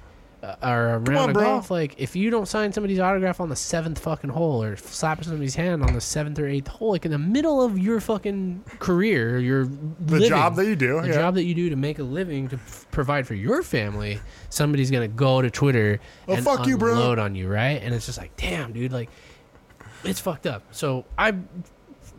Uh, or a round
on,
of
bro.
golf, like if you don't sign somebody's autograph on the seventh fucking hole, or slap somebody's hand on the seventh or eighth hole, like in the middle of your fucking career, your
the job that you do.
the
Oh, yeah.
job that you do to make a living to f- provide for your family, somebody's gonna go to Twitter
Oh,
and
fuck you, bro.
unload on you, right? And it's just like, damn, dude, like it's fucked up. So I,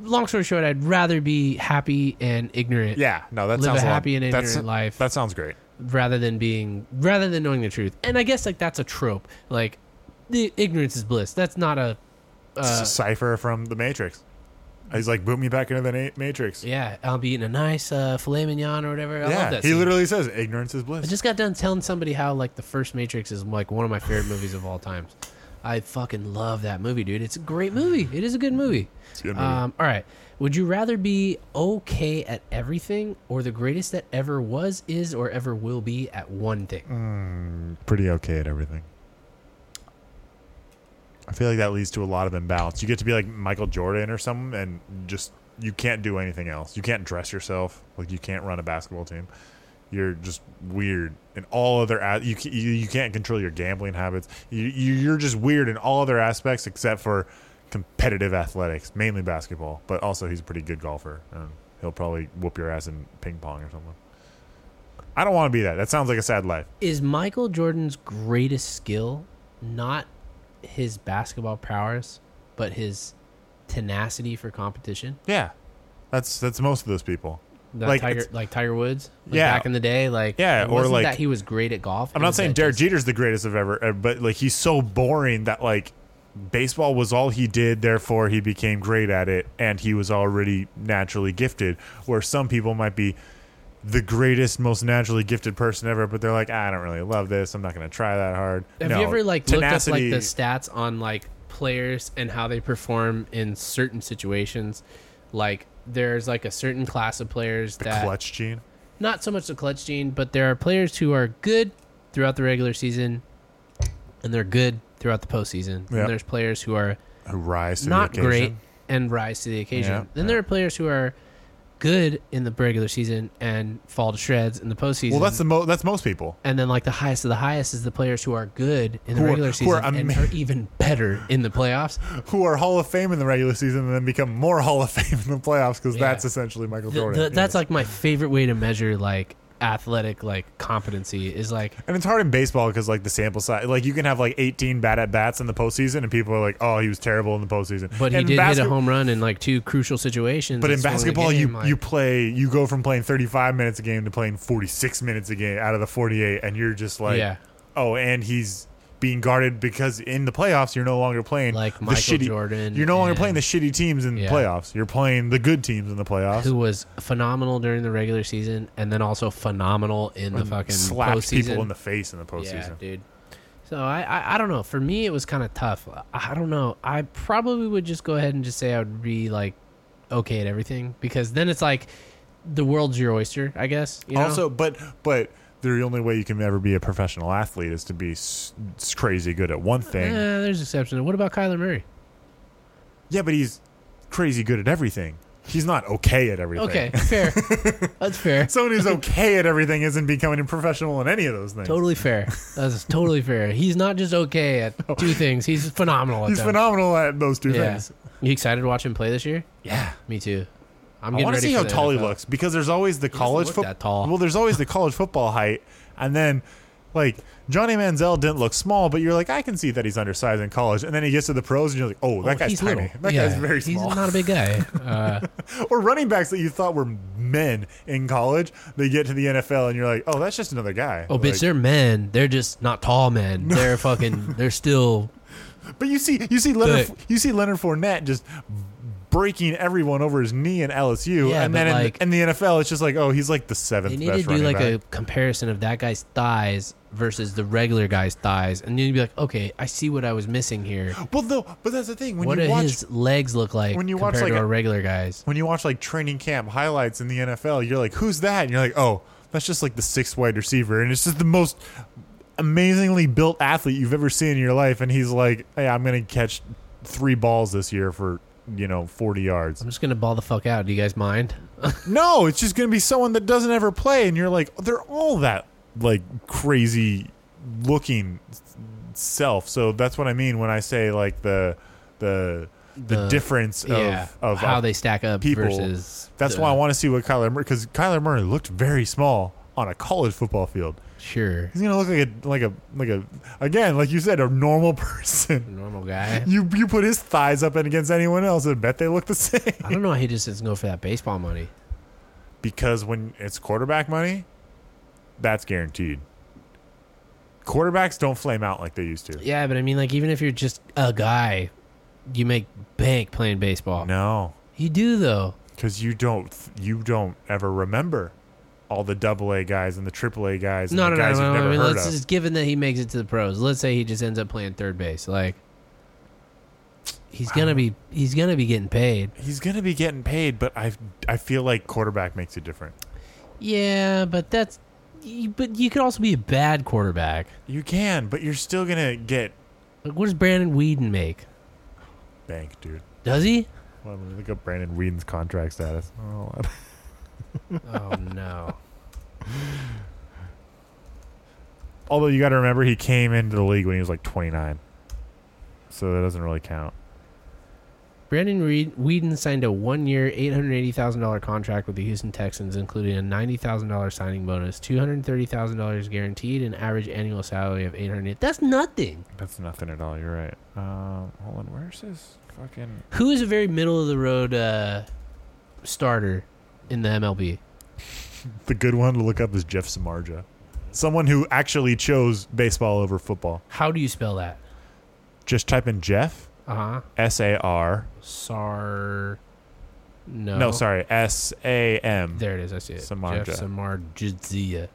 long story short, I'd rather be happy and ignorant,
yeah, no, that
live
sounds
a
lot-
happy and
that's-
ignorant life,
That sounds great.
rather than being rather than knowing the truth. And I guess like that's a trope, like the ignorance is bliss. That's not a Uh,
It's a cipher from the Matrix. He's like, boot me back into the na- Matrix.
yeah. I'll be eating a nice uh, filet mignon or whatever. I love
Yeah,
that.
he
scene.
literally says, "Ignorance is
I
bliss."
just got done telling somebody how like the first Matrix is like one of my favorite movies of all times. I fucking love that movie, dude. It's a great movie. It is a good movie.
It's a good movie.
Um, all right. Would you rather be okay at everything or the greatest that ever was, is, or ever will be at one thing?
Pretty okay at everything. I feel like that leads to a lot of imbalance. You get to be like Michael Jordan or something, and just you can't do anything else. You can't dress yourself. Like you can't run a basketball team. You're just weird in all other. a- You ca- you, you can't control your gambling habits. You, you you're just weird in all other aspects except for competitive athletics, mainly basketball. But also, he's a pretty good golfer, and he'll probably whoop your ass in ping pong or something. I don't want to be that. That sounds like a sad life.
Is Michael Jordan's greatest skill not his basketball prowess, but his tenacity for competition?
Yeah, that's that's most of those people.
Like,
Like,
Tiger,
it's-
like Tiger Woods? Like
Yeah.
Back in the day? Like,
Yeah,
it
or
wasn't
like-
that he was great at golf.
I'm
it
not
was
saying
that
Derek
just-
Jeter's the greatest of ever, uh, but like he's so boring that like baseball was all he did. Therefore, he became great at it, and he was already naturally gifted. Where some people might be the greatest, most naturally gifted person ever, but they're like, "Ah, I don't really love this. I'm not going to try that hard.
Have
No,
you ever like
tenacity-
looked up like the stats on like players and how they perform in certain situations? Like there's like a certain class of players that
clutch gene?
not so much the clutch gene, but there are players who are good throughout the regular season and they're good throughout the postseason.
Yep.
And there's players who are
Who rise to
not
the
great
occasion?
and rise to the occasion.
Yeah,
then there are players who are good in the regular season and fall to shreds in the postseason.
Well, that's the mo- that's most people.
and then like the highest of the highest is the players who are good in the
Who are-
regular
who
season
are
and
ama-
are even better in the playoffs.
who are Hall of Fame in the regular season and then become more Hall of Fame in the playoffs because
Yeah.
that's essentially Michael
Th-
Jordan.
th- that's like my favorite way to measure like athletic like competency is like
and it's hard in baseball because like the sample size, like you can have like 18 bad at bats in the postseason, and people are like, "Oh, he was terrible in the postseason."
but he
And
did hit
basket-
a home run in like two crucial situations.
But
that
in
swung the
basketball, you
game, like-
you play you go from playing 35 minutes a game to playing 46 minutes a game out of the 48, and you're just like,
Yeah.
"Oh, and he's." Being guarded because in the playoffs you're no longer playing
Like
the
Michael
shitty,
Jordan
You're no longer
and-
playing the shitty teams in
Yeah.
the playoffs. You're playing the good teams in the playoffs.
who was phenomenal during the regular season and then also phenomenal in the fucking
slaps
postseason.
people in the face in the
yeah,
postseason.
dude. So I, I, I don't know. For me, it was kind of tough. I I don't know. I probably would just go ahead and just say I would be like okay at everything because then it's like the world's your oyster, I guess. You know?
Also, but but the only way you can ever be a professional athlete is to be s- s- crazy good at one
Eh,
thing.
there's exceptions. What about Kyler Murray?
Yeah, but he's crazy good at everything. He's not okay at everything.
Okay, fair. That's fair.
Someone who's okay at everything isn't becoming a professional in any of those things.
Totally fair. That's totally fair. He's not just okay at two things. He's phenomenal at
He's
them.
phenomenal at those two
Yeah.
things.
You excited to watch him play this year?
Yeah.
Me too. I'm
I
getting
want to
ready
see
for
how
the
tall he
NFL.
looks because there's always the college
look
football.
that tall.
Well, there's always the college football height, and then like Johnny Manziel didn't look small, but you're like, I can see that he's undersized in college, and then he gets to the pros, and you're like, oh, that
Oh,
guy's
he's
tiny.
little.
That
Yeah,
guy's very small.
He's not a big guy. Uh,
or running backs that you thought were men in college, they get to the NFL, and you're like, oh, that's just another guy.
oh,
Like,
bitch, they're men. They're just not tall men. They're fucking. They're still.
But you see, you see Leonard,
Thick.
you see Leonard Fournette just breaking everyone over his knee in LSU,
Yeah,
and
but
then in,
like-
in the NFL, it's just like, oh, he's like the seventh.
They need
best
to do
running
like
back.
a comparison of that guy's thighs versus the regular guy's thighs, and then you'd be like, okay, I see what I was missing here.
Well, though, but that's the thing when
what
you
do
watch
his legs look like
when you watch,
compared to
like,
a,
a-
regular guy's?
when you watch like training camp highlights in the NFL, you're like, who's that? And you're like, oh, that's just like the sixth wide receiver, and it's just the most amazingly built athlete you've ever seen in your life, and he's like, hey, I'm gonna catch three balls this year for you know 40 yards.
I'm just gonna ball the fuck out. Do you guys mind?
No, it's just gonna be someone that doesn't ever play, and you're like, they're all that like crazy looking self. So that's what I mean when I say like the the the,
The-
difference of
yeah.
of
how they stack up
people.
versus.
That's
the-
why I want to see what Kyler Murray because Kyler Murray looked very small on a college football field.
Sure,
He's gonna look like a like a like a again like you said a normal person.
normal guy.
You you put his thighs up against anyone else and bet they look the same.
I don't know why he just doesn't go for that baseball money.
Because when it's quarterback money, that's guaranteed. Quarterbacks don't flame out like they used to.
Yeah, but I mean, like, even if you're just a guy, you make bank playing baseball.
No,
You do though.
because you don't you don't ever remember all the double A guys and the triple A guys and
No,
the
no, no,
guys
no.
you've
no.
never
I mean,
heard
let's
of.
just given that he makes it to the pros. Let's say he just ends up playing third base. Like, he's gonna be he's gonna be getting paid.
He's gonna be getting paid, but I I feel like quarterback makes it different.
Yeah, but that's you- but you could also be a bad quarterback.
You can, but you're still gonna get
Like, what does Brandon Whedon make?
bank, dude.
Does he?
Well, I'm gonna look up Brandon Whedon's contract status. Oh,
Oh no.
Although you got to remember, he came into the league when he was like 29, so that doesn't really count.
Brandon Reed, Whedon signed a one-year, eight hundred eighty thousand dollar contract with the Houston Texans, including a ninety thousand dollar signing bonus, two hundred thirty thousand dollars guaranteed, an average annual salary of eight hundred. That's nothing.
That's nothing at all. You're right. Um, hold on. Where's this fucking?
Who is a very middle of the road uh, starter in the MLB?
The good one to look up is Jeff Samarja, someone who actually chose baseball over football.
How do you spell that?
Just type in Jeff
Uh huh.
S A R.
Sar. No.
No, sorry, S A M.
There it is. I see it.
Samardzija.
Jeff Samardzija.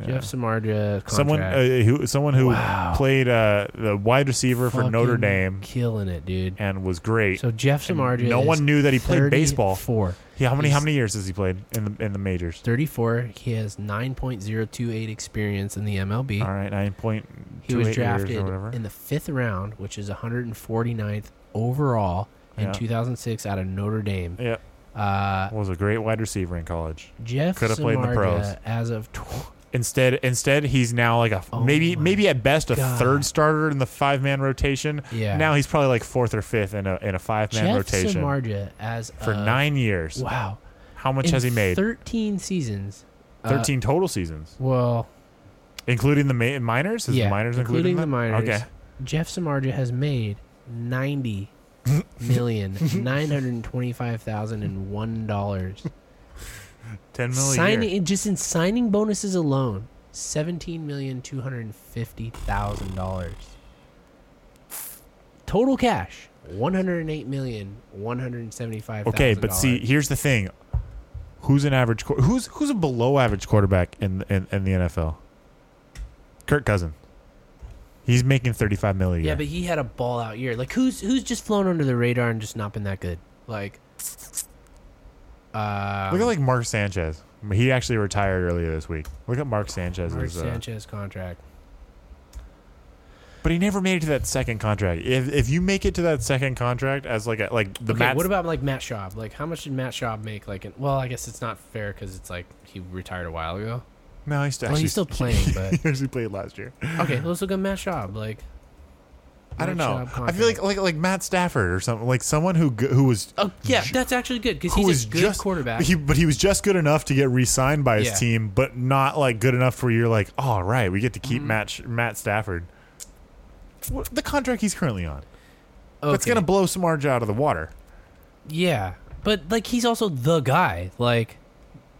Yeah.
Jeff Samardzija.
Someone uh, who someone who
Wow.
played uh, the wide receiver for Notre Dame
Killing it, dude.
and was great.
So Jeff
And
Samardzija.
no one knew that he played baseball.
Four.
Yeah, how many how
he's-
many years has he played in the in the majors?
34. He has 9.028 experience in the MLB.
All right, nine point
he
two
was
eight years
drafted
or whatever.
in the fifth round, which is 149th overall in
Yeah.
2006 out of Notre Dame.
Yeah.
Uh,
Was a great wide receiver in college.
Jeff
Coulda played in the
Samardzija,
pros.
as of tw-
Instead, instead he's now like a
Oh
maybe
my
maybe at best a
God.
third starter in the five man rotation.
Yeah.
Now he's probably like fourth or fifth in a in a five man
Jeff
rotation
Samardzija as
for
of-
nine years.
uh, Wow,
How much
In
has he made?
Thirteen seasons. Uh,
Thirteen total seasons,
Well,
including the ma- minors. Is
yeah,
the minors
including
included in
the
that?
minors.
Okay.
Jeff Samardzija has made ninety million nine hundred twenty-five thousand and one dollars.
Ten million. a year.
Signing just in signing bonuses alone, seventeen million two hundred fifty thousand dollars. Total cash, one hundred eight million one hundred seventy-five.
Okay, but see, here's the thing: who's an average? quar- Who's who's a below average quarterback in in, in the NFL? Kirk Cousin. He's making thirty five million.
Yeah, but he had a ball out year. Like who's who's just flown under the radar and just not been that good? Like uh
look at like Mark Sanchez. I mean, He actually retired earlier this week. Look at Mark Sanchez's.
Mark
uh,
Sanchez contract.
But he never made it to that second contract. If, if you make it to that second contract as like a, like the
okay,
Matt,
what about like Matt Schaub? Like how much did Matt Schaub make like an, well, I guess it's not fair cuz it's like he retired a while ago.
no, he's still,
Well, Oh, he's still
actually-
playing, but
he actually played last year.
okay, let's look at Matt Schaub. Like
I don't
Matt
know.
Schaub
I feel like
contract.
like like Matt Stafford or something like someone who g- who was
oh yeah, that's actually good because
who
he's
was
a good
just
quarterback.
He, but he was just good enough to get re-signed by his
Yeah.
team, but not like good enough where you're like, all right, we get to
Mm-hmm.
keep Matt Sh- Matt Stafford. What, the contract he's currently on. That's
Okay.
gonna blow Samardzija out of the water
yeah, but like he's also the guy. Like,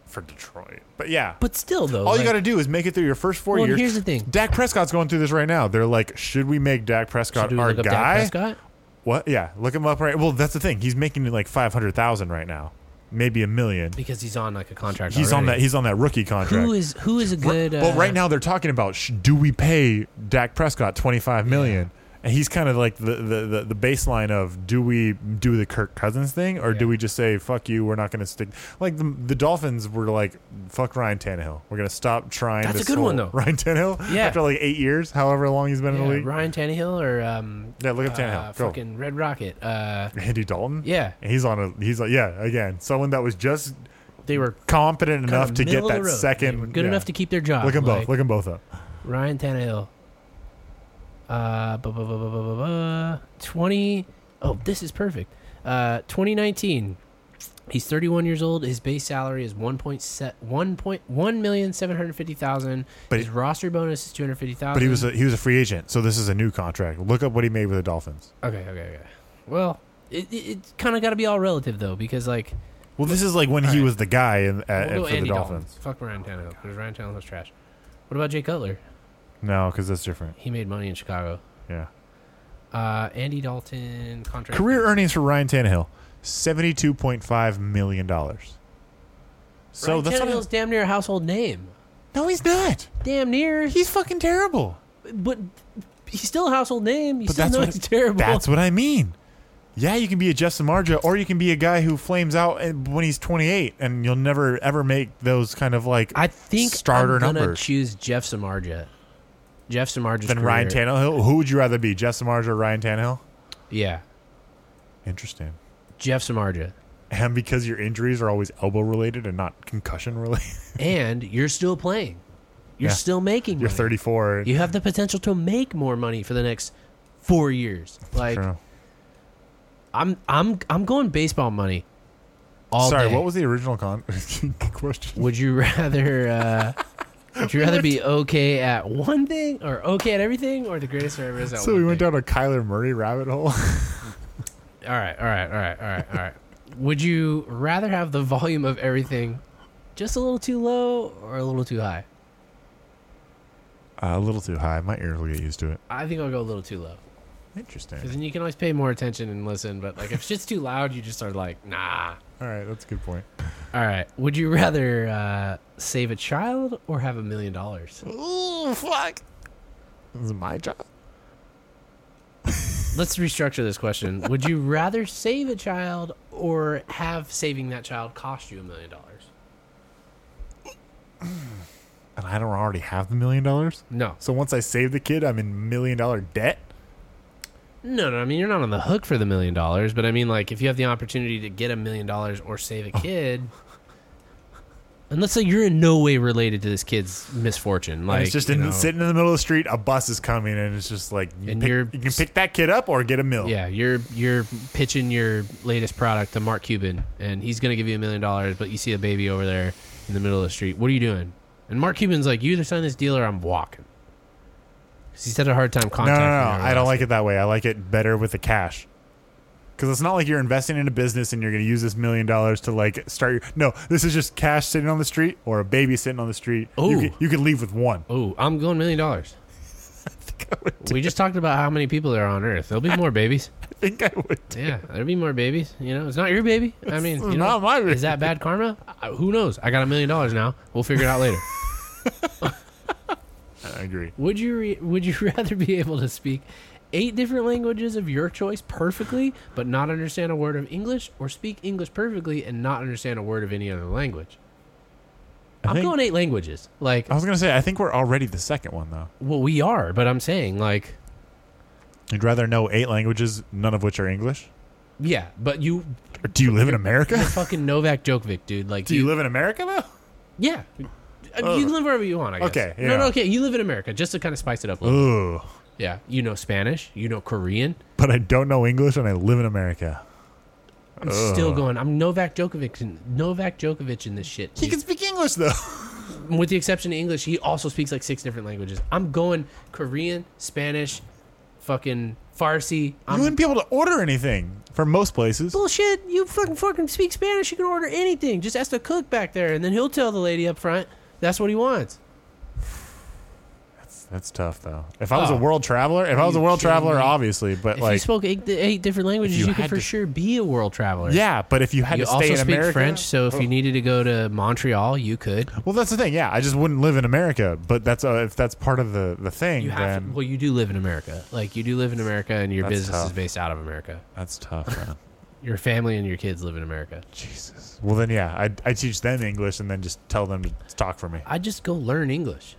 for Detroit. But yeah.
but still though,
all you
like-
got to do is make it through your first four
Well, and
years.
here's the thing.
Dak Prescott's going through this right now. They're like, should we make Dak Prescott
do we
our
look up Dak
guy?
Prescott?
What? Yeah, look him up right. Well, that's the thing. He's making like five hundred thousand right now, maybe a million.
because he's on like a contract.
He's on that.
already.
He's on that rookie contract.
Who is who is a good?
Well,
uh,
right now they're talking about sh- do we pay Dak Prescott twenty five million? And he's kind of like the, the, the, the baseline of do we do the Kirk Cousins thing or do
Yeah.
we just say fuck you we're not going to stick like the, the Dolphins were like fuck Ryan Tannehill we're going to stop trying
That's
this
a good one,
whole-
though.
Ryan Tannehill
Yeah.
after like eight years however long he's been in the
yeah,
league
Ryan Tannehill or um,
yeah look up
uh,
Tannehill go
fucking Red Rocket. Uh,
Andy Dalton
yeah,
And he's on a he's like yeah again someone that was just
they were
competent
kinda
enough to get
middle of
that
the road.
second
They were good
yeah.
enough to keep their job.
look them
like,
both look them both up
Ryan Tannehill. Uh, bu- bu- bu- bu- bu- bu- bu- twenty. Oh, this is perfect. Uh, twenty nineteen. He's thirty one years old. His base salary is one point set one point one million seven hundred fifty thousand.
But
his
he-
roster bonus is two hundred fifty thousand.
But he was a, he was a free agent, so this is a new contract. Look up what he made with the Dolphins.
Okay, okay, okay. Well, it, it, it's kind of got to be all relative though, because like
Well, this is like when he was the guy in, at,
we'll
Uh,
go
for the
Andy Dalton.
Dolphins.
Fuck Ryan Tannehill because Ryan Tannehill was trash. What about Jay Cutler?
No, because that's different.
He made money in Chicago.
Yeah,
Uh, Andy Dalton contract
career earnings for Ryan Tannehill seventy two point five million dollars. So
Ryan
that's not
Tannehill's damn near a household name.
no, he's not.
Damn near.
He's fucking terrible.
but he's still a household name. You
But
still
that's
know
what-
he's terrible.
That's what I mean. Yeah, you can be a Justin Marja, or you can be a guy who flames out and- when he's twenty eight, and you'll never ever make those kind of like
I think
starter
I'm gonna
numbers.
choose Jeff Samarja. Jeff Samarja.
than Ryan Tannehill. Who would you rather be, Justin Marja or Ryan Tannehill?
Yeah,
Interesting.
Jeff Samarja.
And because your injuries are always elbow related and not concussion related,
and you're still playing. You're
Yeah.
still making.
you're
money.
34.
You have the potential to make more money for the next four years. Like
True.
I'm, I'm, I'm going baseball money. All
Sorry,
day.
what was the original con- question?
Would you rather? Uh, would you rather be okay at one thing or okay at everything, or the greatest there ever is at
So
one
we went
thing?
down a Kyler Murray rabbit hole.
All right, all right, all right, all right, all right. would you rather have the volume of everything just a little too low or a little too high?
a little too high. My ears will get used to it.
I think I'll go a little too low. Because
Interesting.
then you can always pay more attention and listen. But like, if shit's too loud, you just are like, nah.
All right, that's a good point.
All right. Would you rather uh, save a child or have a million dollars?
Ooh, fuck. This is my job.
Let's restructure this question. Would you rather save a child or have saving that child cost you a million dollars?
And I don't already have the million dollars.
No.
So once I save the kid, I'm in million dollar debt.
No, no. I mean, you're not on the hook for the million dollars, but I mean, like, if you have the opportunity to get a million dollars or save a
Oh.
kid, and let's say you're in no way related to this kid's misfortune,
And
like,
it's just
you
in,
know,
sitting in the middle of the street. A bus is coming, and it's just like you,
And
pick,
you're-
you can pick that kid up or get a mill.
yeah, you're you're pitching your latest product to Mark Cuban, and he's gonna give you a million dollars, but you see a baby over there in the middle of the street. What are you doing? And Mark Cuban's like, you either sign this deal or I'm walking. 'Cause he's had a hard time
No, no, no.
contacting. her
I don't
last
like it that way. I like it better with the cash. Because it's not like you're investing in a business and you're going to use this million dollars to like start your. No, this is just cash sitting on the street or a baby sitting on the street.
Ooh.
You could, you could leave with one.
Oh, I'm going million dollars. We just talked about how many people there are on Earth. There'll be more babies.
I think I would.
Yeah, there'll be more babies. You know, it's not your baby. I mean, you know,
not my
is that bad karma? I, who knows? I got a million dollars now. We'll figure it out later.
I agree.
would you re- Would you rather be able to speak eight different languages of your choice perfectly, but not understand a word of English, or speak English perfectly and not understand a word of any other language?
I
I'm
think- Uh,
going eight languages. Like,
I was going to say, I think we're already the second one, though.
well, we are, but I'm saying like.
You'd rather know eight languages, none of which are English?
Yeah, but you
Or do you live in America?
fucking Novak Djokovic, dude. Like,
do you live in America, though?
Yeah. Uh, You can live wherever you want, I guess.
Okay,
No,
yeah. Uh.
no, okay. You live in America, just to kind of spice it up a little.
Ooh.
Yeah. You know Spanish. You know Korean.
But I don't know English and I live in America.
I'm still going. I'm Novak Djokovic. in- Novak Djokovic in this shit.
He can
dude.
speak English, though.
With the exception of English, he also speaks like six different languages. I'm going Korean, Spanish, fucking Farsi.
You
I'm
wouldn't be able to order anything from most places.
bullshit. You fucking fucking speak Spanish. You can order anything. Just ask the cook back there, and then he'll tell the lady up front that's what he wants.
That's tough, though. If I was
Oh.
a world traveler, if I was a
you
world
kidding
traveler,
me?
obviously, but
If you
like,
spoke eight, eight different languages,
you
you, could
had
for
to-
sure be a world traveler.
yeah, but if you had
you
to stay
also
in
speak
America, Oh.
French, so if you needed to go to Montreal, you could.
well, that's the thing. Yeah, I just wouldn't live in America. But that's uh, if that's part of the the thing,
You have
then
to, well, you do live in America. Like you do live in America, and your
That's
business is
tough.
based out of America.
that's tough. man.
Your family and your kids live in America.
Jesus. Well, then yeah, I I teach them English and then just tell them to talk for me.
I just go learn English.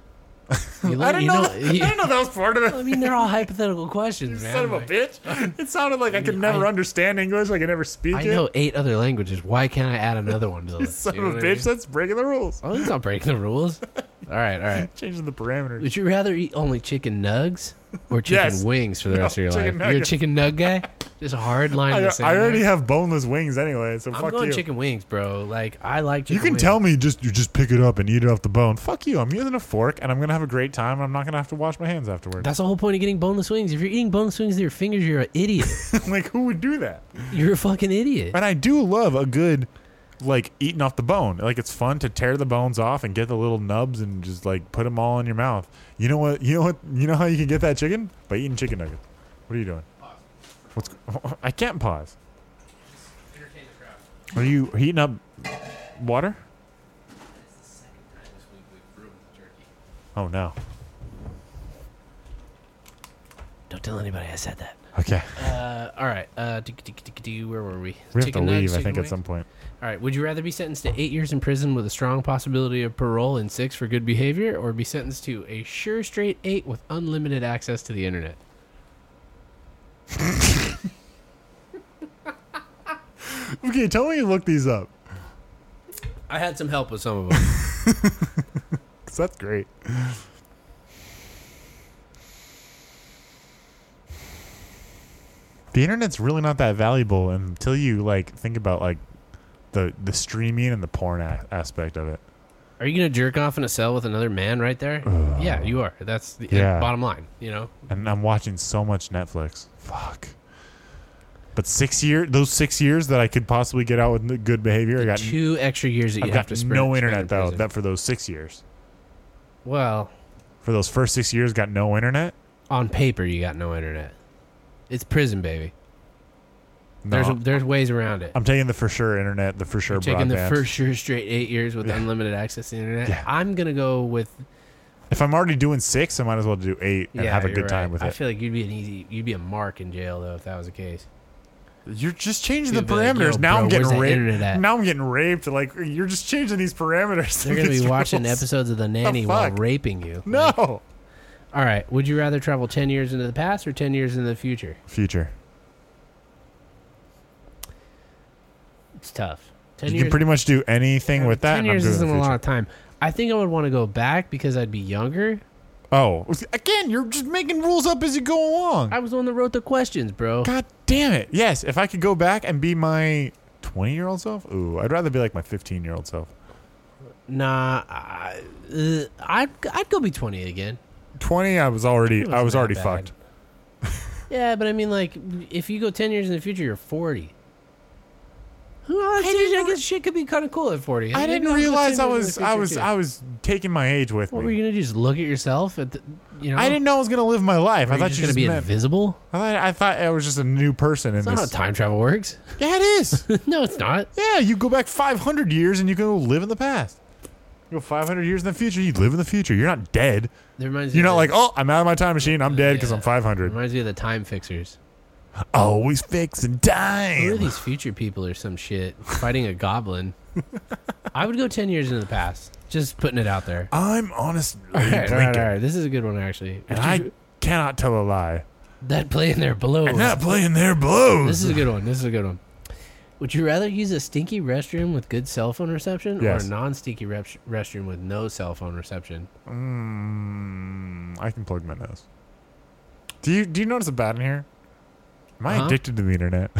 You learn,
I don't
you
know.
you-
I don't know that was part of it.
I mean, they're all hypothetical questions, man.
Son of a
Like,
bitch! It sounded like I could
mean,
never
I-
understand English. I could never speak
I
it.
know eight other languages. Why can't I add another one to the list?
Son
You know
of a
what
bitch!
I mean?
That's breaking the rules.
Oh, he's not breaking the rules. All right, all right.
Changing the parameters.
Would you rather eat only chicken nugs or chicken
Yes.
wings for the rest of your life?
chicken
You're a
nuggets.
chicken nug guy? Just a hard line. in
I,
the
I
sand
already
there.
have boneless wings anyway, so
I'm
fuck
going
you.
chicken wings, bro. Like I like chicken.
You can
wings.
tell me just you just pick it up and eat it off the bone. Fuck you. I'm using a fork and I'm gonna have a great time and I'm not gonna have to wash my hands afterward.
That's the whole point of getting boneless wings. If you're eating boneless wings with your fingers, you're an idiot.
like who would do that?
you're a fucking idiot.
And I do love a good like eating off the bone. Like it's fun to tear the bones off and get the little nubs and just like put them all in your mouth. You know what? You know what? You know how you can get that chicken by eating chicken nuggets. What are you doing? What's? I can't pause. Are you heating up water? Oh no.
Don't tell anybody I said that.
Okay.
Uh, all right. Uh, do- do- do- do- where were we?
We have
chicken
to
nugs,
leave, I
chicken
think, at
wings?
some point.
All right. Would you rather be sentenced to eight years in prison with a strong possibility of parole and six for good behavior, or be sentenced to a sure straight eight with unlimited access to the internet?
Okay, tell me you look these up.
I had some help with some of them.
'cause that's great. The internet's really not that valuable until you like think about like the the streaming and the porn a- aspect of it.
Are you gonna jerk off in a cell with another man right there? yeah, you are. That's the uh,
Yeah.
bottom line. You know.
And I'm watching so much Netflix. Fuck. But six year those six years that I could possibly get out with n- good behavior, I got
two extra years that you
I've
have
got
to spend.
no
spend
internet
in
though.
prison.
That for those six years,
well,
for those first six years, got no internet.
on paper you got no internet. It's prison, baby.
No,
There's there's ways around it.
I'm taking the for sure internet, the for sure
Taking
broadband.
the first sure straight eight years with unlimited access to the internet.
Yeah.
I'm gonna go with
If I'm already doing six, I might as well do eight and
yeah,
have a
you're
good time
right.
with
I
it.
feel like you'd be an easy, you'd be a mark in jail though if that was the case.
You're just changing the
You'd be like,
parameters.
"Yo,
now
bro,
I'm
where's
getting
that
raped.
internet at?"
Now I'm getting raped. Like you're just changing these parameters.
They're gonna
these
be watching
rules.
episodes of The Nanny while
fuck?
raping you.
No,
All right. Would you rather travel 10 years into the past or 10 years into the future?
Future.
It's tough. 10
You
years,
can pretty much do anything with that.
10
and I'm
years
doing the
isn't a
future.
lot of time. I think I would want to go back because I'd be younger.
Oh,
Again, you're just making rules up as you go along.
I was the one that wrote the questions, bro.
God damn it. Yes, if I could go back and be my 20 year old self, ooh, I'd rather be like my 15 year old self.
Nah, I, uh, I'd, I'd go be 20 again.
20, I was already,
It
I was
not
already
bad.
fucked.
Yeah, but I mean, like, if you go 10 years in the future, you're 40. Who knows? I, guess shit could be kind of cool at 40.
I
Maybe
didn't
I'll go
realize
10
I
years in the
was, I
future,
was,
too.
I was taking my age with
What
me.
were you gonna do, just look at yourself at the, you know?
I didn't know I was gonna live my life.
Were
I thought you
gonna
just
be
meant,
invisible.
I thought, I thought I was just a new person in
That's not how
this.
time travel works.
Yeah, it is.
no, it's not.
yeah, you go back 500 years and you can go live in the past. You go 500 years in the future, you live in the future. You're not dead.
That reminds me
You're not
of
like,
the-
oh, I'm out of my time machine. I'm dead because
Yeah.
I'm 500.
Reminds me of the time fixers.
Always fixing
Who are
time.
these future people or some shit fighting a goblin? I would go ten years into the past. Just putting it out there.
I'm honestly
All right, all right,
Lincoln,
all right. This is a good one actually.
and I cannot tell a lie.
That play in there below.
I'm not playing their blows.
This is a good one. This is a good one. Would you rather use a stinky restroom with good cell phone reception or
Yes.
a non-stinky rep- restroom with no cell phone reception?
Mm, I can plug my nose. Do you do you notice a bat in here? Am I
Huh?
addicted to the internet?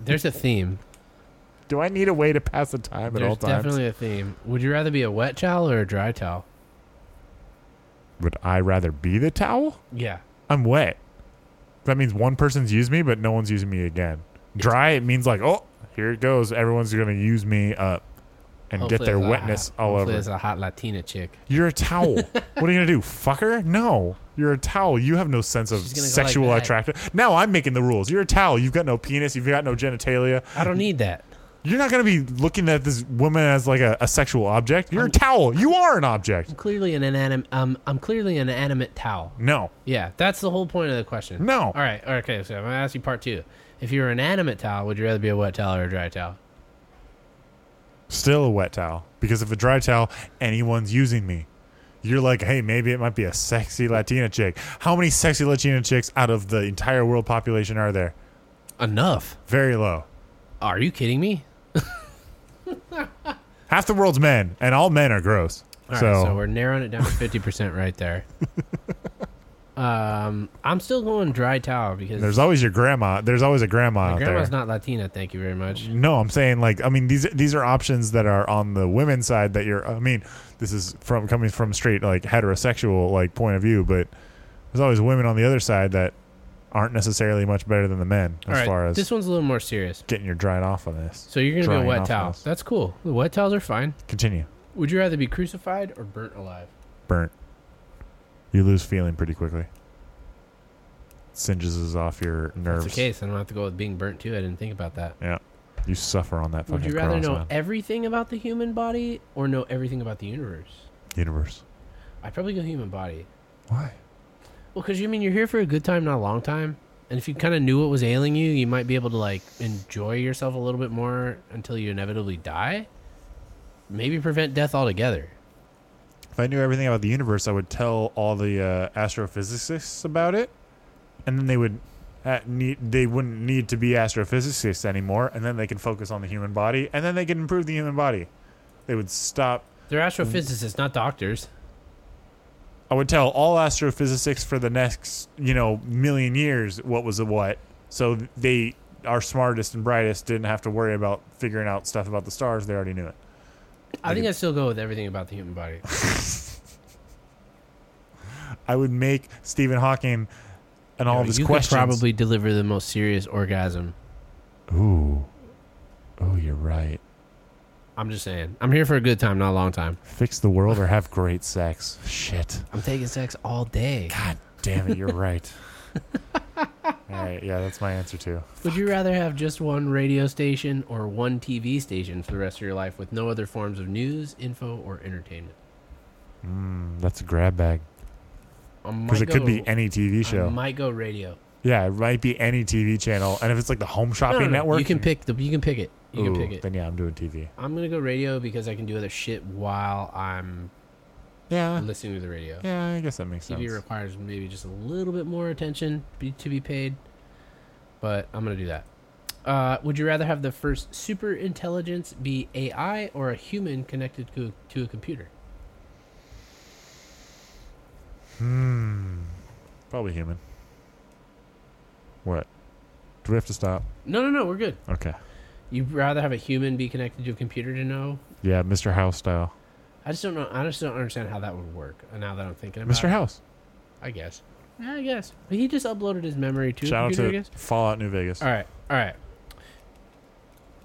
There's a theme.
do I need a way to pass the time at
There's
all times?
definitely a theme. Would you rather be a wet towel or a dry towel?
Would I rather be the towel?
Yeah.
I'm wet. That means one person's used me, but no one's using me again. Dry, it means like, oh, here it goes. Everyone's gonna use me up and get their wetness all over.
It's a hot Latina chick.
You're a towel. what are you gonna do, fucker? No, you're a towel. You have no sense of
She's gonna go
sexual
like that.
attraction. Now I'm making the rules. You're a towel. You've got no penis. You've got no genitalia.
I don't need that.
You're not gonna be looking at this woman as like a, a sexual object. You're a towel. You are an object.
I'm clearly an anim- um, I'm clearly an animate towel.
No,
Yeah, that's the whole point of the question.
No.
All right. Okay. So I'm gonna ask you part two. If you were an animate towel, would you rather be a wet towel or a dry towel?
still a wet towel because if a dry towel, anyone's using me. You're like, hey, maybe it might be a sexy Latina chick. How many sexy Latina chicks out of the entire world population are there?
Enough.
Very low.
Are you kidding me?
Half the world's men, and all men are gross.
All right,
so,
so we're narrowing it down to fifty percent right there. um, I'm still going dry towel because
There's always your grandma. There's always a grandma out
grandma's
there.
not Latina. Thank you very much.
no, I'm saying like I mean these these are options that are on the women's side that you're. I mean, this is from coming from straight like heterosexual like point of view, but there's always women on the other side that aren't necessarily much better than the men as
All right,
far as
this one's a little more serious.
getting your dried off on this.
So you're gonna be a
Drying
wet
off
towel.
this.
That's cool. The wet towels are fine.
Continue.
Would you rather be crucified or burnt alive?
Burnt. You lose feeling pretty quickly. Singes off your
That's
nerves.
the case. I don't have to go with being burnt too. I didn't think about that.
Yeah. You suffer on that fucking
Would you rather
cross,
know
man.
everything about the human body or know everything about the universe?
universe.
I'd probably go human body.
Why?
Well, because you mean you're here for a good time, not a long time. And if you kind of knew what was ailing you, you might be able to like enjoy yourself a little bit more until you inevitably die. Maybe prevent death altogether.
If I knew everything about the universe, I would tell all the uh, astrophysicists about it, and then they would uh, need they wouldn't need to be astrophysicists anymore, and then they can focus on the human body, and then they can improve the human body. They would stop.
They're astrophysicists, not doctors.
I would tell all astrophysicists for the next you know million years what was a what, so they our smartest and brightest didn't have to worry about figuring out stuff about the stars. They already knew it.
I think I still go with everything about the human body.
I would make Stephen Hawking and all of his
you
questions.
could probably deliver the most serious orgasm.
Ooh, oh, you're right.
I'm just saying. I'm here for a good time, not a long time.
fix the world or have great sex. Shit.
I'm taking sex all day.
God damn it, you're right. All right, yeah, that's my answer too.
Would you rather have just one radio station or one TV station for the rest of your life with no other forms of news, info, or entertainment?
Mm, that's a grab bag because
Because
it could be any TV show.
Oh I might go radio.
yeah, it might be any TV channel, and if it's like the Home
No,
Shopping
no, no.
Network,
You can pick the. You can pick it. You
ooh,
can pick it.
Then yeah, I'm doing TV.
I'm gonna go radio because I can do other shit while I'm
Yeah.
listening to the radio.
Yeah, I guess that makes sense.
TV requires maybe just a little bit more attention be, to be paid, but I'm gonna do that. Uh, would you rather have the first super intelligence be AI or a human connected to, to a computer?
Hmm. Probably human. What? Do we have to stop?
No, no, no. We're good.
Okay.
You'd rather have a human be connected to a computer to know?
Yeah, Mr. House style.
I just don't know. I just don't understand how that would work. uh, Now that I'm thinking about
Mr.
it,
House.
I guess. Yeah, I guess. But he just uploaded his memory to
Shout
a
out
computer. I
to
guess.
Fallout New Vegas.
All right, all right.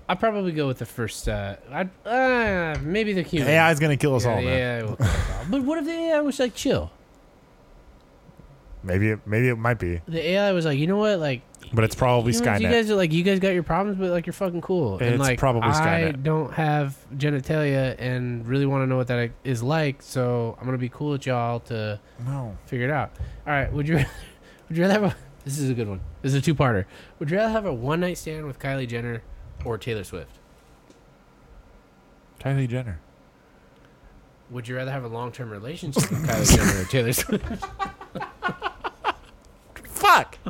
I'd probably go with the first. Uh, I'd, uh maybe the human.
AI's gonna kill us
yeah,
all, man.
yeah, it will kill us all. But what if the AI was like chill?
Maybe it, maybe it might be,
The AI was like, you know what, like.
but it's probably
You, know what,
Skynet.
you guys are like you guys got your problems, but like you're fucking cool. and
It's
like
probably
I
Skynet.
don't have genitalia and really want to know what that is like, so I'm gonna be cool with y'all to
no.
figure it out. All right, would you would you rather have a this is a good one. This is a two parter. Would you rather have a one night stand with Kylie Jenner or Taylor Swift?
Kylie Jenner.
Would you rather have a long term relationship with Kylie Jenner or Taylor Swift?
Fuck.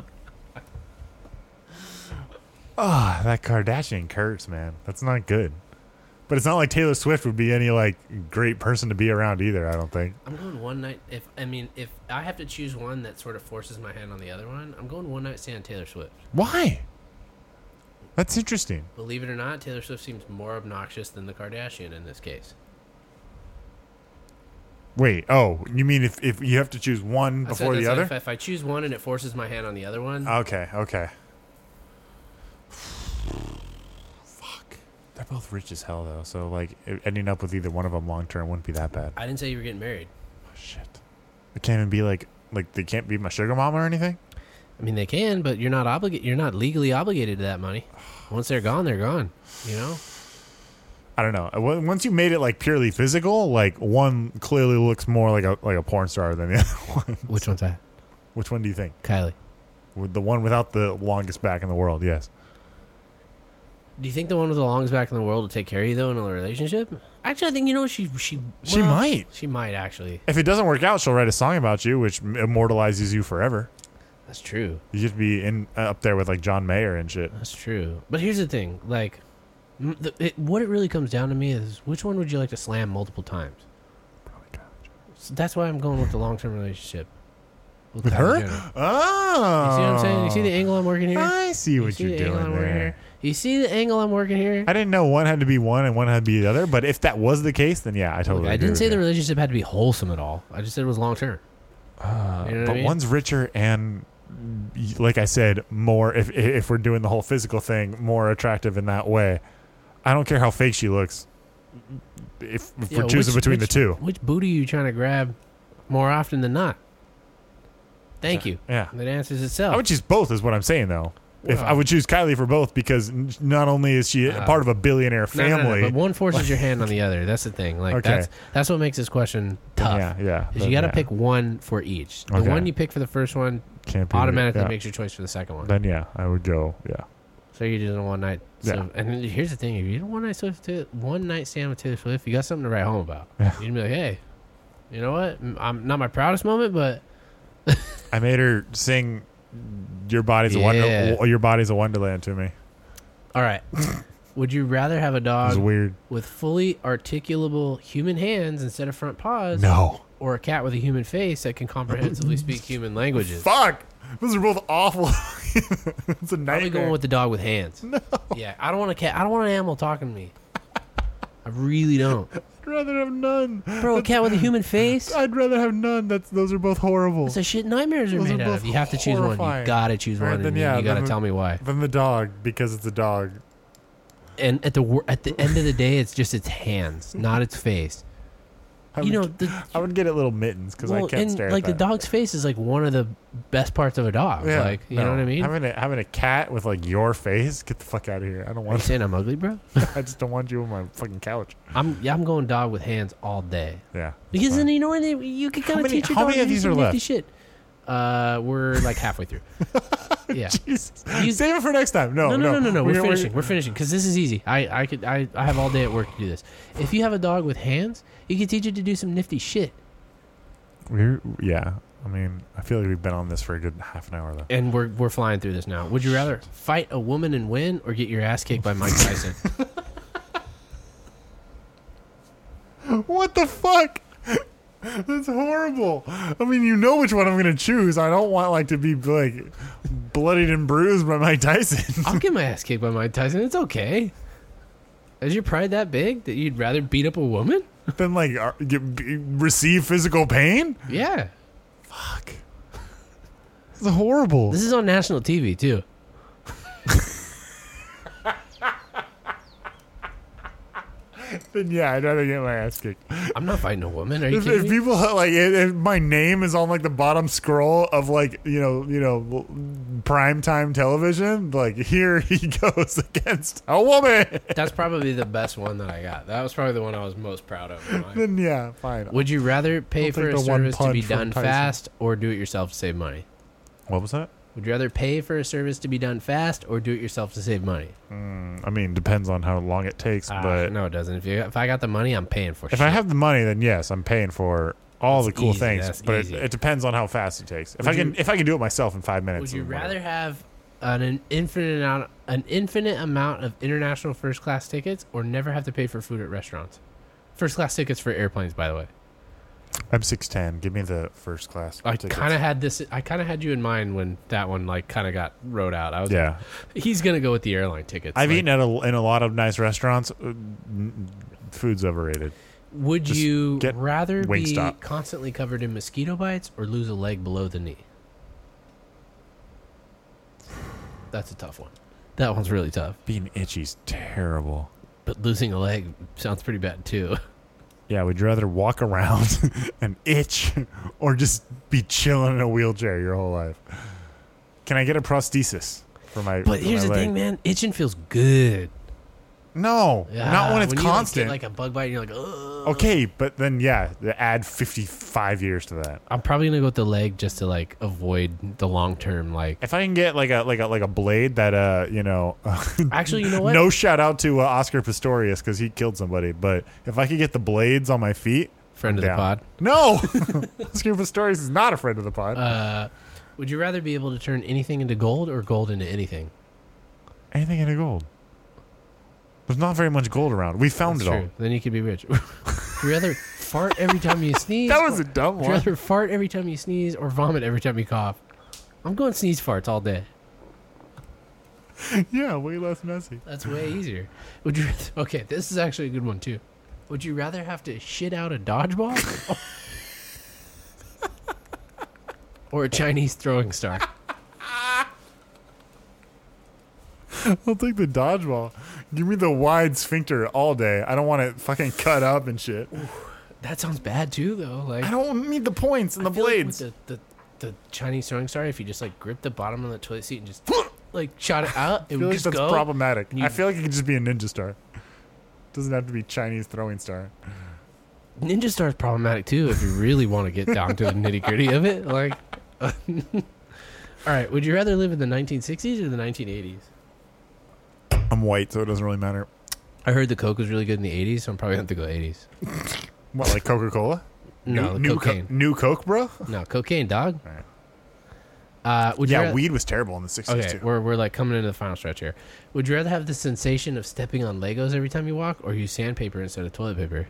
Ah, that Kardashian curse, man. That's not good. But it's not like Taylor Swift would be any like great person to be around either. I don't think.
I'm going one night if I mean if I have to choose one that sort of forces my hand on the other one, I'm going one night stand Taylor Swift.
Why? That's interesting.
Believe it or not, Taylor Swift seems more obnoxious than the Kardashian in this case.
Wait. Oh, you mean if, if you have to choose one
I said
before the
that's
other? Uh,
If, if I choose one and it forces my hand on the other one,
Okay, okay. Fuck. They're both rich as hell, though. So, like, e- ending up with either one of them long term wouldn't be that bad.
I didn't say you were getting married.
Oh, Shit. It can't even be like, like they can't be my sugar mama or anything.
I mean, they can, but you're not obligated. You're not legally obligated to that money. Once they're gone, they're gone. You know.
I don't know. O- Once you made it like purely physical, like one clearly looks more like a like a porn star than the other one.
Which one's that?
Which one do you think?
Kylie.
With The one without the longest back in the world? Yes.
Do you think the one with the longest back in the world will take care of you though in a relationship? Actually, I think you know she she
She
well,
might.
She might actually.
If it doesn't work out, she'll write a song about you, which immortalizes you forever.
That's true.
You have to be in uh, up there with like John Mayer and shit.
That's true. But here's the thing, like, m- the, it, what it really comes down to me is which one would you like to slam multiple times?
Oh,
So that's why I'm going with the long term relationship.
With
Kylie
her?
Jenner.
Oh.
You see what I'm saying? You see the angle I'm working here?
I see
You
what
see
you are
the
doing
angle I'm
there.
working here? You see the angle I'm working here?
I didn't know one had to be one and one had to be the other, but if that was the case, then yeah, Oh, I totally
Look, I
agree
didn't
with
say
you.
the relationship had to be wholesome at all. I just said it was long term.
Uh,
you know what I
but
mean?
one's richer and, y- like I said, more, if, if we're doing the whole physical thing, more attractive in that way. I don't care how fake she looks if, if
Yeah,
we're choosing
which-
between
which-
the two.
Which booty are you trying to grab more often than not? Thank you.
Yeah.
That answers
I
itself.
would choose both, is what I'm saying, though. if I
Well-
would choose Kylie for both, because n- not only is she a
Uh,
part of a billionaire
No, no, no,
family,
but one forces your hand on the other. That's the thing. Like
Okay.
that's that's what makes this question tough.
yeah, yeah,
Is
then
you got to
yeah.
pick one for each. The
Okay.
one you pick for the first one
Can't be-
automatically
yeah.
makes your choice for the second one.
Then yeah, I would go. Yeah,
so you're doing a one night. So,
Yeah.
And then here's the thing: if you do one night Swift, to, one night stand with Taylor Swift, you got something to write home about.
Yeah.
You'd be like, hey, you know what? M- I'm not my proudest moment, but
I made her sing "Your Body's a
Yeah.
Wonder." Your Body's a Wonderland to me. It
all right. Would you rather have a
was
dog
weird.
with fully articulable human hands instead of front paws,
No,
or a cat with a human face that can comprehensively speak human languages?
fuck. Those are both awful. it's a nightmare.
Probably going with the dog with hands. No. Yeah, I don't want a cat. I don't want an animal talking to me. I really don't.
I'd rather have none.
Bro, a cat with a human face?
I'd rather have none. That's those are both horrible.
That's the shit nightmares are
Those are
made out
both
of. You have to choose one. You
horrifying.
gotta choose
All
one.
right,
and
then
you-
yeah,
you gotta
then-
tell me why.
Then the dog, because it's a dog.
And at the wor- at the end of the day, it's just its hands, not its face.
I
You know,
would,
the,
I would get it little mittens because I
well,
can't
and
stare
like
at
the
that.
dog's face is like one of the best parts of a dog.
Yeah,
like you
no.
know what I mean? Are
Having a, having a cat with like your face, get the fuck out of here. I don't
you
want.
saying I'm ugly, bro?
I just don't want you on my fucking couch.
I'm yeah, I'm going dog with hands all day.
Yeah.
Because
fine.
then you know what you can kind of
many-
teach your
how
dog
many of
to do
these
some
are
nifty
left?
Shit. Uh, we're like halfway through. yeah.
Jesus.
You-
Save it for next time. No,
Oh, No, no, no, no, no. We're,
gonna-
finishing. We're finishing because this is easy. I, I could, I, I have all day at work to do this. If you have a dog with hands, you can teach it to do some nifty shit.
We're, yeah. I mean, I feel like we've been on this for a good half an hour, though.
And we're we're flying through this now. Would you rather fight a woman and win, or get your ass kicked by Mike Tyson?
What the fuck? That's horrible. I mean, you know which one I'm gonna choose. I don't want like to be like bloodied and bruised by Mike Tyson.
I'll get my ass kicked by Mike Tyson. It's okay. Is your pride that big that you'd rather beat up a woman?
then like ar- get, be, receive physical pain.
Yeah.
Fuck. It's horrible.
This is on national TV too.
then yeah, I'd rather get my ass kicked.
I'm not fighting a woman. Are you
If, if
kidding me?
people like if, if my name is on like the bottom scroll of like you know you know prime time television, like here he goes against a woman.
That's probably the best one that I got. That was probably the one I was most proud of. in my-
then yeah, fine.
Would you rather pay
I'll
for
take
a
the one
service to be
punch from
done
Tyson.
fast or do it yourself to save money?
What was that?
Would you rather pay for a service to be done fast or do it yourself to save money?
I mean, depends on how long it takes,
Ah,
but
no, it doesn't. If you if I got the money, I'm paying for.
if
shit.
I have the money, then yes, I'm paying for all the cool
easy, that's
things. But it,
easy.
it depends on how fast it takes. If
Would
I can,
you-
if I can do it myself in five
would
minutes,
you
then whatever.
rather have an, an infinite amount an infinite amount of international first class tickets or never have to pay for food at restaurants? First class tickets for airplanes, by the way.
I'm six ten. Give me the first class.
I
tickets.
kind of had this. I kind of had you in mind when that one like kind of got wrote out. I was like,
Yeah,
he's gonna go with the airline tickets.
I've
Like,
eaten at a, in a lot of nice restaurants. Uh, n- Food's overrated.
Would
Just
you
get
rather be
Wingstop.
constantly covered in mosquito bites or lose a leg below the knee? That's a tough one. That one's really tough.
Being itchy's terrible.
But losing a leg sounds pretty bad too.
Yeah, would you rather walk around and itch, or just be chilling in a wheelchair your whole life? Can I get a prosthesis for my?
But
for
here's
my
the
leg?
thing, man. Itching feels good.
No, not when
Ah,
it's
you, like,
constant.
get, Like, a bug bite, and you're like, Ugh.
Okay, but then yeah, the- add fifty-five years to that.
I'm probably gonna go with the leg just to like avoid the long term. Like,
If I can get like a like a like a blade that uh you know,
actually, you know what?
no shout out to uh, Oscar Pistorius because he killed somebody, but if I could get the blades on my feet,
friend of the
down.
pod.
no, Oscar Pistorius is not a friend of the pod.
Uh, would you rather be able to turn anything into gold or gold into anything?
Anything into gold? There's not very much gold around. We found
That's
it
true. Then you could be rich. Would you rather fart every time you sneeze?
all. That was
or-
a dumb
Would you
one.
rather fart every time you sneeze or vomit every time you cough? I'm going sneeze farts all day.
yeah, way less messy.
That's way easier. Would you? Rather, okay, this is actually a good one too. Would you rather have to shit out a dodgeball or a Chinese throwing star?
I'll take the dodgeball. Give me the wide sphincter all day. I don't want it fucking cut up and shit.
That sounds bad too, though. Like
I don't need the points and the
I feel like with
blades.
the, the the Chinese throwing star, if you just like grip the bottom of the toilet seat and just like shot it out, it
I
would
feel like
just
that's
go.
problematic.
You-
I feel like it could just be a ninja star. Doesn't have to be Chinese throwing star.
Ninja Star is problematic too if you really want to get down to the nitty gritty of it. Like, all right, would you rather live in the 1960s or the 1980s?
I'm white, so it doesn't really matter.
I heard the Coke was really good in the 80s, so I'm probably going to have to go 80s.
What, like Coca Cola?
No, the
new, new,
cocaine.
Co- new Coke, bro.
no, cocaine, dog.
All right.
Uh, would you
yeah,
ra-
weed was terrible in the '60s
Okay,
too.
we're, we're like coming into the final stretch here. Would you rather have the sensation of stepping on Legos every time you walk or use sandpaper instead of toilet paper?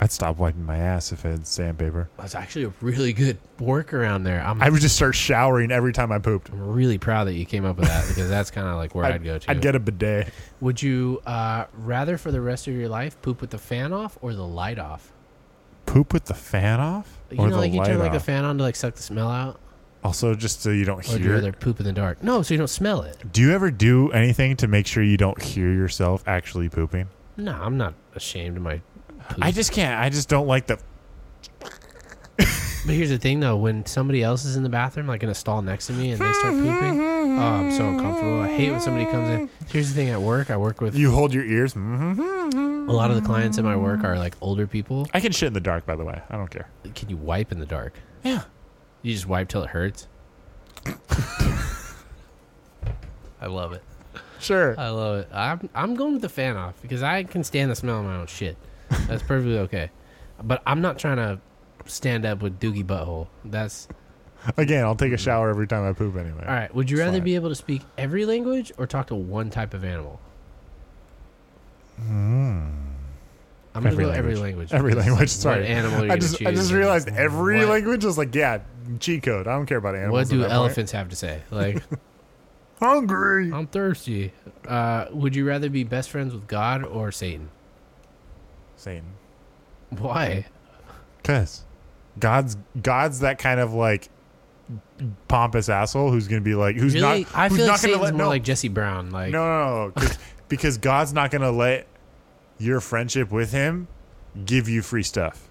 I'd stop wiping my ass if I had sandpaper.
That's actually a really good workaround there. I'm,
I
I'm
would just start showering every time I pooped.
really proud that you came up with that because that's kind of like where I'd, go to.
I'd get a bidet.
Would you uh, rather for the rest of your life poop with the fan off or the light off?
Poop with the fan off,
You know, like you turn like a fan on to like suck the smell out,
also, just so you don't
or do you
hear.
rather poop in the dark? No, so you don't smell it.
Do you ever do anything to make sure you don't hear yourself actually pooping?
No, I'm not ashamed of my. Poop.
I just can't. I just don't like the.
But here's the thing, though, when somebody else is in the bathroom, like in a stall next to me, and they start pooping, oh, I'm so uncomfortable. I hate when somebody comes in. Here's the thing at work. I work with
You hold your ears. Mm-hmm.
a lot of the clients at my work are like older people.
I can shit in the dark, by the way. I don't care.
Can you wipe in the dark?
Yeah.
You just wipe till it hurts. I love it.
Sure.
I love it. I'm I'm going with the fan off because I can stand the smell of my own shit. That's perfectly okay. But I'm not trying to stand up with Doogie Butthole. That's
Again, I'll take a shower every time I poop anyway.
all right. Would you rather
Fine.
be able to speak every language or talk to one type of animal? I'm gonna
Hmm. Every
go every language.
language. Every
because
language,
what
sorry.
animal you're
I just
gonna
I
choose
just
and
realized every
what-
language is like yeah cheat code. I don't care about animals.
What
at
do
that point.
elephants have to say? Like,
Hungry.
I'm thirsty. Uh, would you rather be best friends with God or Satan?
Satan.
Why?
Cause God's God's that kind of like pompous asshole who's gonna be like who's
really?
not
I
who's
feel like
not gonna
Satan's
let
more
no,
like Jesse Brown. Like,
no no no 'cause- because God's not gonna let your friendship with him give you free stuff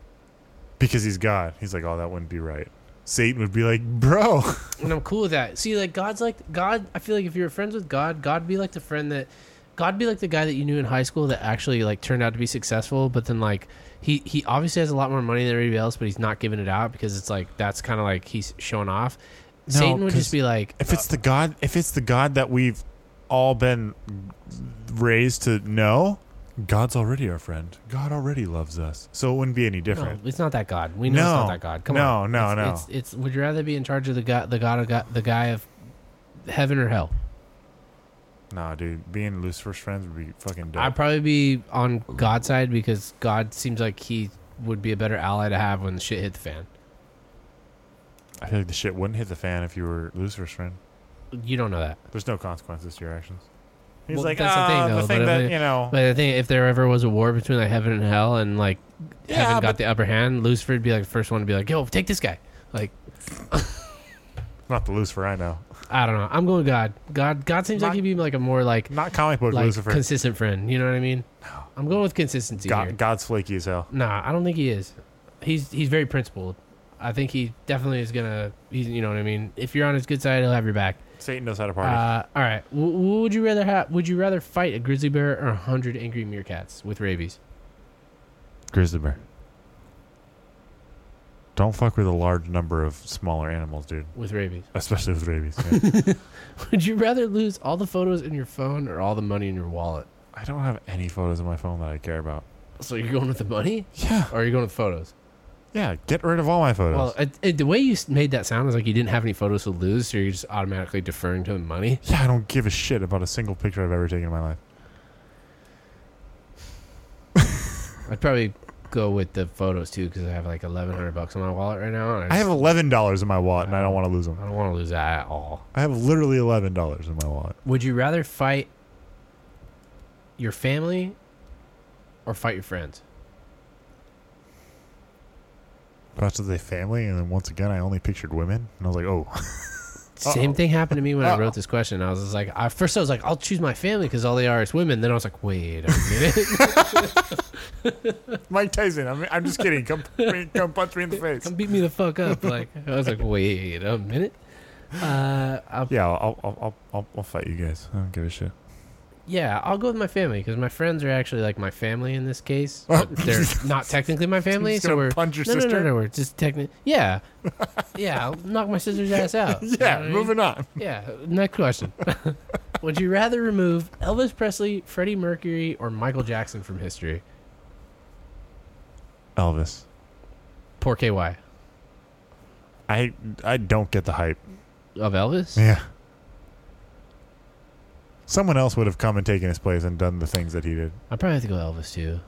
because he's God. He's like oh that wouldn't be right. Satan would be like bro
and I'm cool with that. See, like God's like God. I feel like if you were friends with God, God be like the friend that, God be like the guy that you knew in high school that actually like turned out to be successful, but then like he he obviously has a lot more money than everybody else, but he's not giving it out because it's like that's kind of like he's showing off.
No,
Satan would
'cause
just be like,
if it's the God if it's the God that we've all been raised to know. God's already our friend. God already loves us, so it wouldn't be any
no,
different.
it's not that God. We know it's not
No.
that God. Come
No,
on,
no,
it's,
no.
It's, it's would you rather be in charge of the God, the God of God, the guy of heaven or hell?
Nah, dude, being Lucifer's friends would be fucking dope.
I'd probably be on God's side because God seems like he would be a better ally to have when the shit hit the fan.
I feel like the shit wouldn't hit the fan if you were Lucifer's friend.
You don't know that.
There's no consequences to your actions. He's
Well,
like,
that's the thing,
"Ah,
though,
the
but
thing,
if
that,
it-
you know.
But I think if there ever was a war between like heaven and hell, and like
Yeah,
heaven got
but-
the upper hand, Lucifer'd be like the first one to be like, "Yo, take this guy." Like
Not the Lucifer I know.
I don't know. I'm going God. God. God seems like
Not-
he'd be like a more like
Not comic book
like
Lucifer.
consistent friend. You know what I mean? I'm going with consistency here.
God, God's flaky as hell.
Nah, I don't think he is. He's he's very principled. I think he definitely is gonna. He's you know what I mean. If you're on his good side, he'll have your back.
Satan knows how to party.
Uh, all right. W- w- would you rather have? Would you rather fight a grizzly bear or a hundred angry meerkats with rabies?
Grizzly bear. Don't fuck with a large number of smaller animals, dude.
With rabies.
Especially with rabies. yeah.
Would you rather lose all the photos in your phone or all the money in your wallet?
I don't have any photos of my phone that I care about.
So you're going with the money,
Yeah.
or you're going with photos?
Yeah, get rid of all my photos.
Well, it, it, the way you s- made that sound is like you didn't have any photos to lose, so you're just automatically deferring to the money.
yeah, I don't give a shit about a single picture I've ever taken in my life.
I'd probably go with the photos too because I have like 1,100 bucks in my wallet right now. And
I
I,
have
just,
eleven dollars in my wallet, and I don't want to lose them.
I don't want to lose that at all.
I have literally eleven dollars in my wallet.
Would you rather fight your family or fight your friends?
About to say family, and then once again, I only pictured women, and I was like, oh,
Same thing happened to me when I
Uh-oh.
wrote this question. I was just like, I, first I was like, I'll choose my family because all they are is women. Then I was like, wait a minute,
Mike Tyson. I'm, I'm just kidding. Come, come punch me in the face.
come beat me the fuck up. Like I was like, wait a minute. Uh, I'll,
Yeah, I'll, I'll, I'll, I'll, I'll fight you guys. I don't give a shit.
yeah, I'll go with my family because my friends are actually like my family in this case. But they're not technically my
Oh.
family,
Just
so
gonna
we're
punch your
no,
sister.
no, no, no, we're just technically yeah, yeah. I'll knock my sister's ass out. You know
Yeah,
what I mean?
moving on.
Yeah, next question. Would you rather remove Elvis Presley, Freddie Mercury, or Michael Jackson from history?
Elvis,
Poor KY.
I, I don't get the hype.
Of Elvis?
Yeah. Someone else would have come and taken his place and done the things that he did.
I'd probably have to go Elvis too.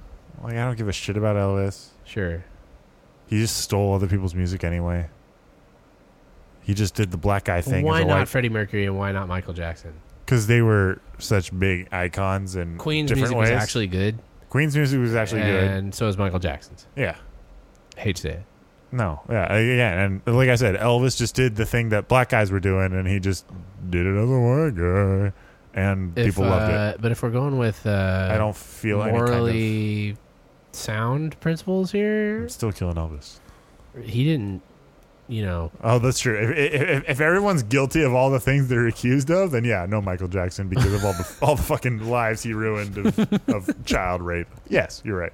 Like I don't give a shit about Elvis.
Sure.
He just stole other people's music anyway. He just did the black guy thing.
why
as a
not
white
Freddie Mercury and why not Michael Jackson?
because they were such big icons and
Queen's
different
music
ways.
was actually good.
Queen's music was actually good.
and so is Michael Jackson's.
Yeah.
Hate to say it.
No. Yeah. Again, and like I said, Elvis just did the thing that black guys were doing, and he just did it as a white guy, and
If,
people loved it.
uh, But if we're going with uh,
I don't feel any kind
morally sound principles
of.
here,
I'm still killing Elvis.
he didn't, you know,
Oh, that's true. If, if, if everyone's guilty of all the things they're accused of, then yeah, no Michael Jackson because of all the all the fucking lives he ruined of, of child rape. Yes, you're right.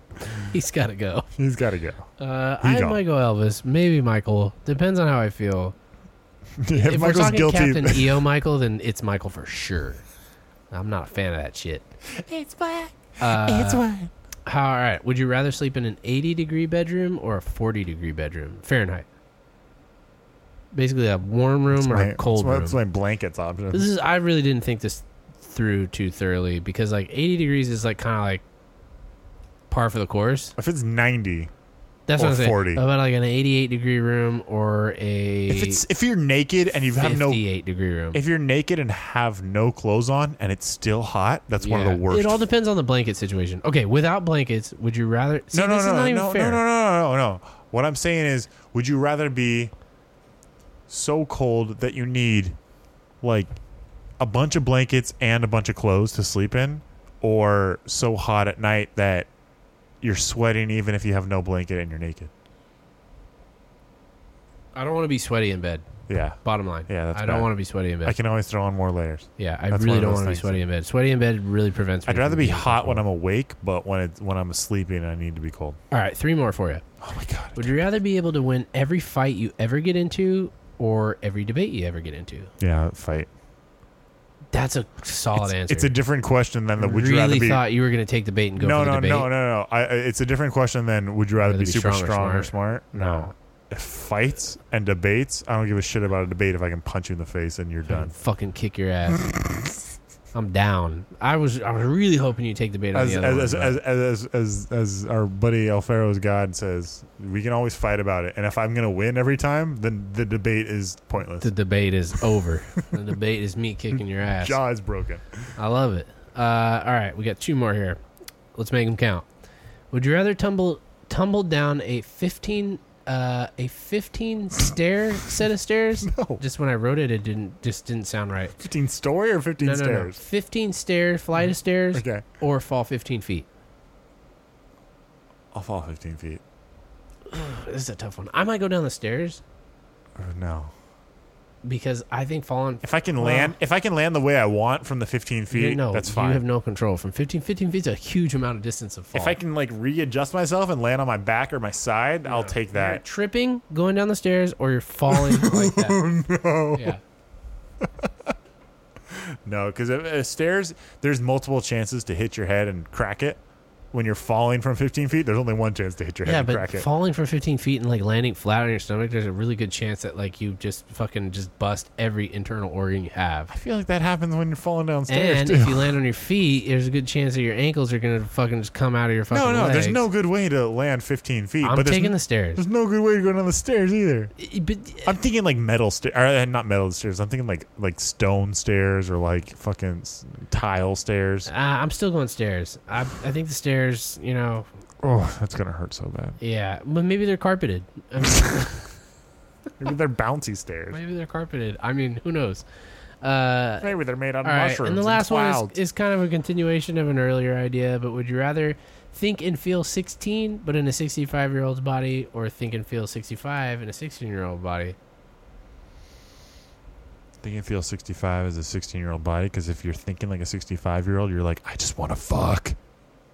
he's got to go.
He's got to go.
Uh,
He
I
gone.
might go Elvis, maybe Michael. Depends on how I feel.
if,
If we're
Michael's
talking
guilty,
Captain EO Michael, then it's Michael for sure. I'm not a fan of that shit.
It's black.
Uh,
it's white.
How, all right. Would you rather sleep in an 80 degree bedroom or a 40 degree bedroom Fahrenheit? Basically, a warm room or a cold room.
That's my blankets option.
This is I really didn't think this through too thoroughly because like 80 degrees is like kind of like par for the course.
if it's 90,
That's what
Or
I'm saying.
40.
About like an 88 degree room or a
if it's if you're naked and you have
58
no
degree room.
if you're naked and have no clothes on and it's still hot, that's one of
Yeah.
the worst.
It all depends on the blanket situation. Okay, without blankets, would you rather? See,
no, no,
this
no,
is not
no,
even
no,
fair.
no, no, no, no, no. What I'm saying is, would you rather be so cold that you need like a bunch of blankets and a bunch of clothes to sleep in, or so hot at night that you're sweating even if you have no blanket and you're naked?
I don't want to be sweaty in bed.
Yeah,
Bottom line.
Yeah, that's
I don't
bad.
want to be sweaty in bed.
I can always throw on more layers.
yeah, I
that's
really
one of those
don't want to be
things.
sweaty in bed. Sweaty in bed really prevents me.
I'd
from
rather be
being
hot when
comfortable.
I'm awake, but when it's when I'm sleeping, I need to be cold.
All right, three more for you.
Oh my god.
Would you rather be able to win every fight you ever get into or every debate you ever get into?
Yeah, fight.
That's a solid
it's,
answer.
it's a different question than the would
really
you rather be
thought you were going to take the bait and go
no,
for the
no,
debate.
no, no, no, I It's a different question than would you rather,
Rather
be,
be
super
strong or
strong, or smart?
No.
If Fights and debates. I don't give a shit about a debate if I can punch you in the face and you're done.
Fucking kick your ass. I'm down. I was I was really hoping you'd take the bait on
As
the other one,
as,
but-
as, as, as, as, as our buddy Alfero's God says, we can always fight about it. And if I'm going to win every time, then the debate is pointless.
The debate is over. the debate is me kicking your ass.
Jaw is broken.
I love it. Uh, all right, we got two more here. Let's make them count. Would you rather tumble tumble down a fifteen uh, a fifteen stair set of stairs?
No.
Just when I wrote it, it didn't just didn't sound right.
15 story or 15
No, no, no.
stairs? Mm-hmm.
Fifteen stair flight of stairs,
Okay.
or fall fifteen feet.
I'll fall 15 feet.
This is a tough one. I might go down the stairs
Oh, no.
because I think falling.
If I can
Well-
land, if I can land the way I want from the 15 feet,
no,
that's fine.
You have no control from 15, 15 feet. Is a huge amount of distance of fall.
If I can like readjust myself and land on my back or my side, I'll take
You're
that.
tripping going down the stairs or you're falling like that.
Oh,
no. Yeah.
No, because uh, stairs, there's multiple chances to hit your head and crack it. When you're falling from 15 feet, there's only one chance to hit your head
Yeah,
and
but
crack it.
falling from 15 feet and like landing flat on your stomach, there's a really good chance that like you just fucking just bust every internal organ you
I
have.
feel like that happens when you're falling downstairs
And
too.
if you land on your feet, there's a good chance that your ankles are gonna fucking just come out of your fucking.
no, no, there's
legs.
no good way to land 15 feet.
I'm
but there's,
taking
n-
the stairs.
there's no good way to go down the stairs either.
I- But
I'm thinking like metal stairs, or uh, not metal stairs. I'm thinking like like stone stairs or like fucking s- tile stairs.
uh, I'm still going stairs. I I think the stairs. You know,
Oh, that's gonna hurt so bad.
yeah, but maybe they're carpeted. I mean,
Maybe they're bouncy stairs.
maybe they're carpeted. I mean, who knows? Uh,
Maybe they're made out of
All right,
mushrooms.
and the last one
clouds.
is, is kind of a continuation of an earlier idea, but would you rather think and feel 16 but in a 65 year old's body or think and feel 65 in a 16 year old body?
Think and feel 65 as a 16 year old body because if you're thinking like a 65 year old, you're like, I just want to fuck.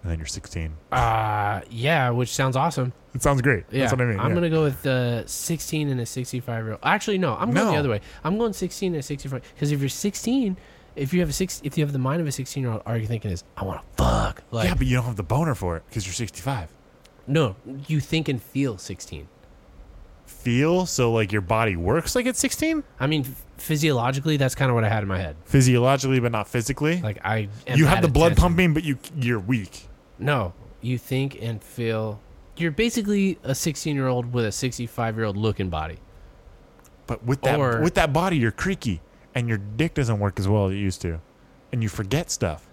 And then you're 16.
Uh, yeah, which sounds awesome.
It sounds great. Ah.
Yeah,
That's what I mean.
am
yeah.
going to go with uh, 16 and a 65 year old. Actually, no, I'm going
No.
the other way. I'm going 16 and a 65 because if you're 16, if you have a six, if you have the mind of a 16 year old, all you're thinking is, I want to fuck. Like,
yeah, but you don't have the boner for it because you're 65.
no, you think and feel 16.
Feel so like your body works like it's 16
I mean, ph- physiologically, that's kind of what I had in my head.
physiologically, but not physically.
Like I, am
you have
at
the blood
attention.
pumping, but you you're weak.
No, you think and feel. You're basically a 16 year old with a 65 year old looking body.
But with that
Or-
with that body, you're creaky, and your dick doesn't work as well as it used to, and you forget stuff.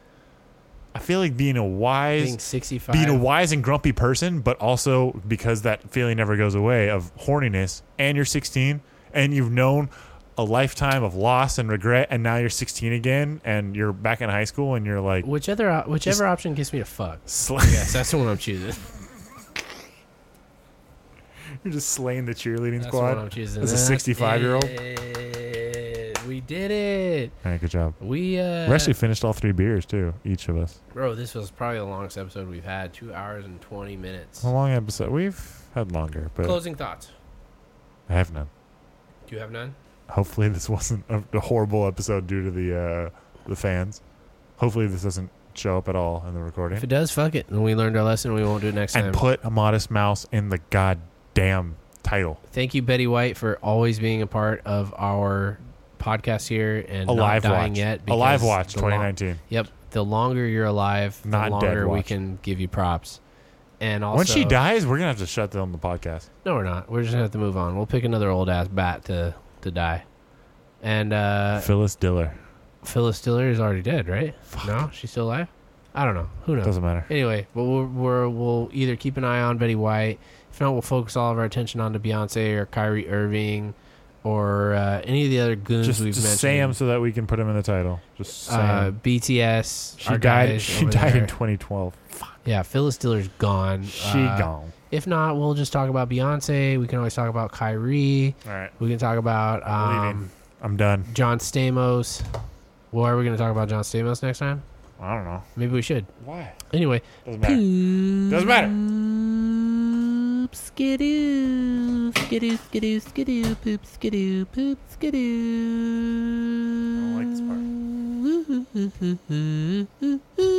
I feel like being a wise
Being 65.
being a wise and grumpy person, but also because that feeling never goes away of horniness, and you're 16 and you've known a lifetime of loss and regret, and now you're 16 again and you're back in high school and you're like,
which other, o- whichever option gets me to fuck.
sl-
Yes, that's the one I'm choosing.
you're just slaying the cheerleading
That's the one I'm
squad.
choosing.
As a
That's
65-year-old?
it. We did it.
All right, good job.
We, uh,
We actually finished all three beers too, each of us.
bro, this was probably the longest episode we've had. Two hours and 20 minutes.
It's a long episode. We've had longer, but
Closing thoughts.
I have none.
Do you have none?
Hopefully, this wasn't a, a horrible episode due to the uh, the fans. Hopefully, this doesn't show up at all in the recording.
If it does, fuck it. Then we learned our lesson. We won't do it next time.
and put a modest mouse in the goddamn title.
Thank you, Betty White, for always being a part of our podcast here and
Alive
not dying
watch.
yet. because
Alive watch
the long-
2019.
yep. The longer you're alive, the
Not dead
longer we
watch.
can give you props. And also,
Once she dies, we're gonna have to shut down the podcast.
No, we're not. We're just gonna have to move on. We'll pick another old ass bat to to die. And uh,
Phyllis Diller
Phyllis Diller is already dead, right? No, she's still alive. I don't know. Who knows?
doesn't matter.
Anyway, but we're, we're we'll either keep an eye on Betty White. If not, we'll focus all of our attention onto Beyonce or Kyrie Irving or uh, any of the other goons
Just,
we've
just Sam,
mentioned.
so that we can put him in the title. Just
uh,
Sam.
BTS.
she
our
died.
guys
She
over
died
there.
in 2012. Fuck,
yeah, Phyllis Diller's gone.
she
Uh,
gone.
If not, we'll just talk about Beyonce. We can always talk about Kyrie.
All right,
We can talk about
I'm leaving.
um,
I'm done.
John Stamos. Well, are we going to talk about John Stamos next time?
I don't know
Maybe we should.
why.
Anyway,
Doesn't matter. Doesn't matter.
Poop, skidoo, skidoo, skidoo, skidoo, poop, skidoo, poop, skidoo.
I don't like this part.
like this part.